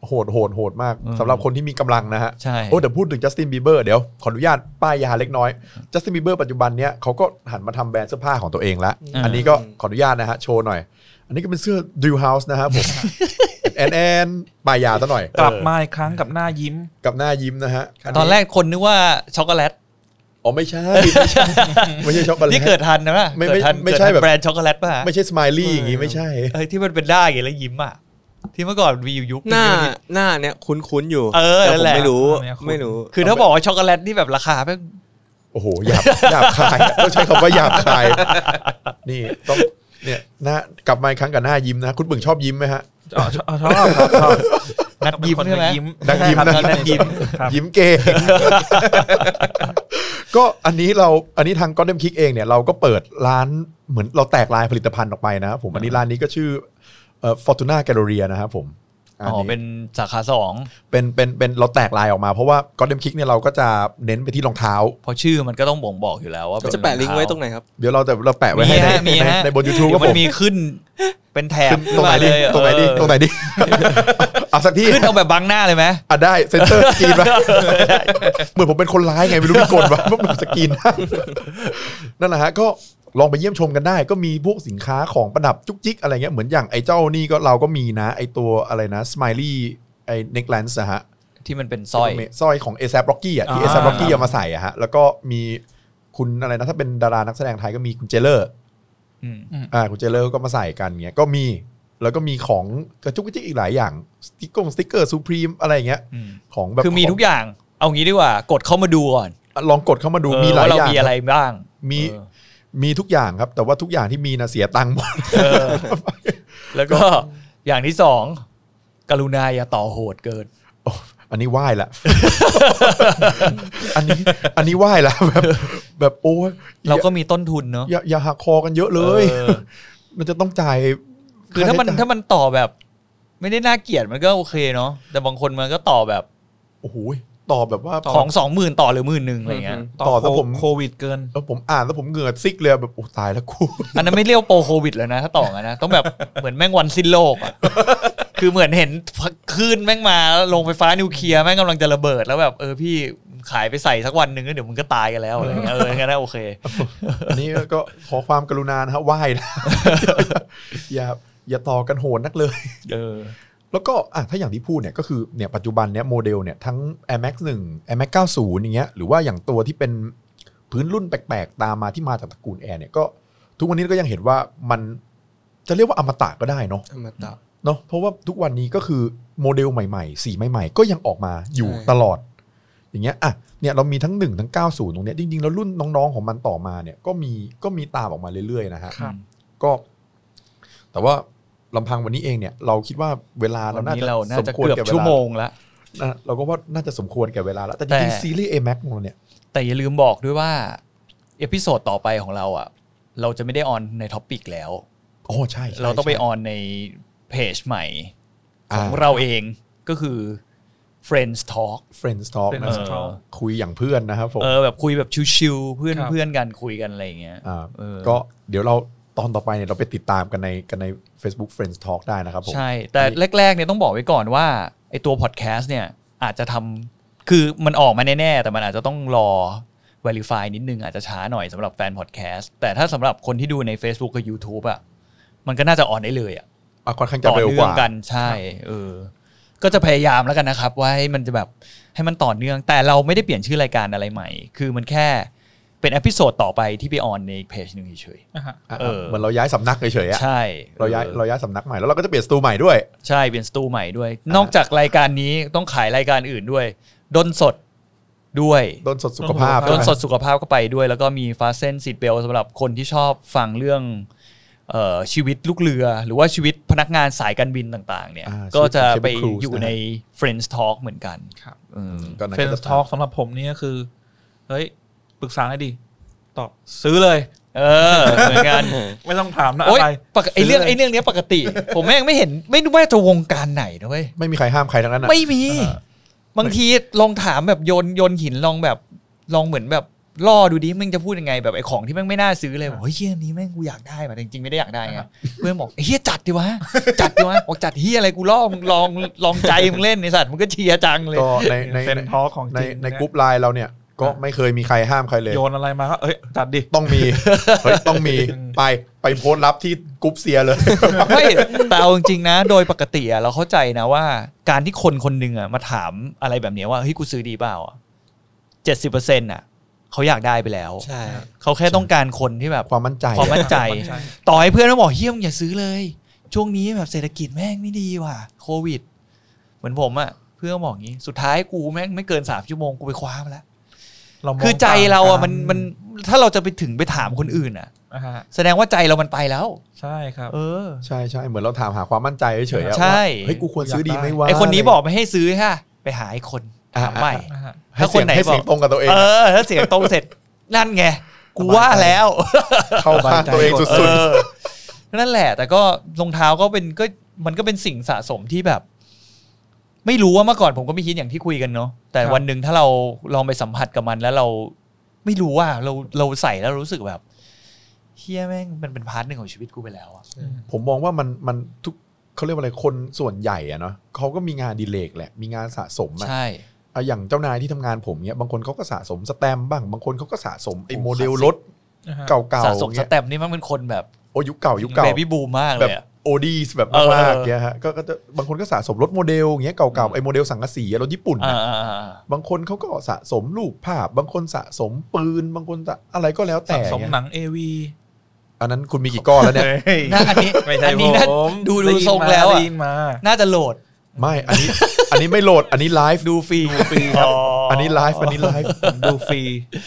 [SPEAKER 2] โหดโหดโหดมาก
[SPEAKER 5] อืม
[SPEAKER 2] สำหรับคนที่มีกำลังนะฮะ
[SPEAKER 5] ใช่
[SPEAKER 2] โอ้แต่พูดถึงจัสตินบีเบอร์เดี๋ยว ขออนุญาตป้ายยาเล็กน้อยจัสตินบีเบอร์ปัจจุบันเนี้ยเขาก็หันมาทำแบรนด์เสื้อผ้าของตัวเองละ
[SPEAKER 5] อ่า
[SPEAKER 2] อันนี้ก็ขออนุญาตนะฮะโชว์หน่อย อันนี้ก็เป็นเสื้อดิวเฮาส์นะครับผม แอนแอนป้ายยาซะหน่อย
[SPEAKER 3] กลับมาอีกครั้งกับหน้ายิ้ม
[SPEAKER 2] กับหน้ายิ้มนะฮะ
[SPEAKER 5] ตอนแรกคนนึกว่าช็อกโกแลต
[SPEAKER 2] อ๋อไม่ใช่ ไม่ใช่ไม่ใช่ช็อกโกแลต
[SPEAKER 5] ที่เกิดทันนะป่ะ
[SPEAKER 2] ไม่
[SPEAKER 5] เกิดทัน
[SPEAKER 2] ไม่
[SPEAKER 5] เกิด
[SPEAKER 2] ใช่
[SPEAKER 5] ทัน
[SPEAKER 2] แบบ
[SPEAKER 5] แบรนด์ช็อกโกแลตป่ะ
[SPEAKER 2] ไม่ใช่สไมลี่อย่างงี้ไม่ใช่
[SPEAKER 5] เออที่มันเป็นได้าอย่างงี้แล้วยิ้มอ่ะที่เมื่อก่อนมีอยู่ยุค
[SPEAKER 4] หน้า
[SPEAKER 5] ที่มัน
[SPEAKER 4] หน้าเนี้ยคุ้นๆอยู่
[SPEAKER 5] เออ
[SPEAKER 4] แต่
[SPEAKER 5] นั่น
[SPEAKER 4] ผม
[SPEAKER 5] แหละ
[SPEAKER 4] ไม่รู้
[SPEAKER 3] หน้าเนี่ยคุ้น
[SPEAKER 4] ไม่รู้
[SPEAKER 5] คือถ้าบอกว่าช็อกโกแลตนี่แบบราคาแม่ง
[SPEAKER 2] โอ้โหหยาบ หยาบคายอะต้องใช้คำว่าหยาบคาย นี่ต้องเนี่ยหน้ากลับมาอีกครั้งกับหน้ายิ้มนะ คุณบึงชอบยิ้มไหมฮะ
[SPEAKER 3] อ๋อชอบชอบชอบชอบ
[SPEAKER 5] นัดยิ้มใช่ไหม
[SPEAKER 2] นัดยิ้มนะ
[SPEAKER 5] ใช่ครับนัดยิ้ม
[SPEAKER 3] ครับ
[SPEAKER 2] ยิ้มเก่ง ก็อันนี้เราอันนี้ทางก็เดมคิกเองเนี่ยเราก็เปิดร้านเหมือนเราแตกลายผลิตภัณฑ์ออกไปนะครับผมอันนี้ร้านนี้ก็ชื่อเอ่อฟอร์ตูน่าแกลเรียนะครับผม
[SPEAKER 5] อ๋อ เป็นสาขาสอง
[SPEAKER 2] เป็นเป็นเป็นเราแตกลายออกมาเพราะว่าก็เดมคิกเนี่ยเราก็จะเน้นไปที่รองเท้า
[SPEAKER 5] เพราะชื่อมันก็ต้องบ่งบอกอยู่แล้วว่า
[SPEAKER 4] จะแปะลิงก์ไว้ตรงไหนครับ
[SPEAKER 2] เดี๋ยวเราจะเราแปะไว้ให้
[SPEAKER 5] มี
[SPEAKER 2] ใน
[SPEAKER 5] ฮะมี
[SPEAKER 2] ใน
[SPEAKER 5] ฮะ
[SPEAKER 2] ในบน YouTube
[SPEAKER 5] เดี๋
[SPEAKER 2] ก็
[SPEAKER 5] ยวมั
[SPEAKER 2] ผ
[SPEAKER 5] น
[SPEAKER 2] ม
[SPEAKER 5] มีขึ้นเป็นแถบ
[SPEAKER 2] ขึ้นตรงไหนดี
[SPEAKER 5] ขึ้มาเลย
[SPEAKER 2] ตรงไหนดีตรงไหนดี เอาสักที่
[SPEAKER 5] ขึ้นเอาแบบบังหน้าเลยไหม
[SPEAKER 2] อ่ะได้เซนเตอร์สกรีนปะเหมือนผมเป็นคนร้ายไงไม่รู้มีกลปะว่ามันสกรีนได้นั่นแหละฮะก็ลองไปเยี่ยมชมกันได้ ก็มีพวกสินค้าของประดับจุกจิกอะไรเงี้ยเหมือนอย่างไอ้เจ้านี่ก็เราก็มีนะ ไอ้ตัวอะไรนะสไมลี่ไอ้เน็กแลนส์นะฮะ
[SPEAKER 5] ที่มันเป็นสร้อย
[SPEAKER 2] สร้อยของเอซ p บล็อกกี้อ่ะที่เอ
[SPEAKER 3] อ่า
[SPEAKER 2] ซ p บล็อกกี้เอามาใส่อะฮะแล้วก็มีคุณอะไรนะถ้าเป็นดารานักแสดงไทยก็มีคุณเจเลอร์
[SPEAKER 5] อืม
[SPEAKER 2] อ่าคุณเจเลอร์ก็มาใส่กันเงี้ยก็มี แล้วก็มีของกระจุกกระจิกอีกหลายอย่างสติ๊กกงสติ๊กเกอร์ซูพรีมอะไรอย่างเงี้ย
[SPEAKER 5] อืม
[SPEAKER 2] ของแบบ
[SPEAKER 5] คือมีทุกอย่าง เอางี้ดีกว่ากดเข้ามาดูก่อน
[SPEAKER 2] ลองกดเข้ามาดู
[SPEAKER 5] เออ
[SPEAKER 2] มีหลาย
[SPEAKER 5] ว่าเรา
[SPEAKER 2] อย่าง
[SPEAKER 5] มีอะไรบ้าง
[SPEAKER 2] มี
[SPEAKER 5] เออ
[SPEAKER 2] มีทุกอย่างครับ แต่ว่าทุกอย่างที่มีนะเสียตังค์หมด
[SPEAKER 5] เออ แล้วก็อย่างที่สองกรุณาอย่าต่อโหดเกิน
[SPEAKER 2] โอ้ อันนี้ไหว้ละ อันนี้อันนี้ไหว้ละ แบบแบบโอ้ย
[SPEAKER 5] เราก็มีต้นทุนเนาะ
[SPEAKER 2] อย่าอย่าหักคอกันเยอะเลย
[SPEAKER 5] ออ
[SPEAKER 2] มันจะต้องจ่าย
[SPEAKER 5] คือถ้ามัน
[SPEAKER 2] ค่ใช้จ่ย
[SPEAKER 5] ถ้ามันต่อแบบ ไม่ได้น่าเกลียดมันก็โอเคเนาะแต่บางคนมันก็ต่อแบบ
[SPEAKER 2] โอ้โหตอบแบบว่า
[SPEAKER 5] ของสองหมื่นต่อหรือหมื่นหนึ่งอะไรเงี้ย
[SPEAKER 2] ต่อแต่ผม
[SPEAKER 3] โควิดเกิน
[SPEAKER 2] แล้วผมอ่านแล้วผมเหงื่อซิกเลยแบบโอ้ตายแล้วกู
[SPEAKER 5] อันนั้นไม่เรียกว่าโปรโควิดแล้วนะ ถ้าต่อกันนะ ต้องแบบ เหมือนแม่งวันสิ้นโลกอ่ะ คือเหมือนเห็นคลื่นแม่งมาลงไฟฟ้านิวเคลียร์แม่งกำลังจะระเบิดแล้วแบบเออพี่ขายไปใส่สักวันหนึ่งแล้วเดี๋ยวมึงก็ตายกันแล้วอะไรเงี้ยเอองั้นนะโอเค
[SPEAKER 2] อันนี้ก็ขอความกรุณานะฮะไหว้นะ อย่าอย่าต่อกันโหดนักเลย
[SPEAKER 5] เออ
[SPEAKER 2] แล้วก็อ่ะถ้าอย่างที่พูดเนี่ยก็คือเนี่ยปัจจุบันเนี่ยโมเดลเนี่ยทั้ง Air Max 1 Air Max 90 อย่างเงี้ยหรือว่าอย่างตัวที่เป็นพื้นรุ่นแปลกๆ ตามมาที่มาจากตระกูลแอร์เนี่ยก็ทุกวันนี้ก็ยังเห็นว่ามันจะเรียกว่าอมตะก็ได้เนาะ
[SPEAKER 4] อมตะ
[SPEAKER 2] เนาะเพราะว่าทุกวันนี้ก็คือโมเดลใหม่ๆ สีใหม่ๆ ก็ยังออกมาอยู่
[SPEAKER 4] ใช่
[SPEAKER 2] ตลอด อย่างเงี้ยอ่ะเนี่ยเรามีทั้ง 1 ทั้ง 90 ตรงเนี้ยจริงๆ แล้วรุ่นน้องๆของมันต่อมาเนี่ยก็มีก็มีตามออกมาเรื่อยๆนะฮะ
[SPEAKER 3] ครับ
[SPEAKER 2] ก็ แต่ว่าลำพังวันนี้เองเนี่ย เราคิดว่าเวลา
[SPEAKER 5] วั
[SPEAKER 2] เรา
[SPEAKER 5] น
[SPEAKER 2] น่า
[SPEAKER 5] นี้
[SPEAKER 2] จะ
[SPEAKER 5] เราน่า
[SPEAKER 2] สม
[SPEAKER 5] จะ
[SPEAKER 2] ควร
[SPEAKER 5] เกือบ
[SPEAKER 2] แก่เว
[SPEAKER 5] ชั่ว
[SPEAKER 2] ลา
[SPEAKER 5] โมงละ
[SPEAKER 2] นะเราก็ว่าน่าจะสมควรแก่เวลาแล้ว แต่จ
[SPEAKER 5] แต่
[SPEAKER 2] ริงๆซีรีส์ A Max ของเราเนี่ย
[SPEAKER 5] แต่อย่าลืมบอกด้วยว่าเอพิโซดต่อไปของเราอ่ะ เราจะไม่ได้ออนในท็อปิกแล้ว
[SPEAKER 2] โอ้ใช่ใช่
[SPEAKER 5] เราต้องไป
[SPEAKER 2] ใช่
[SPEAKER 5] ออนในเพจใหม่
[SPEAKER 2] า
[SPEAKER 5] ของเราเองก็คือ Friends Talk
[SPEAKER 2] Friends Talk นะ
[SPEAKER 3] Friends
[SPEAKER 5] เออ
[SPEAKER 3] Talk
[SPEAKER 2] คุยอย่างเพื่อนนะครับผม
[SPEAKER 5] เออแบบคุยแบบชิวๆเพื่อน
[SPEAKER 3] ครับ
[SPEAKER 5] เพื่อนกันคุยกันอะไรอย่างเงี้ย
[SPEAKER 2] ่า
[SPEAKER 5] เออ
[SPEAKER 2] ก็เดี๋ยวเราตอนต่อไปเนี่ยเราไปติดตามกันในกันใน Facebook Friends Talk ได้นะครับผม
[SPEAKER 5] ใช่ แต่แรกๆเนี่ยต้องบอกไว้ก่อนว่าไอตัวพอดแคสต์เนี่ยอาจจะทำคือมันออกมาแน่ๆ แต่มันอาจจะต้องรอ Verify นิดนึงอาจจะช้าหน่อยสำหรับแฟนพอดแคสต์แต่ถ้าสำหรับคนที่ดูใน Facebook กับ YouTube อะ่ะมันก็น่าจะออนได้เลยอ่ะ
[SPEAKER 2] อ่ะค่อนข้างจะ
[SPEAKER 5] ต่อ
[SPEAKER 2] เร็ว
[SPEAKER 5] เนื่
[SPEAKER 2] ก
[SPEAKER 5] อง
[SPEAKER 2] ว่า
[SPEAKER 5] กันใช่เออ ก็จะพยายามแล้วกันนะครับ ว่าให้มันจะแบบให้มันต่อเนื่อง แต่เราไม่ได้เปลี่ยนชื่อรายการอะไรใหม่ คือมันแค่เป็นอพิโซดต่อไปที่ไปออนในเพจหนึ่งเฉย
[SPEAKER 3] นะฮะ
[SPEAKER 2] อ่ะ
[SPEAKER 5] เออ
[SPEAKER 2] เหมือนเราย้ายสำนักเฉยๆ
[SPEAKER 5] ๆ
[SPEAKER 2] อะ
[SPEAKER 5] ใช่
[SPEAKER 2] เราย้าย
[SPEAKER 5] ออ
[SPEAKER 2] เราย้ายสำนักใหม่แล้วเราก็จะเปลี่ยนสตูใหม่ด้วย
[SPEAKER 5] ใช่เป็นสตูใหม่ด้วย นอกจากรายการนี้ต้องขายรายการอื่นด้วยดนสดด้วย
[SPEAKER 2] โดนสดสุขภาพ
[SPEAKER 3] โ
[SPEAKER 5] ด
[SPEAKER 2] ใช่
[SPEAKER 5] น
[SPEAKER 2] ไหม
[SPEAKER 5] สดสุขภาพก็ไปด้วย แล้วก็มีฟาเซนซีเบลสำหรับคนที่ชอบฟังเรื่องเอ่อชีวิตลูกเรือ หรือว่าชีวิตพนักงานสายการบินต่าง ๆ เนี่ย
[SPEAKER 2] อ่า
[SPEAKER 5] ก็จะ
[SPEAKER 2] ชีวิต
[SPEAKER 5] ไป
[SPEAKER 2] Cruise
[SPEAKER 5] อยู่
[SPEAKER 2] นะฮะ
[SPEAKER 5] ใน Friends Talk เหมือนกัน
[SPEAKER 3] ครับ
[SPEAKER 2] ก็นั่นก็จะ
[SPEAKER 3] Friends Talk สำหรับผมนี่ก็คือ เฮ้ย ปรึกษาให้ดี ตอบซื้อเลย
[SPEAKER 5] เออเหมือนกัน
[SPEAKER 3] ไม่ต้องถามนะ
[SPEAKER 5] โอ๊
[SPEAKER 3] อะ
[SPEAKER 5] ย
[SPEAKER 3] ไร
[SPEAKER 5] ปกไอเรื่อง
[SPEAKER 3] ซื้อเลย
[SPEAKER 5] ไอเรื่องเนี้ยปกติ ผมแม่งไม่เห็นไม่รู้ว่าจะวงการไหนนะเว้ย
[SPEAKER 2] ไม่มีใครห้ามใครทั้งนั้นอะ
[SPEAKER 5] ไม่มี บางทีลองถามแบบโยนโยนหินลองแบบลองเหมือนแบบล่อดูดิมึงจะพูดยังไงแบบไอของที่แม่งไม่น่าซื้อเลยบอกเฮ้ยเฮียอันนี้แม่งกูอยากได้ว่ะแต่จริงๆไม่ได้อยากได้ไงเพื่อนบอกเฮียจัดดิวะจัดดิวะบอกจัดเฮียอะไรกูล่อมึงลองลองใจมึงเล่นในสัตว์มึงก็เชียร์จังเลย
[SPEAKER 2] ก็ในใน
[SPEAKER 3] เซน
[SPEAKER 2] ใน
[SPEAKER 3] ทอของ
[SPEAKER 2] ใน
[SPEAKER 3] จริง
[SPEAKER 2] ในกลุ่มไลน์เราเนี่ย ก็ไม่เคยมีใครห้ามใครเลย
[SPEAKER 3] โยนอะไรมาก็เอ้ยจัดดิ
[SPEAKER 2] ต้องมี เฮ้ยต้องมี
[SPEAKER 3] อืม
[SPEAKER 2] ไปไปโพสต์รับที่กรุ๊ปเซียเลย
[SPEAKER 5] ไม่แต่เอาจริงๆนะ โดยปกติอะเราเข้าใจนะว่า การที่คนคนหนึ่งอะมาถามอะไรแบบเนี้ยว่าเฮ้ยกูซื้อดีเปล่าเจ็ดสิบเปอร์เซ็นต์อะเขาอยากได้ไปแล้ว
[SPEAKER 4] ใช่
[SPEAKER 5] เขาแค่ต้องการคนที่แบบ
[SPEAKER 2] ความมั่นใจ
[SPEAKER 5] ความมั่นใจ
[SPEAKER 3] ความมั่นใจ
[SPEAKER 5] ต่อให้เพื่อนมาบอกเฮียมงอย่าซื้อเลย ช่วงนี้แบบเศรษฐกิจแม่งไม่ดีว่ะโควิด เหมือนผมอะเพื่อนบอกงี้สุดท้ายกูแม่งไม่เกินสามชั่วโมงกูไปคว้ามาแล้ว
[SPEAKER 3] เรามง
[SPEAKER 5] คือใจเราอะ
[SPEAKER 3] ต่งกั
[SPEAKER 5] มันมันถ้าเราจะไปถึงไปถามคนอื่นอะ
[SPEAKER 3] อ่าฮะ
[SPEAKER 5] แสดงว่าใจเรามันไปแล้ว
[SPEAKER 3] ใช่ครับ
[SPEAKER 5] เออ
[SPEAKER 2] ใช่ใช่เหมือนเราถามหาความมั่นใจเฉยๆอะ
[SPEAKER 5] ใช่
[SPEAKER 2] ว่าเฮ้ยกูควรซื้อดีไหมวะ
[SPEAKER 5] ไอคนนี้บอกไม่ให้ซื้อฮะไปหาไอคนถามใหม่
[SPEAKER 3] นะฮะ
[SPEAKER 2] ให้
[SPEAKER 5] ถ้าค
[SPEAKER 2] เสียง
[SPEAKER 5] นไหน
[SPEAKER 2] ให้
[SPEAKER 5] บ
[SPEAKER 2] เสี
[SPEAKER 5] อย ก
[SPEAKER 2] งตรงกับตัวเอง
[SPEAKER 5] เออ ถ้าเสียงตรงเสร็จ นั่นไง กูว่าแล้ว
[SPEAKER 2] เข้าข้างตัวเอง
[SPEAKER 5] เอ
[SPEAKER 2] สุด
[SPEAKER 5] อ นั่นแหละ แต่ก็รองเท้าก็เป็นก็มันก็เป็นสิ่งสะสมที่แบบ ไม่รู้ว่าเมื่อก่อนผมก็ไม่คิดอย่างที่คุยกันเนาะแต่
[SPEAKER 3] ครับ
[SPEAKER 5] วันหนึ่งถ้าเราลองไปสัมผัสกับมันแล้วเราไม่รู้ว่าเราเราใส่แล้วรู้สึกแบบเฮียแม่งมันเป็นพาร์ทหนึ่งของชีวิตกูไปแล้วอะ
[SPEAKER 2] ๆ ผมมองว่ามันมันทุกเขาเรียกว่าอะไรคนส่วนใหญ่อะเนาะเขาก็มีงานอดีเลกแหละมีงานสะสมอะ
[SPEAKER 5] ใช่
[SPEAKER 2] อะอย่างเจ้านายที่ทำงานผมเนี่ยบางคนเขาก็สะสมสแตมป์บ้าง บางคนเขาก็สะสมไอ้
[SPEAKER 5] โอ้
[SPEAKER 2] โมเดลรถ
[SPEAKER 3] นะฮะ
[SPEAKER 2] เก่า
[SPEAKER 5] สะ
[SPEAKER 2] ๆ
[SPEAKER 5] สมส
[SPEAKER 2] เนี่ย
[SPEAKER 5] แตมป์นี่มันเป็นคนแบบ
[SPEAKER 2] โอ้ยุคเก่ายุคเก่า
[SPEAKER 5] เบบี้บูมมากเล
[SPEAKER 2] แบบ
[SPEAKER 5] ยอะ
[SPEAKER 2] โอดีสแบบ
[SPEAKER 5] เออ
[SPEAKER 2] มา
[SPEAKER 5] เอ
[SPEAKER 2] ก
[SPEAKER 5] อ
[SPEAKER 2] ๆเนี่ยฮะก็ก็จะบางคนก็สะสมรถโมเดลอย่างเงี้ยเก่าๆไอ้โมเดลสังกะสีรถญี่ปุ่น
[SPEAKER 5] อ่า
[SPEAKER 2] น่ะ
[SPEAKER 5] ๆๆ
[SPEAKER 2] บางคนเขาก็สะสมรูปภาพ บางคนสะสมปืน บางคนสะอะไรก็แล้วแต่
[SPEAKER 3] สะสม
[SPEAKER 2] เนี่ย
[SPEAKER 3] หนังเอวี
[SPEAKER 2] อันนั้นคุณมีกี่ก้อนแล้วเนี่ย
[SPEAKER 5] น่าอันนี้
[SPEAKER 3] ไม่ใช่
[SPEAKER 5] อันนี้น่า
[SPEAKER 3] ผม
[SPEAKER 5] ดูดูทรงแล้ว
[SPEAKER 3] ได้
[SPEAKER 5] อ่ะ
[SPEAKER 3] ยินมา
[SPEAKER 5] น่าจะโหลด
[SPEAKER 2] ไม่อันนี้ อันนี้ไม่โหลดอันนี้ไลฟ์ดูฟรีฟรีครับอันนี้ไลฟ์อันนี้ไลฟ์
[SPEAKER 3] ผมดูฟรี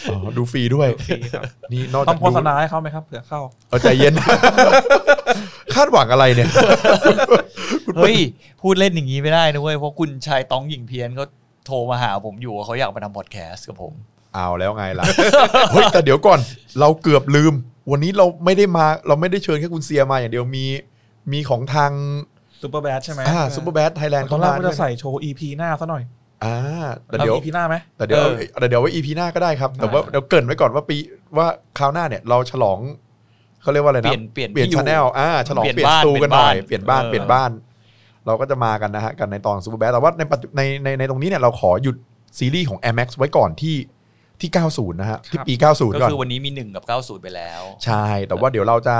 [SPEAKER 2] อ๋อดูฟรีด้วย
[SPEAKER 3] ฟรีครับ
[SPEAKER 2] นี่นอก
[SPEAKER 3] ต้
[SPEAKER 2] จา
[SPEAKER 3] อง
[SPEAKER 2] ก
[SPEAKER 3] โฆษณาให้เขาไหมครับเผื่อเข้า
[SPEAKER 2] เอาใจเย็น คาดหวังอะไรเนี่ย
[SPEAKER 5] เฮ้ยพูดเล่นอย่างนี้ไม่ได้นะเว้ยเพราะคุณชายต้องหญิงเพี้ยนเขาโทรมาหาผมอยู่ว่าเขาอยากมาทำพอดแคสต์กับผม
[SPEAKER 2] เอาแล้วไง ล่ะ เฮ้ยแต่เดี๋ยวก่อน เราเกือบลืม วันนี้เราไม่ได้มาเราไม่ได้เชิญแค่คุณเซียมาอย่างเดียวมี มีของทาง
[SPEAKER 3] ซูเปอร์แบดใช่ไหม
[SPEAKER 2] อ่าซูเปอร์แบทไทยแลนด์
[SPEAKER 3] ตอ
[SPEAKER 2] เข้าน
[SPEAKER 3] แรก
[SPEAKER 2] มา
[SPEAKER 3] ก็
[SPEAKER 2] ด้วย
[SPEAKER 3] จะ
[SPEAKER 2] นะ
[SPEAKER 3] ใส่โชว์ EP หน้าซะหน่อย
[SPEAKER 2] อ่าแต่
[SPEAKER 3] เรา
[SPEAKER 2] เดี๋ยว
[SPEAKER 3] EP หน้าไหม
[SPEAKER 2] แต่เดี๋ยว
[SPEAKER 3] เออ
[SPEAKER 2] แต่เดี๋ยวไว้ EP หน้าก็ได้ครับ แต่ว่า
[SPEAKER 3] ได้
[SPEAKER 2] เดี๋ยวเกรินไว้ก่อนว่าปีว่าคราวหน้าเนี่ยเราฉลองเขาเรียกว่าอะไรนะ
[SPEAKER 5] เปลี่ยนเปลี่ยน
[SPEAKER 2] เปลี่ยน
[SPEAKER 5] ที่อยู่
[SPEAKER 2] ชาแนลอ่าฉลอง
[SPEAKER 5] เปลี่ยน
[SPEAKER 2] เปลี่ยนสตู
[SPEAKER 5] บ้าน
[SPEAKER 2] กันหน่อย
[SPEAKER 5] เป
[SPEAKER 2] เป
[SPEAKER 5] ลี่ย
[SPEAKER 2] ลี่ย
[SPEAKER 5] น
[SPEAKER 2] น
[SPEAKER 5] บ้าเออ
[SPEAKER 2] บ้าน นเปลี่ยนบ้าน เราก็จะมากันนะฮะกันในตอนซูเปอร์แบทแต่ว่าในปัจจุในในในตรงนี้เนี่ยเราขอหยุดซีรีส์ของ Air Max ไว้ก่อนที่ที่ 90 นะฮะที่ปี 90
[SPEAKER 5] ก็
[SPEAKER 2] ก่อน
[SPEAKER 5] คือวันนี้มี 1 กับ 90 ไปแล้ว
[SPEAKER 2] ใช่ แต่ว่าเดี๋ยวเราจะ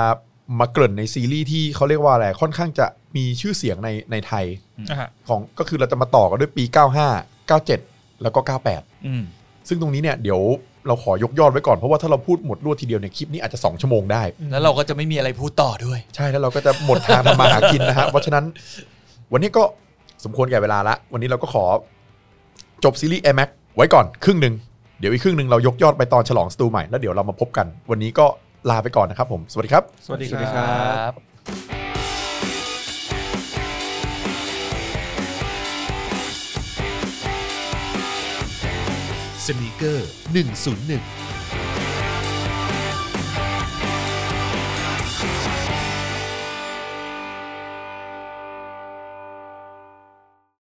[SPEAKER 2] มาเกริ่นในซีรีส์ที่เขาเรียกว่าอะไร ค่อนข้างจะมีชื่อเสียงในในไทย
[SPEAKER 3] อ่าฮะ
[SPEAKER 2] ของก็คือเราจะมาต่อกันด้วยปี 95 97 แล้วก็ 98
[SPEAKER 5] อืม
[SPEAKER 2] ซึ่งตรงนี้เนี่ยเดี๋ยวเราขอยกยอดไว้ก่อน เพราะว่าถ้าเราพูดหมดรวดทีเดียวเนี่ยคลิปนี้อาจจะ 2 ชั่วโมงได้
[SPEAKER 5] แล้วเราก็จะไม่มีอะไรพูดต่อด้วย
[SPEAKER 2] ใช่แล้วเราก็จะหมดทางทำ มาหากินนะฮะ เพราะฉะนั้น วันนี้ก็สมควรแก่เวลาละ วันนี้เราก็ขอจบซีรีส์ Air Max ไว้ก่อนครึ่งหนึ่งเดี๋ยวอีกครึ่งหนึ่งเรายกยอดไปตอนฉลองสตูใหม่แล้วเดี๋ยวเรามาพบกัน วันนี้ก็ลาไปก่อนนะครับผมสวัสดีครับ
[SPEAKER 3] สวัสดี
[SPEAKER 4] สวัสดี
[SPEAKER 3] ค
[SPEAKER 4] ครั
[SPEAKER 3] รับ
[SPEAKER 4] บ
[SPEAKER 5] ครับ
[SPEAKER 1] สน e เกอร์ 101